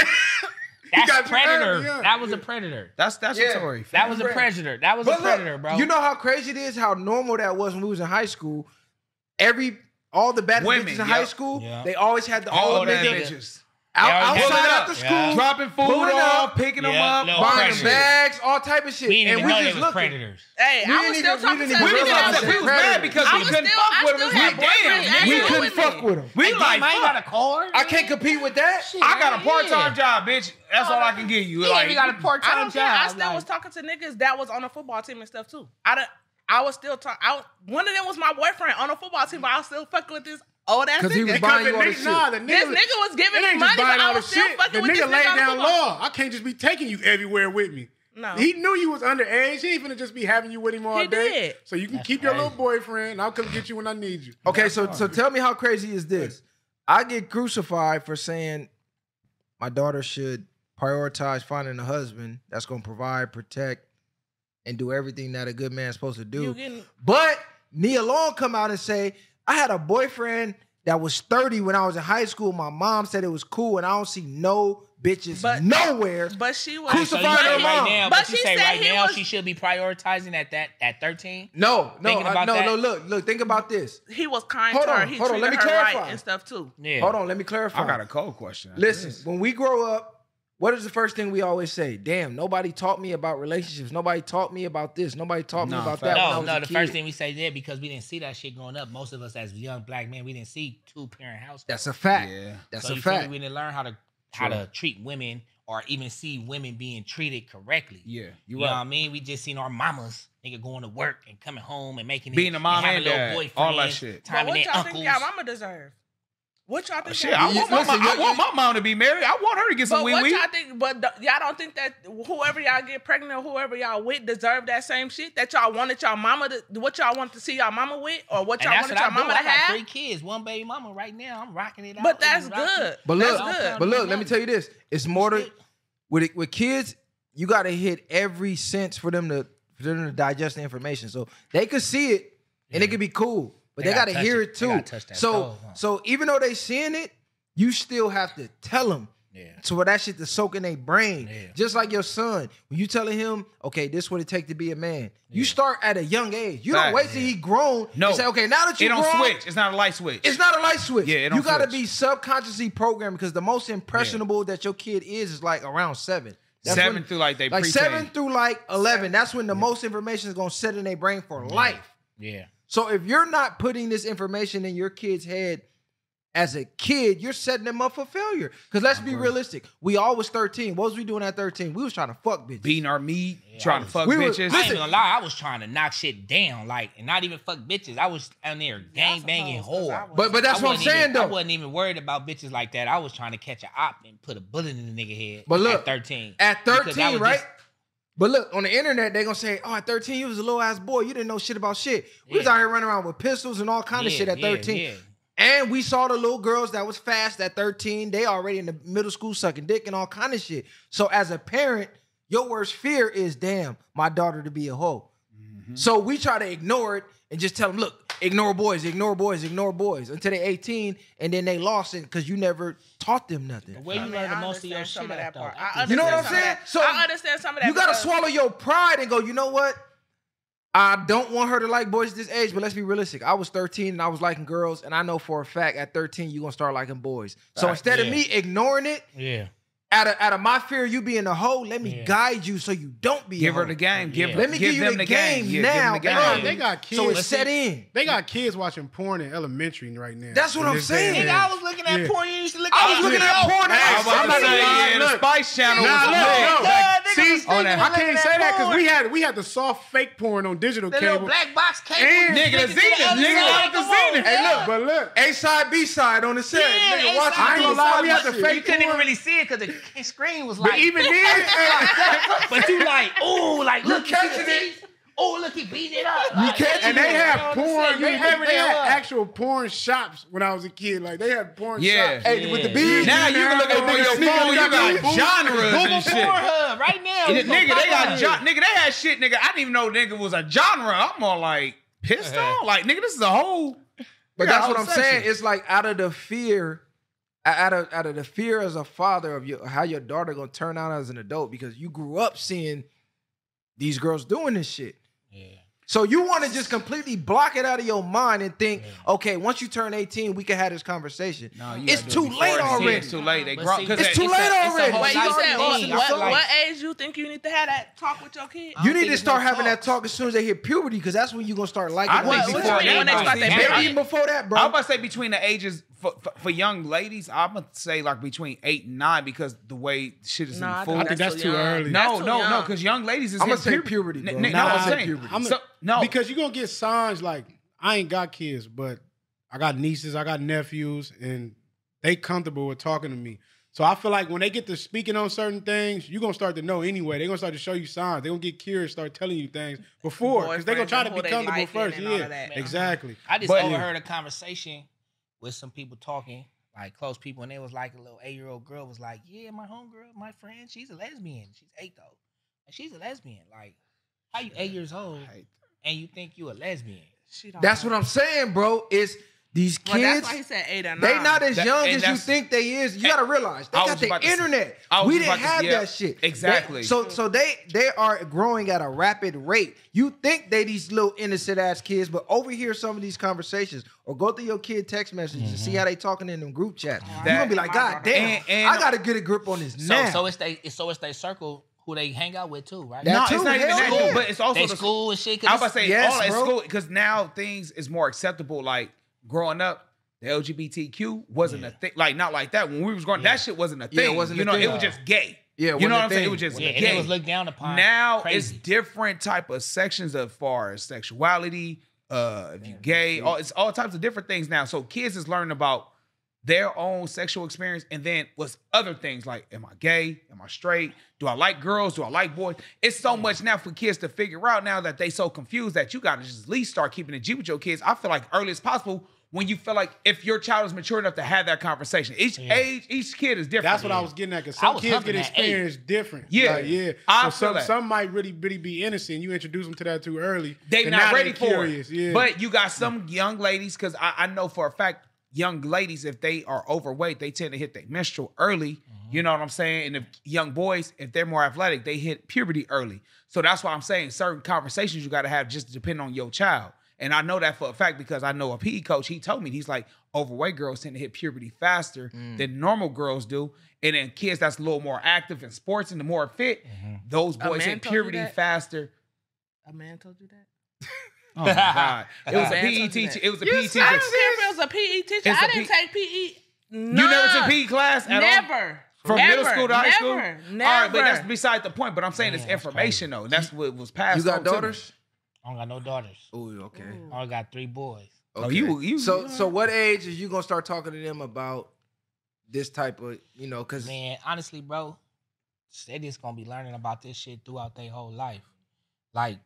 Speaker 4: got
Speaker 6: That's
Speaker 4: you
Speaker 6: predator.
Speaker 4: early, yeah.
Speaker 6: That was a predator.
Speaker 3: That's statutory.
Speaker 6: That was a predator. That was a
Speaker 2: But look,
Speaker 6: predator, bro.
Speaker 2: You know how crazy it is how normal that was when we was in high school. Every all the bad
Speaker 3: Women,
Speaker 2: bitches in
Speaker 3: yep.
Speaker 2: high school,
Speaker 6: Yeah.
Speaker 2: they always had the
Speaker 3: All
Speaker 2: old
Speaker 3: that
Speaker 2: nigga
Speaker 3: bitches.
Speaker 2: out,
Speaker 6: Yeah, yeah.
Speaker 2: outside
Speaker 3: Pulling
Speaker 2: after
Speaker 3: up.
Speaker 2: school,
Speaker 6: Yeah.
Speaker 3: Dropping food
Speaker 2: Pulling
Speaker 3: off,
Speaker 2: up.
Speaker 3: picking them
Speaker 6: Yeah,
Speaker 3: up,
Speaker 6: no
Speaker 3: buying
Speaker 2: buying
Speaker 6: pressure.
Speaker 2: bags, all type of shit.
Speaker 6: we didn't
Speaker 2: and
Speaker 6: even
Speaker 2: we
Speaker 6: know they
Speaker 2: just
Speaker 6: was
Speaker 2: looking.
Speaker 6: predators.
Speaker 5: Hey,
Speaker 2: We
Speaker 5: I
Speaker 2: didn't
Speaker 5: was still
Speaker 2: even- we
Speaker 5: talking
Speaker 2: didn't
Speaker 5: to
Speaker 2: even
Speaker 3: We
Speaker 5: women
Speaker 2: realize
Speaker 3: was
Speaker 5: that
Speaker 3: upset.
Speaker 2: that.
Speaker 5: was
Speaker 3: We was mad because
Speaker 5: I
Speaker 3: we
Speaker 5: was
Speaker 3: couldn't
Speaker 5: still- I
Speaker 3: fuck with him.
Speaker 5: still
Speaker 3: It's
Speaker 5: had
Speaker 3: like, damn,
Speaker 5: boyfriends
Speaker 3: nigga.
Speaker 2: We
Speaker 5: asking Yeah.
Speaker 2: couldn't
Speaker 5: Women.
Speaker 2: fuck with them.
Speaker 3: We
Speaker 6: Like,
Speaker 3: like,
Speaker 6: damn, I ain't
Speaker 3: fuck.
Speaker 6: got a car.
Speaker 2: I can't compete with that.
Speaker 3: I got a part time job, bitch. That's
Speaker 5: Oh,
Speaker 3: all I can give you.
Speaker 6: He ain't
Speaker 3: Like,
Speaker 6: even got a part
Speaker 5: I
Speaker 6: time
Speaker 5: don't
Speaker 6: job.
Speaker 5: care. I still
Speaker 6: like-
Speaker 5: was talking to niggas that was on the football team and stuff too. I don't. I was still talking. I was, one of them was my boyfriend on the football team, but I was still fucking with this old ass
Speaker 2: Because he
Speaker 5: nigga.
Speaker 2: was
Speaker 4: Because
Speaker 2: buying
Speaker 4: the
Speaker 2: you all
Speaker 4: nigga-
Speaker 2: this shit.
Speaker 4: nah, the
Speaker 5: This
Speaker 4: nigga,
Speaker 5: nigga was
Speaker 4: It
Speaker 5: giving me
Speaker 4: ain't just
Speaker 5: money,
Speaker 4: buying
Speaker 5: but I
Speaker 4: all the
Speaker 5: was still
Speaker 4: shit. The
Speaker 5: fucking with this
Speaker 4: nigga
Speaker 5: nigga
Speaker 4: laid
Speaker 5: on the
Speaker 4: down
Speaker 5: football.
Speaker 4: law. I can't just be taking you everywhere with me.
Speaker 5: No.
Speaker 4: He knew you was underage. He ain't finna just be having you with him all
Speaker 5: He
Speaker 4: day.
Speaker 5: did.
Speaker 4: So you can
Speaker 6: That's
Speaker 4: keep your
Speaker 6: crazy.
Speaker 4: little boyfriend, and I'll come get you when I need you.
Speaker 2: Okay, so so tell me how crazy is this? I get crucified for saying my daughter should prioritize finding a husband that's going to provide, protect, and do everything that a good man's supposed to do.
Speaker 5: You getting
Speaker 2: but Nia Long come out and say I had a boyfriend that was thirty when I was in high school. My mom said it was cool, and I don't see no bitches
Speaker 5: But-
Speaker 2: nowhere.
Speaker 5: But she was
Speaker 6: So you
Speaker 2: Crucified
Speaker 5: but
Speaker 6: say
Speaker 2: her
Speaker 5: he-
Speaker 2: mom.
Speaker 6: right now,
Speaker 5: But
Speaker 6: but,
Speaker 5: she
Speaker 6: you say
Speaker 5: said
Speaker 6: right
Speaker 5: he
Speaker 6: now
Speaker 5: was-
Speaker 6: she should be prioritizing at that at 13.
Speaker 2: no, no,
Speaker 6: Thinking
Speaker 2: I-
Speaker 6: about
Speaker 2: no,
Speaker 6: that?
Speaker 2: no. Look, look. Think about this.
Speaker 5: He was kind
Speaker 2: Hold
Speaker 5: to her.
Speaker 2: on,
Speaker 5: He
Speaker 2: hold on,
Speaker 5: treated
Speaker 2: let me
Speaker 5: her
Speaker 2: clarify.
Speaker 5: right and stuff too.
Speaker 6: Yeah.
Speaker 2: Hold on, let me clarify.
Speaker 3: I got a cold question. after
Speaker 2: Listen,
Speaker 3: this.
Speaker 2: when we grow up, what is the first thing we always say? Damn, nobody taught me about relationships. Nobody taught me about this. Nobody taught me
Speaker 3: Nah,
Speaker 2: about that.
Speaker 3: fact.
Speaker 2: when I
Speaker 6: No,
Speaker 2: was
Speaker 6: no.
Speaker 2: a
Speaker 6: The
Speaker 2: kid.
Speaker 6: first thing we say there because we didn't see that shit growing up. Most of us as young black men, we didn't see two parent households.
Speaker 2: That's a fact.
Speaker 3: Yeah.
Speaker 2: That's
Speaker 6: so
Speaker 2: a
Speaker 6: you feel me?
Speaker 2: fact.
Speaker 6: We didn't learn how to how to treat women or even see women being treated correctly.
Speaker 3: Yeah,
Speaker 6: You
Speaker 3: you
Speaker 6: know what I
Speaker 3: right.
Speaker 6: mean? We just seen our mamas nigga going to work and coming home and making
Speaker 3: Being
Speaker 6: it,
Speaker 3: a mom
Speaker 6: having
Speaker 3: and dad,
Speaker 6: little
Speaker 3: all that
Speaker 6: boyfriends,
Speaker 3: shit.
Speaker 5: But
Speaker 6: Timing
Speaker 5: what
Speaker 6: their
Speaker 5: y'all
Speaker 6: uncles.
Speaker 5: think y'all mama deserve? What
Speaker 2: Oh,
Speaker 5: y'all think?
Speaker 3: Shit,
Speaker 5: y'all
Speaker 3: I
Speaker 5: mama
Speaker 2: you-
Speaker 3: want, my,
Speaker 2: listen,
Speaker 3: mom- I
Speaker 2: you-
Speaker 3: want my mom to be married. I want her to get some
Speaker 5: But
Speaker 3: wee
Speaker 5: what
Speaker 3: wee.
Speaker 5: y'all think? But th- y'all don't think that whoever y'all get pregnant or whoever y'all with deserve that same shit that y'all wanted y'all mama to what y'all wanted to see y'all mama with or what
Speaker 6: And
Speaker 5: y'all
Speaker 6: that's
Speaker 5: wanted
Speaker 6: what I
Speaker 5: y'all
Speaker 6: do.
Speaker 5: mama
Speaker 6: I
Speaker 5: to
Speaker 6: got
Speaker 5: have.
Speaker 6: three kids, one baby mama right now. I'm rocking it out.
Speaker 5: But
Speaker 6: It
Speaker 5: that's
Speaker 6: was rocking.
Speaker 5: good.
Speaker 2: But
Speaker 5: That's
Speaker 2: look,
Speaker 5: good.
Speaker 2: but look, let me tell you this. It's more to
Speaker 6: Still-
Speaker 2: with it- with kids, you gotta hit every sense for them to for them to digest the information. So they could see it and it could be cool. But they,
Speaker 6: They
Speaker 2: gotta,
Speaker 6: gotta touch
Speaker 2: hear
Speaker 6: it.
Speaker 2: it
Speaker 6: They
Speaker 2: too.
Speaker 6: gotta touch that
Speaker 2: so
Speaker 6: soul, huh?
Speaker 2: so even though they seeing it, you still have to tell them.
Speaker 6: Yeah.
Speaker 2: So for that shit to soak in their brain.
Speaker 6: Yeah.
Speaker 2: Just like your son, when you telling him, okay, this what it take to be a man. You start at a young age. You don't
Speaker 3: Facts.
Speaker 2: wait till he grown.
Speaker 3: No.
Speaker 2: and say, okay, now that you
Speaker 3: It don't
Speaker 2: grown,
Speaker 3: switch. It's not a light switch.
Speaker 2: it's not a light switch.
Speaker 3: Yeah, it don't
Speaker 2: you gotta
Speaker 3: switch.
Speaker 2: be subconsciously programmed because the most impressionable that your kid is is like around seven.
Speaker 3: Seven through, like, they
Speaker 2: like
Speaker 3: preteen.
Speaker 2: seven through like eleven. That's when the most information is gonna sit in their brain for life.
Speaker 6: Yeah.
Speaker 2: So if you're not putting this information in your kid's head as a kid, you're setting them up for failure. Because let's be realistic. We all was 13. What was we doing at 13? We was trying to fuck bitches.
Speaker 3: Beating our meat, trying to fuck
Speaker 2: we were-
Speaker 3: bitches.
Speaker 6: I ain't
Speaker 2: Listen-
Speaker 6: gonna lie, I was trying to knock shit down, like, and not even fuck bitches. I was down there gang banging whore.
Speaker 2: But but that's
Speaker 6: I
Speaker 2: what I'm
Speaker 6: wasn't
Speaker 2: saying
Speaker 6: even- I
Speaker 2: though.
Speaker 6: wasn't even worried about bitches like that. I was trying to catch an op and put a bullet in the nigga head.
Speaker 2: But look,
Speaker 6: at thirteen,
Speaker 2: At
Speaker 6: Because I
Speaker 2: 13,
Speaker 6: was
Speaker 2: right?
Speaker 6: just-
Speaker 2: But look, on the internet, they gonna say, oh, at 13, you was a little ass boy. You didn't know shit about shit. We was
Speaker 6: Yeah.
Speaker 2: out here running around with pistols and all kind of
Speaker 6: Yeah,
Speaker 2: shit at
Speaker 6: yeah,
Speaker 2: 13.
Speaker 6: yeah.
Speaker 2: And we saw the little girls that was fast at 13. They already in the middle school sucking dick and all kind of shit. So as a parent, your worst fear is, damn, my daughter to be a hoe.
Speaker 6: Mm-hmm.
Speaker 2: So we try to ignore it and just tell them, look, ignore boys, ignore boys, ignore boys until they 18 and then they lost it because you never taught them nothing.
Speaker 6: Where you
Speaker 5: I mean,
Speaker 6: learn the
Speaker 5: I
Speaker 6: most of your
Speaker 5: understand some
Speaker 6: shit
Speaker 5: of
Speaker 6: at,
Speaker 5: that
Speaker 6: though.
Speaker 5: part. I
Speaker 2: You know what I'm
Speaker 5: understand
Speaker 2: saying?
Speaker 5: some of that. I understand some of that.
Speaker 2: You gotta
Speaker 5: because-
Speaker 2: swallow your pride and go, you know what? I don't want her to like boys this age, but let's be realistic. I was 13 and I was liking girls, and I know for a fact at 13 you're gonna start liking boys. So instead of
Speaker 6: yeah.
Speaker 2: me ignoring it,
Speaker 6: Yeah,
Speaker 2: out of out of my fear of you being a hoe, let me
Speaker 6: Yeah.
Speaker 2: guide you so you don't be a
Speaker 3: Give
Speaker 2: hoe.
Speaker 3: her the game. Give
Speaker 6: Yeah.
Speaker 2: Let me
Speaker 3: give
Speaker 2: give you
Speaker 3: them
Speaker 2: the
Speaker 3: game.
Speaker 2: game
Speaker 3: Yeah, give them
Speaker 2: now,
Speaker 3: the
Speaker 4: They
Speaker 3: game.
Speaker 4: got,
Speaker 2: Yeah.
Speaker 4: they got kids.
Speaker 2: so it's set in.
Speaker 4: they got kids watching porn in elementary right now.
Speaker 2: That's what
Speaker 4: In
Speaker 2: I'm
Speaker 4: this day and
Speaker 2: saying.
Speaker 6: nigga,
Speaker 4: age.
Speaker 6: I was looking at
Speaker 4: Yeah.
Speaker 6: porn. You used to look.
Speaker 2: I was looking at porn.
Speaker 3: Hey,
Speaker 2: apps.
Speaker 3: I'm about
Speaker 2: I'm not
Speaker 3: to say,
Speaker 2: even lying.
Speaker 3: yeah, the
Speaker 4: Look.
Speaker 3: Spice Channel
Speaker 4: Nah,
Speaker 3: was
Speaker 4: look,
Speaker 3: lit.
Speaker 4: look.
Speaker 3: See, on that.
Speaker 4: I can't say that because we had we had the soft fake porn on digital
Speaker 6: the little
Speaker 4: cable.
Speaker 6: black box cable.
Speaker 4: And-
Speaker 6: you
Speaker 3: Nigga,
Speaker 6: flick
Speaker 3: the
Speaker 6: it to
Speaker 3: Zenith,
Speaker 6: other
Speaker 3: nigga,
Speaker 6: side,
Speaker 3: out the
Speaker 6: come on.
Speaker 3: Zenith.
Speaker 2: Hey,
Speaker 6: Yeah.
Speaker 2: look.
Speaker 4: But look,
Speaker 2: A side, B side on the set.
Speaker 6: Yeah,
Speaker 2: Nigga,
Speaker 6: ain't
Speaker 2: watch
Speaker 6: side,
Speaker 2: it.
Speaker 4: I ain't gonna
Speaker 6: B-side,
Speaker 4: lie, we had the
Speaker 6: you
Speaker 4: fake
Speaker 6: couldn't even
Speaker 4: porn.
Speaker 6: really see it because the screen was
Speaker 4: but
Speaker 6: like.
Speaker 4: even then,
Speaker 6: but you like, oh, like look, you
Speaker 2: catching
Speaker 6: it. Oh, look, he beat it up. You
Speaker 4: and, and they had porn. They, had, they had
Speaker 6: actual.
Speaker 4: actual porn shops when I was a kid. Like they had porn
Speaker 3: Yeah.
Speaker 4: shops.
Speaker 2: Hey, with the
Speaker 6: Yeah.
Speaker 2: beads.
Speaker 3: Now you can look
Speaker 4: Nigga,
Speaker 3: up on your
Speaker 4: nigga,
Speaker 3: phone. You
Speaker 4: nigga,
Speaker 3: got
Speaker 4: boom.
Speaker 3: genres
Speaker 6: Google
Speaker 3: and shit.
Speaker 6: Pornhub right now.
Speaker 3: And
Speaker 6: It's
Speaker 3: the-
Speaker 6: gonna
Speaker 3: nigga,
Speaker 6: pop
Speaker 3: they got
Speaker 6: up.
Speaker 3: gen- nigga, they had shit, nigga. I didn't even know nigga was a genre. I'm all like pissed
Speaker 6: Uh-huh.
Speaker 3: on. Like, nigga, this is a whole.
Speaker 2: But
Speaker 3: Yeah,
Speaker 2: that's what I'm
Speaker 3: obsession.
Speaker 2: saying. It's like out of the fear, out of out of the fear as a father of your how your daughter gonna turn out as an adult because you grew up seeing these girls doing this shit. So you want to just completely block it out of your mind and think, okay, once you turn 18, we can have this conversation. it's too late already.
Speaker 3: It's too late. They
Speaker 6: But
Speaker 3: grow,
Speaker 6: see,
Speaker 3: 'cause
Speaker 2: It's
Speaker 3: that-
Speaker 2: too late
Speaker 6: a- it's a
Speaker 2: already.
Speaker 6: whole
Speaker 5: Wait,
Speaker 6: lot
Speaker 5: you
Speaker 6: of
Speaker 5: said what,
Speaker 6: things.
Speaker 5: what,
Speaker 6: Like,
Speaker 5: what age you think you need to have that talk with your kid?
Speaker 6: I
Speaker 2: You
Speaker 6: don't
Speaker 2: need
Speaker 6: think
Speaker 2: to
Speaker 6: it's
Speaker 2: start
Speaker 6: no
Speaker 2: having that
Speaker 6: talks.
Speaker 2: talk as soon as they hit puberty, because that's when you're gonna start liking.
Speaker 3: I
Speaker 2: them
Speaker 3: think
Speaker 2: bitches.
Speaker 5: what
Speaker 3: before
Speaker 5: you mean when they
Speaker 3: that,
Speaker 5: start
Speaker 3: bro.
Speaker 5: their
Speaker 3: See,
Speaker 5: period?
Speaker 2: Maybe even before that, bro.
Speaker 3: I'm about to say between the ages for, for, for young ladies, I'm gonna say like between eight and nine because the way shit is
Speaker 5: Nah,
Speaker 3: in the food.
Speaker 4: I think that's too
Speaker 5: young.
Speaker 4: early.
Speaker 5: That's
Speaker 3: No,
Speaker 5: too
Speaker 3: no, no,
Speaker 5: young.
Speaker 3: because young ladies is
Speaker 2: I'ma
Speaker 3: hitting
Speaker 2: say puberty, bro.
Speaker 3: N- n-
Speaker 2: Nah,
Speaker 3: no,
Speaker 2: I'ma
Speaker 3: I'm
Speaker 2: say
Speaker 3: saying
Speaker 2: puberty.
Speaker 4: I'm-
Speaker 3: So, no,
Speaker 4: because you're gonna get signs like I ain't got kids, but I got nieces, I got nephews, and they comfortable with talking to me. So I feel like when they get to speaking on certain things, you're gonna start to know anyway. They're gonna start to show you signs. They're gonna get curious, start telling you things before because they're gonna
Speaker 5: Boyfriends
Speaker 4: try
Speaker 5: and
Speaker 4: to
Speaker 5: who
Speaker 4: be
Speaker 5: they
Speaker 4: comfortable
Speaker 5: liking
Speaker 4: first.
Speaker 5: and all of
Speaker 4: Yeah,
Speaker 5: that.
Speaker 4: exactly.
Speaker 6: I just
Speaker 3: But-
Speaker 6: overheard a conversation with some people talking, like close people, and it was like a little eight year old girl was like, "Yeah, my homegirl, my friend, she's a lesbian. She's eight though, and she's a lesbian. Like, how you eight years
Speaker 5: Oh,
Speaker 6: old and you think you a lesbian?
Speaker 5: She don't
Speaker 2: that's
Speaker 5: know.
Speaker 2: what I'm saying, bro. Is these
Speaker 5: Well,
Speaker 2: kids?
Speaker 5: that's why he said eight or nine.
Speaker 2: They not as
Speaker 3: That-
Speaker 2: young
Speaker 3: and
Speaker 2: as you
Speaker 3: that's-
Speaker 2: think they is. You
Speaker 3: and-
Speaker 2: gotta realize they
Speaker 3: I
Speaker 2: got
Speaker 3: was
Speaker 2: the
Speaker 3: about to say-
Speaker 2: internet.
Speaker 3: I was
Speaker 2: we
Speaker 3: just
Speaker 2: didn't
Speaker 3: about to-
Speaker 2: have
Speaker 3: yeah,
Speaker 2: that shit.
Speaker 3: exactly.
Speaker 2: They- so so they they are growing at a rapid rate. You think they these little innocent ass kids, but overhear some of these conversations or go through your kid text messages and
Speaker 3: Mm-hmm.
Speaker 2: see how they talking in them group chats. You're gonna be like, God damn,
Speaker 3: Oh, And- and-
Speaker 2: I gotta get a grip on this
Speaker 6: So,
Speaker 2: now.
Speaker 6: so it's they, it's- so it's they circle who they hang out with too, right?
Speaker 2: That
Speaker 3: no,
Speaker 2: too,
Speaker 3: it's not even
Speaker 2: hell
Speaker 3: that.
Speaker 2: yeah.
Speaker 3: But it's also
Speaker 6: they
Speaker 3: the
Speaker 6: school and shit. 'cause
Speaker 3: I was
Speaker 6: it's-
Speaker 3: about to say
Speaker 2: Yes,
Speaker 3: all at
Speaker 2: bro.
Speaker 3: school because now things is more acceptable. Like growing up, the LGBTQ wasn't a thing. Like not like that. When we was growing, that shit wasn't a
Speaker 2: Yeah, it
Speaker 3: thing.
Speaker 2: wasn't
Speaker 3: you
Speaker 2: a
Speaker 3: know,
Speaker 2: thing.
Speaker 3: it was just gay.
Speaker 2: Yeah, it
Speaker 3: you
Speaker 2: wasn't
Speaker 3: know
Speaker 2: a
Speaker 3: what I'm saying. It
Speaker 2: thing.
Speaker 3: was just
Speaker 6: Yeah, and
Speaker 3: gay.
Speaker 6: it was looked down upon.
Speaker 3: now
Speaker 6: Crazy.
Speaker 3: it's different type of sections as far as sexuality. Uh, if you gay, all, it's all types of different things now. So kids is learning about their own sexual experience and then what's other things like am i gay am i straight do i like girls do i like boys it's so much now for kids to figure out now that they so confused that you gotta just at least start keeping it g with your kids i feel like early as possible when you feel like if your child is mature enough to have that conversation each age each kid is different
Speaker 4: That's what I was getting at. Because
Speaker 6: I
Speaker 4: some
Speaker 6: was
Speaker 4: kids
Speaker 6: humping
Speaker 4: get
Speaker 6: at eight.
Speaker 4: experience different.
Speaker 3: Yeah.
Speaker 4: Like, yeah.
Speaker 3: I
Speaker 4: so
Speaker 3: feel
Speaker 4: some
Speaker 3: that.
Speaker 4: some might really really be innocent. You introduce them to that too early.
Speaker 3: they
Speaker 4: and now
Speaker 3: not ready for
Speaker 4: curious.
Speaker 3: it.
Speaker 4: Yeah.
Speaker 3: But you got some young ladies, because I, I know for a fact, young ladies, if they are overweight, they tend to hit their menstrual early.
Speaker 4: Mm-hmm.
Speaker 3: You know what I'm saying? And if young boys, if they're more athletic, they hit puberty early. So that's why I'm saying certain conversations you got to have just depending on your child. And I know that for a fact because I know a PE coach. He told me he's like overweight girls tend to hit puberty faster
Speaker 4: Mm.
Speaker 3: than normal girls do, and then kids that's a little more active in sports and the
Speaker 4: Mm-hmm.
Speaker 3: more fit, those
Speaker 5: A
Speaker 3: boys
Speaker 5: man
Speaker 3: hit
Speaker 5: told you
Speaker 3: puberty
Speaker 5: that?
Speaker 3: faster.
Speaker 5: A man told you that?
Speaker 3: Oh my God. It was a
Speaker 2: Man,
Speaker 3: PE
Speaker 2: touch
Speaker 3: teacher.
Speaker 2: that.
Speaker 3: It was a
Speaker 4: You
Speaker 3: PE
Speaker 5: I
Speaker 3: teacher.
Speaker 5: don't care if it was a PE teacher.
Speaker 3: It's
Speaker 5: I
Speaker 3: a
Speaker 5: didn't
Speaker 3: P-
Speaker 5: take PE.
Speaker 3: You never took
Speaker 5: none.
Speaker 3: PE class at all?
Speaker 5: Never.
Speaker 3: From
Speaker 5: Never.
Speaker 3: middle school to high
Speaker 5: never,
Speaker 3: school?
Speaker 5: Never.
Speaker 3: All right, but that's beside the point. But I'm saying it's
Speaker 6: Man, that's
Speaker 3: information, though. That's what was passed
Speaker 2: You
Speaker 3: on
Speaker 2: got
Speaker 3: to me.
Speaker 2: daughters?
Speaker 6: I don't got no daughters.
Speaker 2: Ooh, okay.
Speaker 6: I only got three boys.
Speaker 3: Oh, you- you-
Speaker 2: so so what age is you gonna start talking to them about this type of you know because
Speaker 6: Man, honestly, bro, they just gonna be learning about this shit throughout their whole life. Like,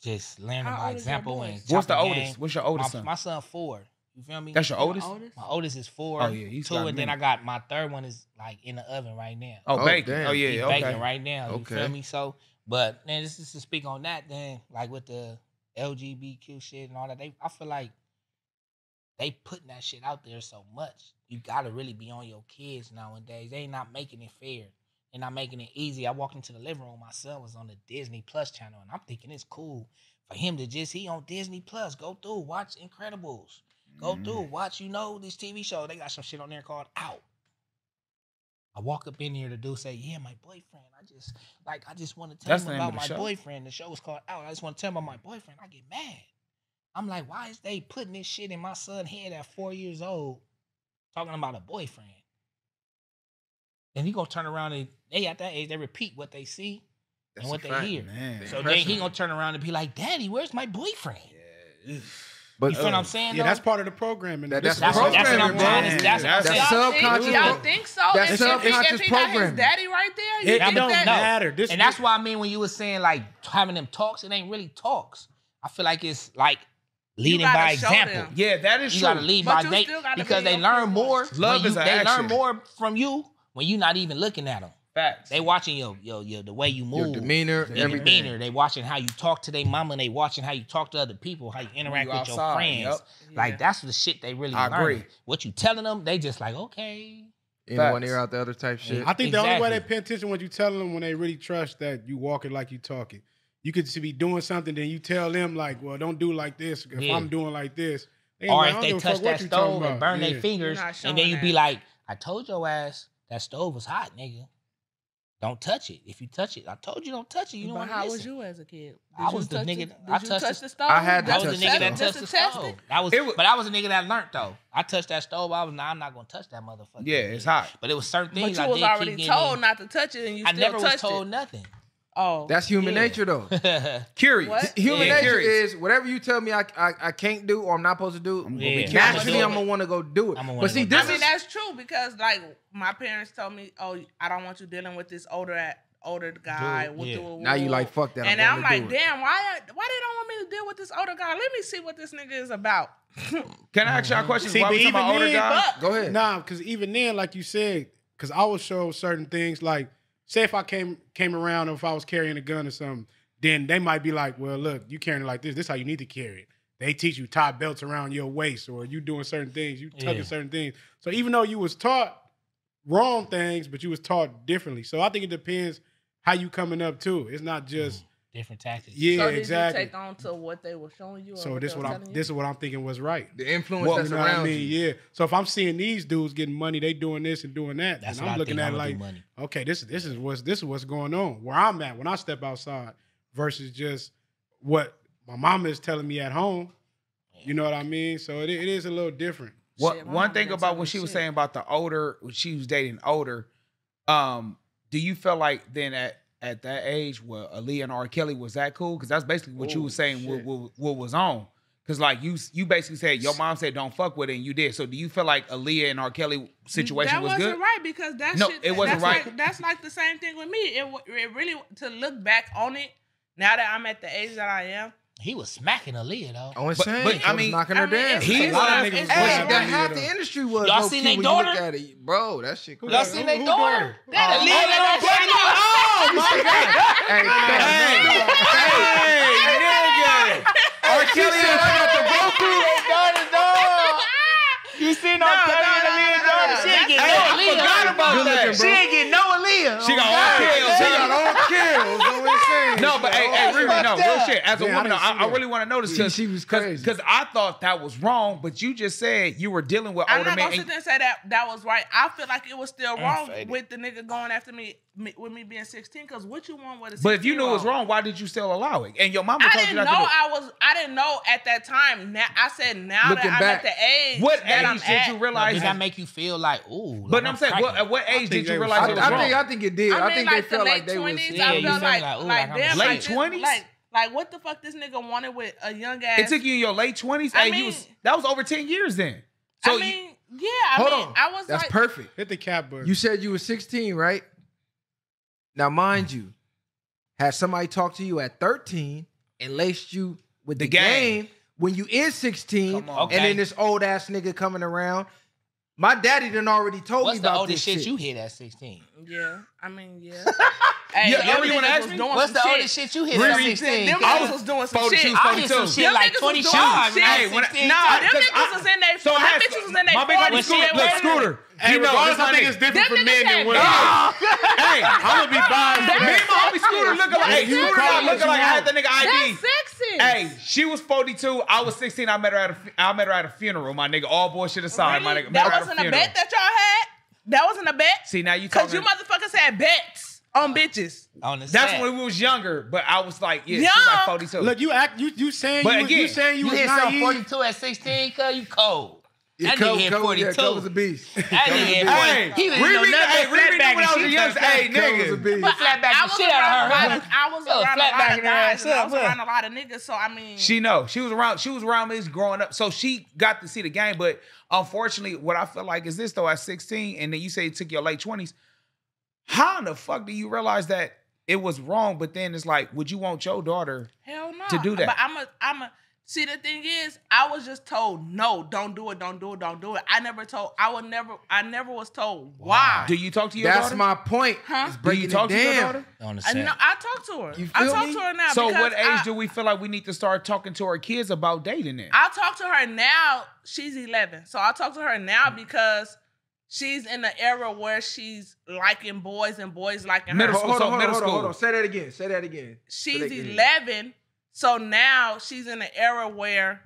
Speaker 6: just learning
Speaker 5: How
Speaker 6: by
Speaker 5: old is your
Speaker 6: example. And
Speaker 5: boys?
Speaker 3: What's the
Speaker 6: chopping game.
Speaker 3: oldest? What's your oldest
Speaker 6: my,
Speaker 3: son?
Speaker 6: my son four. You feel me?
Speaker 3: That's your oldest?
Speaker 6: my oldest is four.
Speaker 3: Oh, yeah, he's
Speaker 6: two,
Speaker 3: got
Speaker 6: and then
Speaker 3: many.
Speaker 6: I got my third one is like in the oven right now.
Speaker 3: Oh,
Speaker 2: Oh,
Speaker 3: bacon.
Speaker 2: damn.
Speaker 3: Oh,
Speaker 6: He
Speaker 3: yeah,
Speaker 6: baking
Speaker 3: okay.
Speaker 6: right now. You
Speaker 2: Okay.
Speaker 6: feel me? So, but man, just, just to speak on that, then like with the LGBTQ shit and all that, they I feel like they putting that shit out there so much. You gotta really be on your kids nowadays. They not making it fair. They're not making it easy. I walked into the living room. My son was on the Disney Plus channel, and I'm thinking it's cool for him to just he on Disney Plus. Go through, watch Incredibles.
Speaker 3: Mm-hmm.
Speaker 6: Go through, watch. You know this TV show. They got some shit on there called Out. I walk up in here to do say, yeah, my boyfriend. I just like I just want to tell
Speaker 3: That's
Speaker 6: him
Speaker 3: the name of
Speaker 6: about
Speaker 3: the show?
Speaker 6: my boyfriend. The show was called Out. I just want to tell him about my boyfriend. I get mad. I'm like, why is they putting this shit in my son's head at four years old, talking about a boyfriend? And he gonna turn around and they at that age they repeat what they see and what they hear.
Speaker 3: Man.
Speaker 6: So then he gonna turn around and be like, "Daddy, where's my boyfriend?"
Speaker 2: but
Speaker 6: You feel
Speaker 3: uh,
Speaker 6: what I'm saying?
Speaker 4: Yeah,
Speaker 6: though?
Speaker 4: that's part of the programming.
Speaker 2: That-
Speaker 4: This
Speaker 2: that's-
Speaker 4: is
Speaker 6: that's, that's what
Speaker 2: programming,
Speaker 6: I'm trying
Speaker 2: man.
Speaker 6: to. That's what I'm
Speaker 3: That's
Speaker 6: saying.
Speaker 2: That's
Speaker 5: Y'all
Speaker 2: subconscious.
Speaker 5: Think, y'all think so?
Speaker 2: That's
Speaker 5: if, if he- if
Speaker 2: subconscious
Speaker 5: he got his
Speaker 2: programming.
Speaker 5: daddy right there, you
Speaker 4: It-
Speaker 5: think
Speaker 4: it don't
Speaker 5: that-
Speaker 4: matter. This
Speaker 6: and that's why I mean when you were saying like having them talks, it ain't really talks. I feel like it's like leading
Speaker 5: gotta
Speaker 6: by
Speaker 5: show
Speaker 6: example.
Speaker 5: them.
Speaker 3: Yeah, that is
Speaker 6: You
Speaker 3: true.
Speaker 6: gotta lead
Speaker 5: But
Speaker 6: by
Speaker 5: you
Speaker 6: they
Speaker 5: still gotta
Speaker 6: because
Speaker 5: be
Speaker 6: they
Speaker 5: your
Speaker 6: learn
Speaker 5: first
Speaker 6: more.
Speaker 5: one.
Speaker 3: Love
Speaker 6: when you,
Speaker 3: is an
Speaker 6: They
Speaker 3: action.
Speaker 6: learn more from you when you're not even looking at them.
Speaker 3: Facts.
Speaker 6: They watching your your your the way you move,
Speaker 2: your demeanor
Speaker 6: your
Speaker 2: everything
Speaker 6: demeanor. They watching how you talk to their mama. They watching how you talk to other people, how you interact
Speaker 3: you
Speaker 6: with
Speaker 3: outside,
Speaker 6: your friends.
Speaker 3: yup.
Speaker 5: Yeah.
Speaker 6: Like that's the shit they really.
Speaker 3: I
Speaker 6: learning.
Speaker 3: agree.
Speaker 6: What you telling them, they just like okay.
Speaker 2: in one
Speaker 3: Facts.
Speaker 2: ear out the other type shit
Speaker 4: I think the only way they
Speaker 6: Exactly.
Speaker 4: pay attention when you tell them when they really trust that you walk it like you talk it. You could be doing something, then you tell them like, "Well, don't do like this." If
Speaker 6: Yeah.
Speaker 4: I'm doing like this, they
Speaker 6: or
Speaker 4: like,
Speaker 6: if
Speaker 4: "I
Speaker 6: they
Speaker 4: don't give a
Speaker 6: touch
Speaker 4: fuck what
Speaker 6: that
Speaker 4: you talking
Speaker 6: stove and
Speaker 4: about."
Speaker 6: burn
Speaker 4: Yeah.
Speaker 6: their fingers,
Speaker 5: You're not
Speaker 6: and then
Speaker 5: showing
Speaker 6: you be
Speaker 5: that.
Speaker 6: like, I told your ass that stove was hot, nigga. Don't touch it. If you touch it, I told you don't touch it. You don't
Speaker 5: But
Speaker 6: want
Speaker 5: how
Speaker 6: to
Speaker 5: was
Speaker 6: listen.
Speaker 5: you as a kid? Did
Speaker 6: I was
Speaker 5: you
Speaker 6: the
Speaker 5: touch
Speaker 6: nigga-
Speaker 5: Did
Speaker 6: I
Speaker 5: you
Speaker 6: touched
Speaker 5: touch
Speaker 6: the-
Speaker 5: the stove?
Speaker 2: I had to
Speaker 5: Just
Speaker 6: I was
Speaker 2: touch
Speaker 5: to
Speaker 6: the nigga
Speaker 5: test-
Speaker 6: that
Speaker 2: stove.
Speaker 6: touched
Speaker 5: just
Speaker 6: the
Speaker 5: to test
Speaker 6: stove.
Speaker 5: it?
Speaker 6: That was,
Speaker 3: It wa-
Speaker 6: but I was a nigga that learned though. I touched that stove. I was, nah, I'm not gonna touch that motherfucker.
Speaker 3: Yeah, it's hot.
Speaker 6: But it was certain
Speaker 5: But
Speaker 6: things
Speaker 5: you
Speaker 6: I
Speaker 5: was
Speaker 6: did keep
Speaker 5: already
Speaker 6: getting
Speaker 5: told
Speaker 6: in.
Speaker 5: not to touch it, and you
Speaker 6: I
Speaker 5: still
Speaker 6: never was
Speaker 5: touched
Speaker 6: told
Speaker 5: it.
Speaker 6: nothing.
Speaker 5: Oh,
Speaker 2: that's human
Speaker 6: Yeah.
Speaker 2: nature though
Speaker 3: Curious.
Speaker 5: What?
Speaker 2: human
Speaker 3: Yeah,
Speaker 2: nature
Speaker 3: curious.
Speaker 2: is whatever you tell me I, I I can't do or I'm not supposed to do
Speaker 3: I'm gonna
Speaker 6: Yeah.
Speaker 3: be
Speaker 6: Naturally,
Speaker 3: curious.
Speaker 2: naturally I'm gonna want to go do it
Speaker 6: I'ma wanna
Speaker 2: but see
Speaker 6: go
Speaker 2: this
Speaker 5: I
Speaker 6: do
Speaker 5: mean
Speaker 2: is
Speaker 5: that's true because like my parents told me, oh, I don't want you dealing with this older at older guy.
Speaker 6: Dude,
Speaker 5: with
Speaker 6: yeah.
Speaker 5: the-
Speaker 2: Now you like, "Fuck that, I
Speaker 5: and
Speaker 2: wanna
Speaker 5: I'm like,
Speaker 2: do it."
Speaker 5: damn, why why they don't want me to deal with this older guy? Let me see what this nigga is about.
Speaker 3: Can I ask y'all questions?
Speaker 4: See,
Speaker 3: Why
Speaker 4: but
Speaker 3: we talking about
Speaker 4: even
Speaker 3: older
Speaker 4: then,
Speaker 3: guys?
Speaker 5: But
Speaker 2: go ahead
Speaker 4: Nah, because even then, like you said, because I would show certain things. Like, say if I came came around, or if I was carrying a gun or something, then they might be like, "Well, look, you carrying it like this. This how you need to carry it." They teach you tie belts around your waist, or you doing certain things, you tucking
Speaker 6: Yeah.
Speaker 4: certain things. So even though you was taught wrong things, but you was taught differently. So I think it depends how you coming up too. It's
Speaker 6: Mm.
Speaker 4: not just
Speaker 6: Different tactics.
Speaker 4: yeah,
Speaker 5: so did
Speaker 4: exactly.
Speaker 5: you take on to what they were showing you? or
Speaker 4: So
Speaker 5: what
Speaker 4: this
Speaker 5: they
Speaker 4: what
Speaker 5: were
Speaker 4: I'm
Speaker 5: telling you?
Speaker 4: this is what I'm thinking was right.
Speaker 2: the influence
Speaker 3: Well,
Speaker 2: that's
Speaker 4: You know what
Speaker 2: around
Speaker 4: I mean?
Speaker 2: you
Speaker 4: Yeah. So if I'm seeing these dudes getting money, they doing this and doing that,
Speaker 6: That's
Speaker 4: and
Speaker 6: what
Speaker 4: I'm
Speaker 6: I
Speaker 4: looking
Speaker 6: think
Speaker 4: at it
Speaker 6: I'ma do
Speaker 4: like,
Speaker 6: money.
Speaker 4: okay, this this is what's this is what's going on where I'm at when I step outside versus just what my mama is telling me at home. You know what I mean? So it, it is a little different.
Speaker 3: What,
Speaker 5: Shit, my
Speaker 3: one
Speaker 5: mama
Speaker 3: thing
Speaker 5: done
Speaker 3: about
Speaker 5: told
Speaker 3: what
Speaker 5: me
Speaker 3: she was
Speaker 5: shit.
Speaker 3: saying about the older, when she was dating older, um, do you feel like then at, at that age, well, Ali and R. Kelly was that cool? Because that's basically what you
Speaker 2: Oh,
Speaker 3: were saying. What,
Speaker 2: shit.
Speaker 3: what, what was on? Because like you, you basically said your mom said don't fuck with it, and you did. So do you feel like Aaliyah and R. Kelly situation
Speaker 5: that
Speaker 3: was
Speaker 5: wasn't
Speaker 3: good?
Speaker 5: right because that
Speaker 3: No,
Speaker 5: shit,
Speaker 3: it wasn't
Speaker 5: that's
Speaker 3: right.
Speaker 5: Like, that's like the same thing with me. It, wa- it really to look back on it now that I'm at the age that I am.
Speaker 6: He was smacking Aaliyah though.
Speaker 4: Oh,
Speaker 2: I was
Speaker 3: But-
Speaker 2: saying
Speaker 3: but,
Speaker 2: she
Speaker 3: I
Speaker 2: was
Speaker 3: mean,
Speaker 2: knocking
Speaker 5: I
Speaker 2: her
Speaker 5: mean,
Speaker 2: down
Speaker 5: it's- it's
Speaker 3: He was-
Speaker 5: like-
Speaker 3: niggas
Speaker 5: it's
Speaker 3: was
Speaker 5: like-
Speaker 2: Hey,
Speaker 3: pushing
Speaker 2: that
Speaker 3: Right.
Speaker 2: half the industry was.
Speaker 6: Y'all
Speaker 2: low
Speaker 6: seen
Speaker 2: key
Speaker 6: they
Speaker 2: when you look
Speaker 6: daughter?
Speaker 2: at it. Bro, that shit crazy.
Speaker 6: Y'all seen
Speaker 4: Who-
Speaker 6: their
Speaker 4: who
Speaker 6: daughter?
Speaker 4: daughter?
Speaker 6: That Aaliyah that shit
Speaker 3: Oh my god!
Speaker 2: Hey, hey,
Speaker 3: Hey, nigga! R.
Speaker 2: Kelly,
Speaker 3: Kelly
Speaker 2: said I got the
Speaker 6: daughter, dog. You seen
Speaker 5: No,
Speaker 6: no,
Speaker 5: no, no, no, no, no.
Speaker 6: She ain't
Speaker 5: Hey,
Speaker 6: get no
Speaker 5: I
Speaker 6: Aaliyah.
Speaker 3: forgot about
Speaker 6: Good
Speaker 3: that.
Speaker 6: looking, She ain't get no Aaliyah. Oh,
Speaker 3: She got all pills.
Speaker 2: She got all kills. Know what I'm saying?
Speaker 3: No, but hey, hey, Riri, no,
Speaker 6: fucked
Speaker 3: real
Speaker 6: up.
Speaker 3: shit. As a
Speaker 4: Yeah, I
Speaker 3: woman, though,
Speaker 4: didn't
Speaker 3: I,
Speaker 4: see
Speaker 3: I
Speaker 4: that.
Speaker 3: really want to notice
Speaker 2: Yeah,
Speaker 3: because
Speaker 2: she was crazy.
Speaker 3: Because I thought that was wrong, but you just said you were dealing with
Speaker 5: I'm
Speaker 3: older
Speaker 5: not
Speaker 3: men.
Speaker 5: gonna sit
Speaker 3: and-
Speaker 5: there and say that that was right. I feel like it was still wrong
Speaker 6: faded.
Speaker 5: with the nigga going after me me, with me being 16 because what you want with a
Speaker 3: But if you knew it was
Speaker 5: 16-year-old?
Speaker 3: wrong, why did you still allow it? And your mama
Speaker 5: I
Speaker 3: told you
Speaker 5: didn't know
Speaker 3: not to do it.
Speaker 5: I was. I didn't know at that time. Now I said now
Speaker 2: Looking
Speaker 5: that I'm
Speaker 2: back,
Speaker 5: at the age
Speaker 3: What
Speaker 5: that I'm
Speaker 3: age did
Speaker 5: at,
Speaker 3: you
Speaker 6: Now,
Speaker 3: realize?
Speaker 6: did that make you feel like, ooh? like
Speaker 3: but I'm saying, what,
Speaker 6: cracking?
Speaker 3: at what age
Speaker 4: think
Speaker 3: did
Speaker 4: they
Speaker 3: you
Speaker 4: was-
Speaker 3: realize
Speaker 2: I,
Speaker 3: it was
Speaker 2: I
Speaker 3: wrong?
Speaker 2: think I think it did.
Speaker 5: I
Speaker 2: I,
Speaker 5: mean,
Speaker 2: think
Speaker 5: like
Speaker 2: they felt
Speaker 5: the
Speaker 2: like
Speaker 5: late
Speaker 2: they was.
Speaker 5: twenties.
Speaker 6: Yeah,
Speaker 5: I
Speaker 6: you
Speaker 5: felt
Speaker 6: feel
Speaker 5: like,
Speaker 6: like,
Speaker 5: like,
Speaker 6: ooh, like, I'm
Speaker 5: damn,
Speaker 3: late
Speaker 5: like this-
Speaker 3: 20s?
Speaker 5: like, like what the fuck this nigga wanted with a young ass.
Speaker 3: It took you in your late 20s.
Speaker 5: I
Speaker 3: Hey, you
Speaker 5: mean-
Speaker 3: was, that was over 10 years then. So
Speaker 5: I
Speaker 3: you-
Speaker 5: mean, yeah, I
Speaker 2: Hold
Speaker 5: mean,
Speaker 2: on.
Speaker 5: I was
Speaker 2: That's
Speaker 5: like,
Speaker 2: perfect.
Speaker 4: Hit the cap button.
Speaker 2: You said you were 16, right? Now, mind you, had somebody talked to you at 13 and laced you with
Speaker 3: The
Speaker 2: the,
Speaker 3: game.
Speaker 2: game. when you is 16,
Speaker 3: Come on.
Speaker 6: Okay.
Speaker 2: and then this old ass nigga coming around. My daddy done already told
Speaker 6: What's
Speaker 2: me
Speaker 6: the
Speaker 2: about
Speaker 6: oldest
Speaker 2: this
Speaker 6: shit you hit at 16?
Speaker 5: yeah, I mean, yeah. hey,
Speaker 3: Yeah,
Speaker 5: them
Speaker 3: yeah, you wanna
Speaker 5: niggas
Speaker 3: ask
Speaker 5: was
Speaker 3: me?
Speaker 5: doing
Speaker 6: What's
Speaker 5: some
Speaker 6: the
Speaker 5: shit.
Speaker 6: oldest shit you hit at
Speaker 3: Really?
Speaker 6: 16?
Speaker 5: Them
Speaker 3: I
Speaker 5: niggas
Speaker 3: was
Speaker 5: was doing some
Speaker 3: 42,
Speaker 5: shit.
Speaker 3: I
Speaker 6: I did some
Speaker 3: 42.
Speaker 6: shit
Speaker 5: Them
Speaker 6: like
Speaker 5: niggas
Speaker 6: 20
Speaker 5: was
Speaker 6: shots.
Speaker 5: doing
Speaker 6: at
Speaker 5: shit. Hey,
Speaker 3: when I-
Speaker 6: 16.
Speaker 5: No, oh,
Speaker 3: I-
Speaker 5: them
Speaker 3: 'cause
Speaker 5: niggas
Speaker 3: I-
Speaker 5: was in their.
Speaker 3: So
Speaker 5: my
Speaker 3: has-
Speaker 5: bitches was in their
Speaker 3: my big homie
Speaker 5: forties.
Speaker 3: Scooter, look, Scooter.
Speaker 4: Hey,
Speaker 3: you know,
Speaker 4: regardless,
Speaker 3: this my
Speaker 4: I think
Speaker 3: nigga.
Speaker 4: it's different
Speaker 5: Them
Speaker 4: for
Speaker 5: niggas
Speaker 4: men
Speaker 5: had
Speaker 4: than women.
Speaker 3: Ah! hey,
Speaker 4: I'm gonna be biased.
Speaker 3: me and my homie Scooter looking like, hey,
Speaker 4: That's
Speaker 3: Scooter
Speaker 4: sexy.
Speaker 3: not looking like I had that nigga ID.
Speaker 5: That's sexy.
Speaker 3: Hey, she was 42. I was 16. I met her at a, fu- I met her at a funeral, my nigga. All bullshit aside, my
Speaker 5: Really?
Speaker 3: nigga. Met her
Speaker 5: That
Speaker 3: at
Speaker 5: wasn't a
Speaker 3: funeral.
Speaker 5: bet that y'all had. That wasn't a bet.
Speaker 3: See, now you
Speaker 5: Cause
Speaker 3: talking.
Speaker 5: you motherfuckers had bets on bitches.
Speaker 6: On the
Speaker 3: that's
Speaker 6: set.
Speaker 3: when we was younger, but I was like, yeah, she was like
Speaker 5: Young.
Speaker 3: 42.
Speaker 4: Look, you act. You you saying
Speaker 3: But
Speaker 4: you, was- you
Speaker 3: again,
Speaker 4: saying you,
Speaker 6: you
Speaker 4: was
Speaker 6: hit something
Speaker 4: naive.
Speaker 6: 42 at 16, cuz you cold.
Speaker 2: Yeah,
Speaker 6: That
Speaker 2: Cole-
Speaker 6: nigga hit
Speaker 2: Cole- yeah,
Speaker 6: 42.
Speaker 2: Cole was a beast.
Speaker 6: That nigga hit
Speaker 3: hey,
Speaker 6: 42.
Speaker 3: we
Speaker 6: He
Speaker 3: read
Speaker 6: didn't know nothing
Speaker 3: hey,
Speaker 6: but
Speaker 3: we read
Speaker 6: flatback
Speaker 3: when I was a
Speaker 6: and
Speaker 3: young,
Speaker 6: shit.
Speaker 3: hey,
Speaker 2: Cole was a
Speaker 3: nigga.
Speaker 2: beast.
Speaker 6: Flatback the shit out of her.
Speaker 5: around, I was
Speaker 6: Yo,
Speaker 5: around
Speaker 6: flat
Speaker 5: a lot
Speaker 6: back
Speaker 5: of
Speaker 6: in her
Speaker 5: guys.
Speaker 6: ass
Speaker 5: and I
Speaker 6: up,
Speaker 5: was
Speaker 6: huh?
Speaker 5: around a lot of niggas. So I mean,
Speaker 3: She know she was around. She was around this growing up, so she got to see the game. But unfortunately, what I feel like is this though: at sixteen, and then you say it took your late twenties. How in the fuck do you realize that it was wrong? But then it's like, would you want your daughter?
Speaker 5: hell no.
Speaker 3: to do that.
Speaker 5: But I'm a, I'm a. See, the thing is, I was just told no, don't do it, don't do it, don't do it. I never told. I would never. I never was told why.
Speaker 3: Do you talk to your
Speaker 2: That's
Speaker 3: daughter?
Speaker 2: my point.
Speaker 5: Huh?
Speaker 2: It's
Speaker 3: do
Speaker 2: breaking
Speaker 3: you talk
Speaker 2: it
Speaker 3: to your
Speaker 2: down.
Speaker 3: daughter?
Speaker 6: On the
Speaker 5: I,
Speaker 6: set.
Speaker 5: no, I talk to her.
Speaker 2: You
Speaker 5: I
Speaker 2: feel
Speaker 5: talk
Speaker 2: me?
Speaker 5: to her now.
Speaker 3: So,
Speaker 5: because
Speaker 3: what age
Speaker 5: I,
Speaker 3: do we feel like we need to start talking to our kids about dating? Then
Speaker 5: I talk to her now. She's 11. So I talk to her now because she's in the era where she's liking boys and boys liking
Speaker 3: Middle
Speaker 5: her.
Speaker 3: school,
Speaker 2: Hold
Speaker 3: so
Speaker 2: on, hold on,
Speaker 3: middle
Speaker 2: hold on, hold
Speaker 3: school.
Speaker 2: on. Say that again. Say that again.
Speaker 5: She's
Speaker 2: So they can-
Speaker 5: 11. So now she's in the era where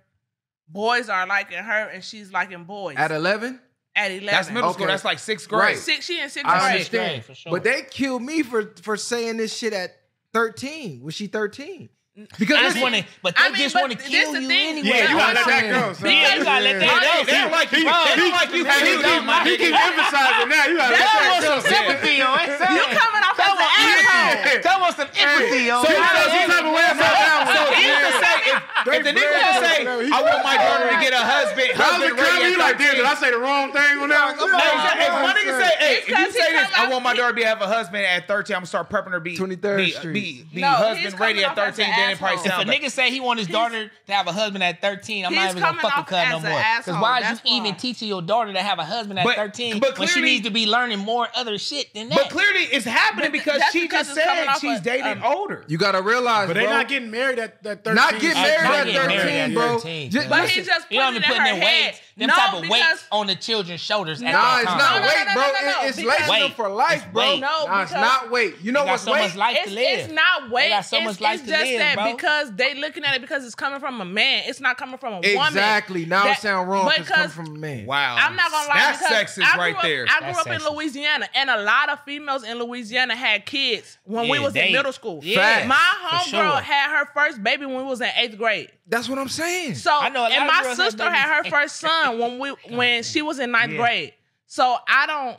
Speaker 5: boys are liking her and she's liking boys.
Speaker 2: At 11,
Speaker 5: At 11.
Speaker 3: that's middle school.
Speaker 2: Okay.
Speaker 3: That's like sixth grade.
Speaker 2: Right.
Speaker 5: Six, she in sixth
Speaker 2: I
Speaker 5: grade.
Speaker 2: understand.
Speaker 6: grade, for sure.
Speaker 2: But they killed me for for saying this shit at 13. Was she 13? Because
Speaker 6: I
Speaker 2: listen-
Speaker 6: just want to, but they
Speaker 5: I mean,
Speaker 6: just
Speaker 5: but
Speaker 6: want to
Speaker 5: this
Speaker 6: kill
Speaker 5: the
Speaker 6: you
Speaker 5: thing.
Speaker 6: anyway.
Speaker 4: Yeah, you gotta let that
Speaker 2: Yeah.
Speaker 4: go. son.
Speaker 6: Yeah, you gotta let
Speaker 3: They,
Speaker 6: that go.
Speaker 3: they don't like you. They don't like you.
Speaker 4: Hey, he
Speaker 3: Hey,
Speaker 4: keep-
Speaker 3: my
Speaker 4: he
Speaker 3: nigga.
Speaker 4: keep emphasizing that. You gotta let
Speaker 6: Tell
Speaker 4: that
Speaker 6: us
Speaker 4: go.
Speaker 6: some sympathy, yo.
Speaker 5: You coming off as an asshole.
Speaker 6: Tell us some empathy, yo.
Speaker 4: So you
Speaker 6: Oh, Yeah,
Speaker 4: felt
Speaker 6: yeah.
Speaker 4: some type of way about that one.
Speaker 3: So he can say if, if the nigga can say, I want my daughter to get a husband,
Speaker 4: I was
Speaker 3: husband
Speaker 4: looking at
Speaker 3: ready
Speaker 4: you
Speaker 3: at
Speaker 4: like, damn, did
Speaker 3: 13.
Speaker 4: I say the wrong thing on that? one?
Speaker 3: No, he said, if my nigga say, hey, if you
Speaker 5: Because he
Speaker 3: say this,
Speaker 5: come
Speaker 3: I
Speaker 5: out-
Speaker 3: want my daughter to be- have a husband at 13, I'm gonna start prepping her be
Speaker 2: 23rd
Speaker 3: be,
Speaker 2: Street.
Speaker 3: be, be
Speaker 5: No, he's
Speaker 3: husband ready
Speaker 5: coming
Speaker 3: at
Speaker 5: off as
Speaker 3: 13,
Speaker 5: an
Speaker 3: then it
Speaker 5: asshole.
Speaker 3: probably
Speaker 6: If a
Speaker 3: sound better.
Speaker 6: nigga say he want his daughter to have a husband at 13, I'm not
Speaker 5: He's
Speaker 6: even gonna
Speaker 5: coming
Speaker 6: fucking
Speaker 5: off
Speaker 6: cut no
Speaker 5: as an
Speaker 6: more.
Speaker 5: asshole,
Speaker 6: why is
Speaker 5: that's
Speaker 6: you even
Speaker 5: why.
Speaker 6: teaching your daughter to have a husband at
Speaker 3: But-
Speaker 6: 13
Speaker 3: but
Speaker 6: when she
Speaker 3: clearly-
Speaker 6: needs to be learning more other shit than that?
Speaker 3: But clearly it's happening
Speaker 5: But th-
Speaker 3: because
Speaker 5: that's
Speaker 3: she
Speaker 5: because
Speaker 3: just
Speaker 5: it's coming
Speaker 3: said
Speaker 5: off
Speaker 3: she's
Speaker 5: a-
Speaker 3: dating
Speaker 5: um,
Speaker 3: older.
Speaker 2: You gotta realize,
Speaker 4: But
Speaker 2: bro.
Speaker 4: they not getting married at that 13.
Speaker 2: not getting
Speaker 6: Hey, not
Speaker 2: married
Speaker 6: getting
Speaker 2: at
Speaker 6: married at
Speaker 2: 13, bro.
Speaker 6: 13.
Speaker 2: Just-
Speaker 5: But he
Speaker 2: listen,
Speaker 5: just putting
Speaker 6: you don't
Speaker 5: it
Speaker 6: be
Speaker 5: in
Speaker 6: putting
Speaker 5: her
Speaker 6: that weight,
Speaker 5: head.
Speaker 6: them
Speaker 5: no,
Speaker 6: type of weight
Speaker 5: because
Speaker 6: on the children's shoulders. at
Speaker 2: Nah,
Speaker 6: that
Speaker 2: it's
Speaker 6: time.
Speaker 2: not
Speaker 5: No, no,
Speaker 2: weight,
Speaker 5: no,
Speaker 2: bro.
Speaker 5: no, no,
Speaker 2: It- it's
Speaker 5: because-
Speaker 2: lacing them
Speaker 6: Wait.
Speaker 2: for life,
Speaker 6: It's
Speaker 2: bro.
Speaker 6: weight.
Speaker 5: No,
Speaker 2: Nah, it's
Speaker 5: because-
Speaker 2: not weight. You know
Speaker 6: They got
Speaker 2: what's
Speaker 6: so
Speaker 2: weight?
Speaker 6: much life
Speaker 5: it's,
Speaker 6: to live.
Speaker 5: it's not weight.
Speaker 6: got so
Speaker 5: it's,
Speaker 6: much life
Speaker 5: it's
Speaker 6: to
Speaker 5: just
Speaker 6: live,
Speaker 5: that
Speaker 6: bro.
Speaker 5: because they looking at it because it's coming from a man. It's not coming from a woman.
Speaker 2: Exactly. Now it
Speaker 5: That-
Speaker 2: sound wrong because
Speaker 5: because
Speaker 2: it's coming from a man.
Speaker 3: Wow.
Speaker 5: I'm not gonna lie.
Speaker 3: That's
Speaker 5: because
Speaker 3: sexist
Speaker 5: I grew
Speaker 3: right
Speaker 5: up-
Speaker 3: there.
Speaker 5: I grew
Speaker 6: That's
Speaker 5: up
Speaker 6: sexist.
Speaker 5: in Louisiana, and a lot of females in Louisiana had kids when we
Speaker 6: Yeah,
Speaker 5: was
Speaker 6: they-
Speaker 5: in middle school.
Speaker 6: yeah,
Speaker 5: my
Speaker 6: for
Speaker 5: homegirl
Speaker 6: sure.
Speaker 5: had her first baby when we was in eighth grade.
Speaker 2: That's what I'm saying.
Speaker 5: So
Speaker 6: I know a lot
Speaker 5: and
Speaker 6: of
Speaker 5: my
Speaker 6: girls had
Speaker 5: sister had her
Speaker 6: babies.
Speaker 5: first son when we when she was in ninth
Speaker 6: Yeah.
Speaker 5: grade. So I don't.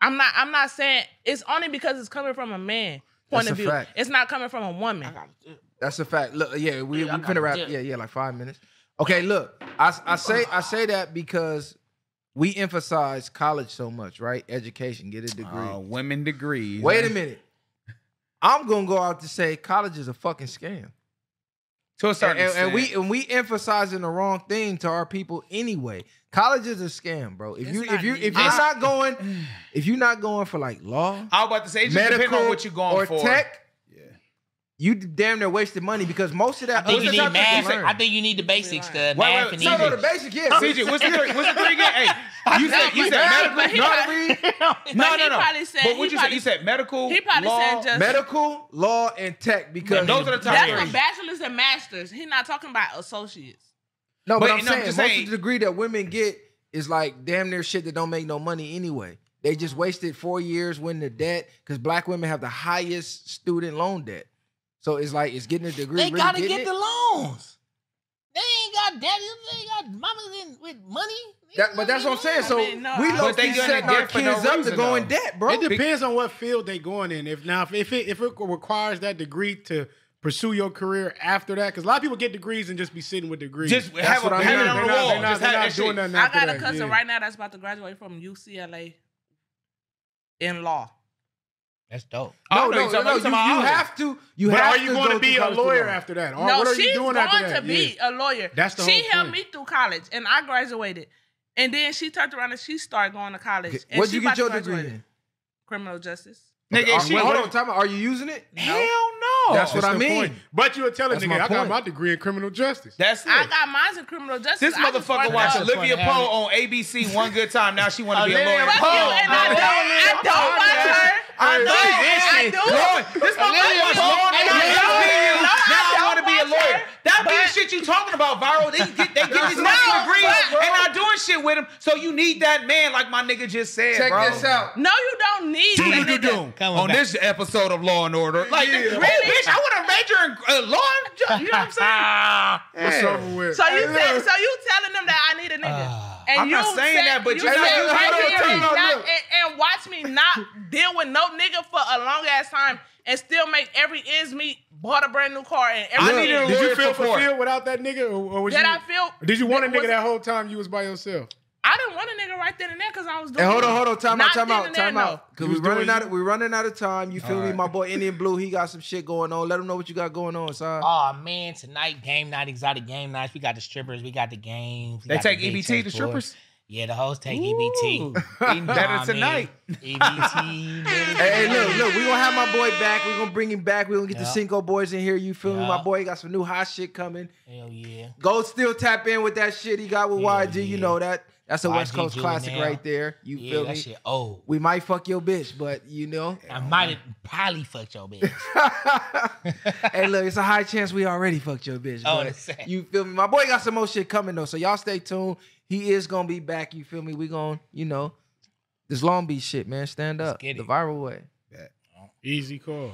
Speaker 5: I'm not. I'm not saying it's only because it's coming from a man point
Speaker 2: That's
Speaker 5: of
Speaker 2: a
Speaker 5: view.
Speaker 2: fact.
Speaker 5: It's not coming from a woman.
Speaker 2: That's a fact. Look, yeah, we
Speaker 6: Yeah, I
Speaker 2: we
Speaker 6: gotta
Speaker 2: finna wrap.
Speaker 6: dip.
Speaker 2: Yeah, yeah, like five minutes. Okay, look, I I say I say that because we emphasize college so much, right? Education, get a degree.
Speaker 3: Uh, women degrees.
Speaker 2: Wait a minute. I'm gonna go out to say college is a fucking scam,
Speaker 3: To a
Speaker 2: and,
Speaker 3: certain
Speaker 2: and- and we
Speaker 3: extent.
Speaker 2: and we emphasizing the wrong thing to our people anyway. College is a scam, bro. If
Speaker 5: It's
Speaker 2: you
Speaker 5: not
Speaker 2: if you if you're
Speaker 5: needed.
Speaker 2: not going, if you're not going for like law,
Speaker 3: I was about to say, it just depends
Speaker 2: medical,
Speaker 3: on what you're going
Speaker 2: or
Speaker 3: for.
Speaker 2: tech, you damn near wasted money because most of that.
Speaker 6: I think
Speaker 2: other
Speaker 6: you
Speaker 3: What's
Speaker 2: stuff
Speaker 3: the
Speaker 6: need
Speaker 3: topic
Speaker 2: can
Speaker 3: you
Speaker 6: math.
Speaker 2: learn.
Speaker 6: I think you need the basics to
Speaker 3: wait,
Speaker 6: math and
Speaker 3: no,
Speaker 2: No,
Speaker 3: no,
Speaker 2: no,
Speaker 6: even.
Speaker 2: the basic, yeah.
Speaker 3: CJ, what's the three, what's the three again? Hey, you said you said
Speaker 2: Math,
Speaker 3: medical.
Speaker 5: he
Speaker 3: no,
Speaker 5: probably-
Speaker 3: No,
Speaker 5: But he
Speaker 3: no, no.
Speaker 5: probably said-
Speaker 3: but
Speaker 5: he
Speaker 3: what you said?
Speaker 5: probably-
Speaker 3: You said medical.
Speaker 5: he probably
Speaker 3: law,
Speaker 5: said just-
Speaker 2: medical, law, and tech because
Speaker 3: those are the top
Speaker 5: That's
Speaker 3: three.
Speaker 5: for bachelor's and masters. He's not talking about associates.
Speaker 2: No, but,
Speaker 3: But,
Speaker 2: I'm
Speaker 3: you know, I'm
Speaker 2: saying
Speaker 3: just
Speaker 2: most
Speaker 3: saying-
Speaker 2: of the degree that women get is like damn near shit that don't make no money anyway. They just wasted four years winning the debt because black women have the highest student loan debt. So it's like it's getting a degree.
Speaker 6: They
Speaker 2: really
Speaker 6: gotta
Speaker 2: getting
Speaker 6: get
Speaker 2: it.
Speaker 6: the loans. They ain't got daddy. They ain't got mamas in, with money. They
Speaker 2: That- but that's what I'm saying. So
Speaker 5: I mean, no,
Speaker 2: we
Speaker 5: I-
Speaker 2: low
Speaker 3: But they
Speaker 2: key
Speaker 3: doing
Speaker 2: setting
Speaker 3: it
Speaker 2: our
Speaker 3: debt for
Speaker 2: kids
Speaker 3: no
Speaker 2: up to
Speaker 3: reason,
Speaker 2: go in
Speaker 3: though.
Speaker 2: debt, bro.
Speaker 4: It depends on what field they going in. If now if it if it requires that degree to pursue your career after that, because a lot of people get degrees and just be sitting with degrees.
Speaker 3: Just
Speaker 4: They're
Speaker 3: have,
Speaker 2: what
Speaker 3: a,
Speaker 2: I
Speaker 3: have
Speaker 2: mean.
Speaker 3: it on
Speaker 4: not,
Speaker 3: the wall.
Speaker 4: they're not,
Speaker 3: Just
Speaker 4: they're
Speaker 3: have
Speaker 4: not
Speaker 3: that
Speaker 4: doing
Speaker 3: shit.
Speaker 4: nothing
Speaker 5: I
Speaker 4: after
Speaker 5: got a
Speaker 4: that,
Speaker 5: cousin
Speaker 4: yeah.
Speaker 5: right now that's about to graduate from UCLA in law.
Speaker 6: That's dope.
Speaker 3: I
Speaker 2: No,
Speaker 3: don't know
Speaker 2: no,
Speaker 3: you
Speaker 2: no,
Speaker 3: talking
Speaker 2: no. You,
Speaker 3: about- you talking
Speaker 2: you
Speaker 3: about
Speaker 2: have to. You
Speaker 4: But
Speaker 2: have
Speaker 4: are you
Speaker 2: to
Speaker 4: going
Speaker 2: go
Speaker 4: to be
Speaker 2: through
Speaker 4: a
Speaker 2: college to
Speaker 4: lawyer
Speaker 2: learn.
Speaker 4: after that? Or
Speaker 5: no,
Speaker 4: Oh, what are
Speaker 5: she's
Speaker 4: you doing
Speaker 5: going
Speaker 4: after that?
Speaker 5: to be a lawyer.
Speaker 4: That's the
Speaker 5: she
Speaker 4: whole
Speaker 5: helped
Speaker 4: thing.
Speaker 5: me through college, and I graduated. And then she turned around and she started going to college.
Speaker 2: Okay,
Speaker 5: And
Speaker 2: What'd
Speaker 5: she
Speaker 2: you get
Speaker 5: about to
Speaker 2: your degree
Speaker 5: graduate.
Speaker 2: in?
Speaker 5: Criminal justice.
Speaker 3: Nigga,
Speaker 2: Are-
Speaker 3: she-
Speaker 2: wait, hold on, time out. Are you using it?
Speaker 5: No.
Speaker 3: Hell no.
Speaker 2: That's what
Speaker 4: That's
Speaker 2: I
Speaker 4: the
Speaker 2: mean.
Speaker 4: point. But you were telling
Speaker 2: That's
Speaker 4: nigga,
Speaker 2: my
Speaker 4: I got
Speaker 2: point.
Speaker 4: my degree in criminal justice.
Speaker 3: That's it.
Speaker 5: I got mine in criminal justice.
Speaker 3: this
Speaker 5: I just
Speaker 3: motherfucker
Speaker 5: worked
Speaker 3: watched
Speaker 5: up.
Speaker 6: Look,
Speaker 3: Olivia
Speaker 6: funny,
Speaker 3: Poe on ABC one good time. Now she want to be a
Speaker 6: Olivia
Speaker 3: lawyer.
Speaker 5: Fuck
Speaker 3: Poe.
Speaker 5: you, and I don't, I
Speaker 3: I'm
Speaker 5: don't
Speaker 3: tired
Speaker 5: watch
Speaker 3: of that
Speaker 5: her.
Speaker 3: shit.
Speaker 5: I
Speaker 3: Hey,
Speaker 5: don't. I
Speaker 3: this
Speaker 5: do.
Speaker 3: shit. This motherfucker was born in
Speaker 5: Olivia
Speaker 3: the
Speaker 5: Pope.
Speaker 3: millions.
Speaker 5: No, I
Speaker 3: Now I
Speaker 5: don't
Speaker 3: want to be a
Speaker 5: watch
Speaker 3: lawyer.
Speaker 5: her,
Speaker 3: That be
Speaker 5: but-
Speaker 3: shit you talking about, viral. They get they get these
Speaker 2: No,
Speaker 3: fucking degrees
Speaker 5: but-
Speaker 3: and not doing shit with them. So you need that man, like my nigga just said,
Speaker 2: Check
Speaker 3: bro.
Speaker 2: this out.
Speaker 5: No, you don't need that. nigga.
Speaker 6: Come
Speaker 3: on
Speaker 6: back.
Speaker 3: this episode of Law and Order, like,
Speaker 2: Yeah.
Speaker 3: really, bitch, I want to major in uh, law. and ju- You know what I'm saying?
Speaker 4: What's over with?
Speaker 5: So you
Speaker 2: Hey,
Speaker 5: tell,
Speaker 2: look.
Speaker 5: so you telling them that I need a nigga. and
Speaker 3: I'm
Speaker 5: you
Speaker 3: not saying
Speaker 5: said-
Speaker 3: that, but
Speaker 5: you
Speaker 3: you know,
Speaker 5: said
Speaker 3: you-
Speaker 5: right
Speaker 3: hold on,
Speaker 5: here
Speaker 3: tell
Speaker 5: and,
Speaker 3: me,
Speaker 5: not-
Speaker 3: look.
Speaker 5: and- and watch me not deal with no nigga for a long ass time and still make every ends meet, bought a brand new car and
Speaker 3: I
Speaker 5: everything.
Speaker 3: need a
Speaker 4: Did
Speaker 3: lawyer
Speaker 4: you feel
Speaker 3: for court.
Speaker 4: fulfilled without that nigga, or, or was
Speaker 5: Did
Speaker 4: you?
Speaker 5: I feel?
Speaker 4: did you want a
Speaker 5: was-
Speaker 4: nigga that whole time you was by yourself?
Speaker 5: I didn't want a nigga right then and there because I was doing.
Speaker 2: And hold on,
Speaker 5: it.
Speaker 2: hold on, time
Speaker 5: Not
Speaker 2: out, time
Speaker 5: then
Speaker 2: out,
Speaker 5: and there,
Speaker 2: time
Speaker 5: no.
Speaker 2: out. Cause
Speaker 4: You
Speaker 2: we
Speaker 4: was doing
Speaker 2: running
Speaker 4: you.
Speaker 2: out, of, we running out of time. You feel me, my boy Indian Blue? He got some shit going on. Let him know what you got going on, son.
Speaker 6: Oh man, tonight game night, exotic game nights. We got the strippers, we got the games. we
Speaker 3: They
Speaker 6: got the
Speaker 3: take
Speaker 2: E
Speaker 6: big
Speaker 3: EBT, the
Speaker 6: chess board.
Speaker 3: strippers.
Speaker 6: Yeah, the hoes take E EBT.
Speaker 3: Ooh.
Speaker 6: You know
Speaker 3: Better
Speaker 6: what I mean?
Speaker 3: tonight.
Speaker 6: EBT. baby.
Speaker 2: Hey, hey, look, look, we gonna have my boy back. We gonna bring him back. We gonna get the
Speaker 6: Yeah.
Speaker 2: Cinco boys in here. You feel me, my
Speaker 6: Yeah.
Speaker 2: boy? He got some new hot shit coming.
Speaker 6: Hell yeah.
Speaker 2: Go still tap in with that shit he got with
Speaker 6: Yeah,
Speaker 2: YG. You
Speaker 6: yeah.
Speaker 2: know that. That's a West
Speaker 6: YG
Speaker 2: Coast
Speaker 6: do it
Speaker 2: classic
Speaker 6: now.
Speaker 2: right there. You
Speaker 6: Yeah,
Speaker 2: feel
Speaker 6: that
Speaker 2: me?
Speaker 6: shit old.
Speaker 2: We might fuck your bitch, but you know.
Speaker 6: I might have probably fucked your bitch.
Speaker 2: hey, look, it's a high chance we already fucked your bitch.
Speaker 6: Oh,
Speaker 2: but
Speaker 6: that's sad.
Speaker 2: you feel me? My boy got some more shit coming though, so y'all stay tuned. He is gonna be back. You feel me? We gonna, you know, this Long Beach shit, man. Stand
Speaker 6: Let's
Speaker 2: up
Speaker 6: get
Speaker 2: the
Speaker 6: it.
Speaker 2: viral way.
Speaker 4: Easy call.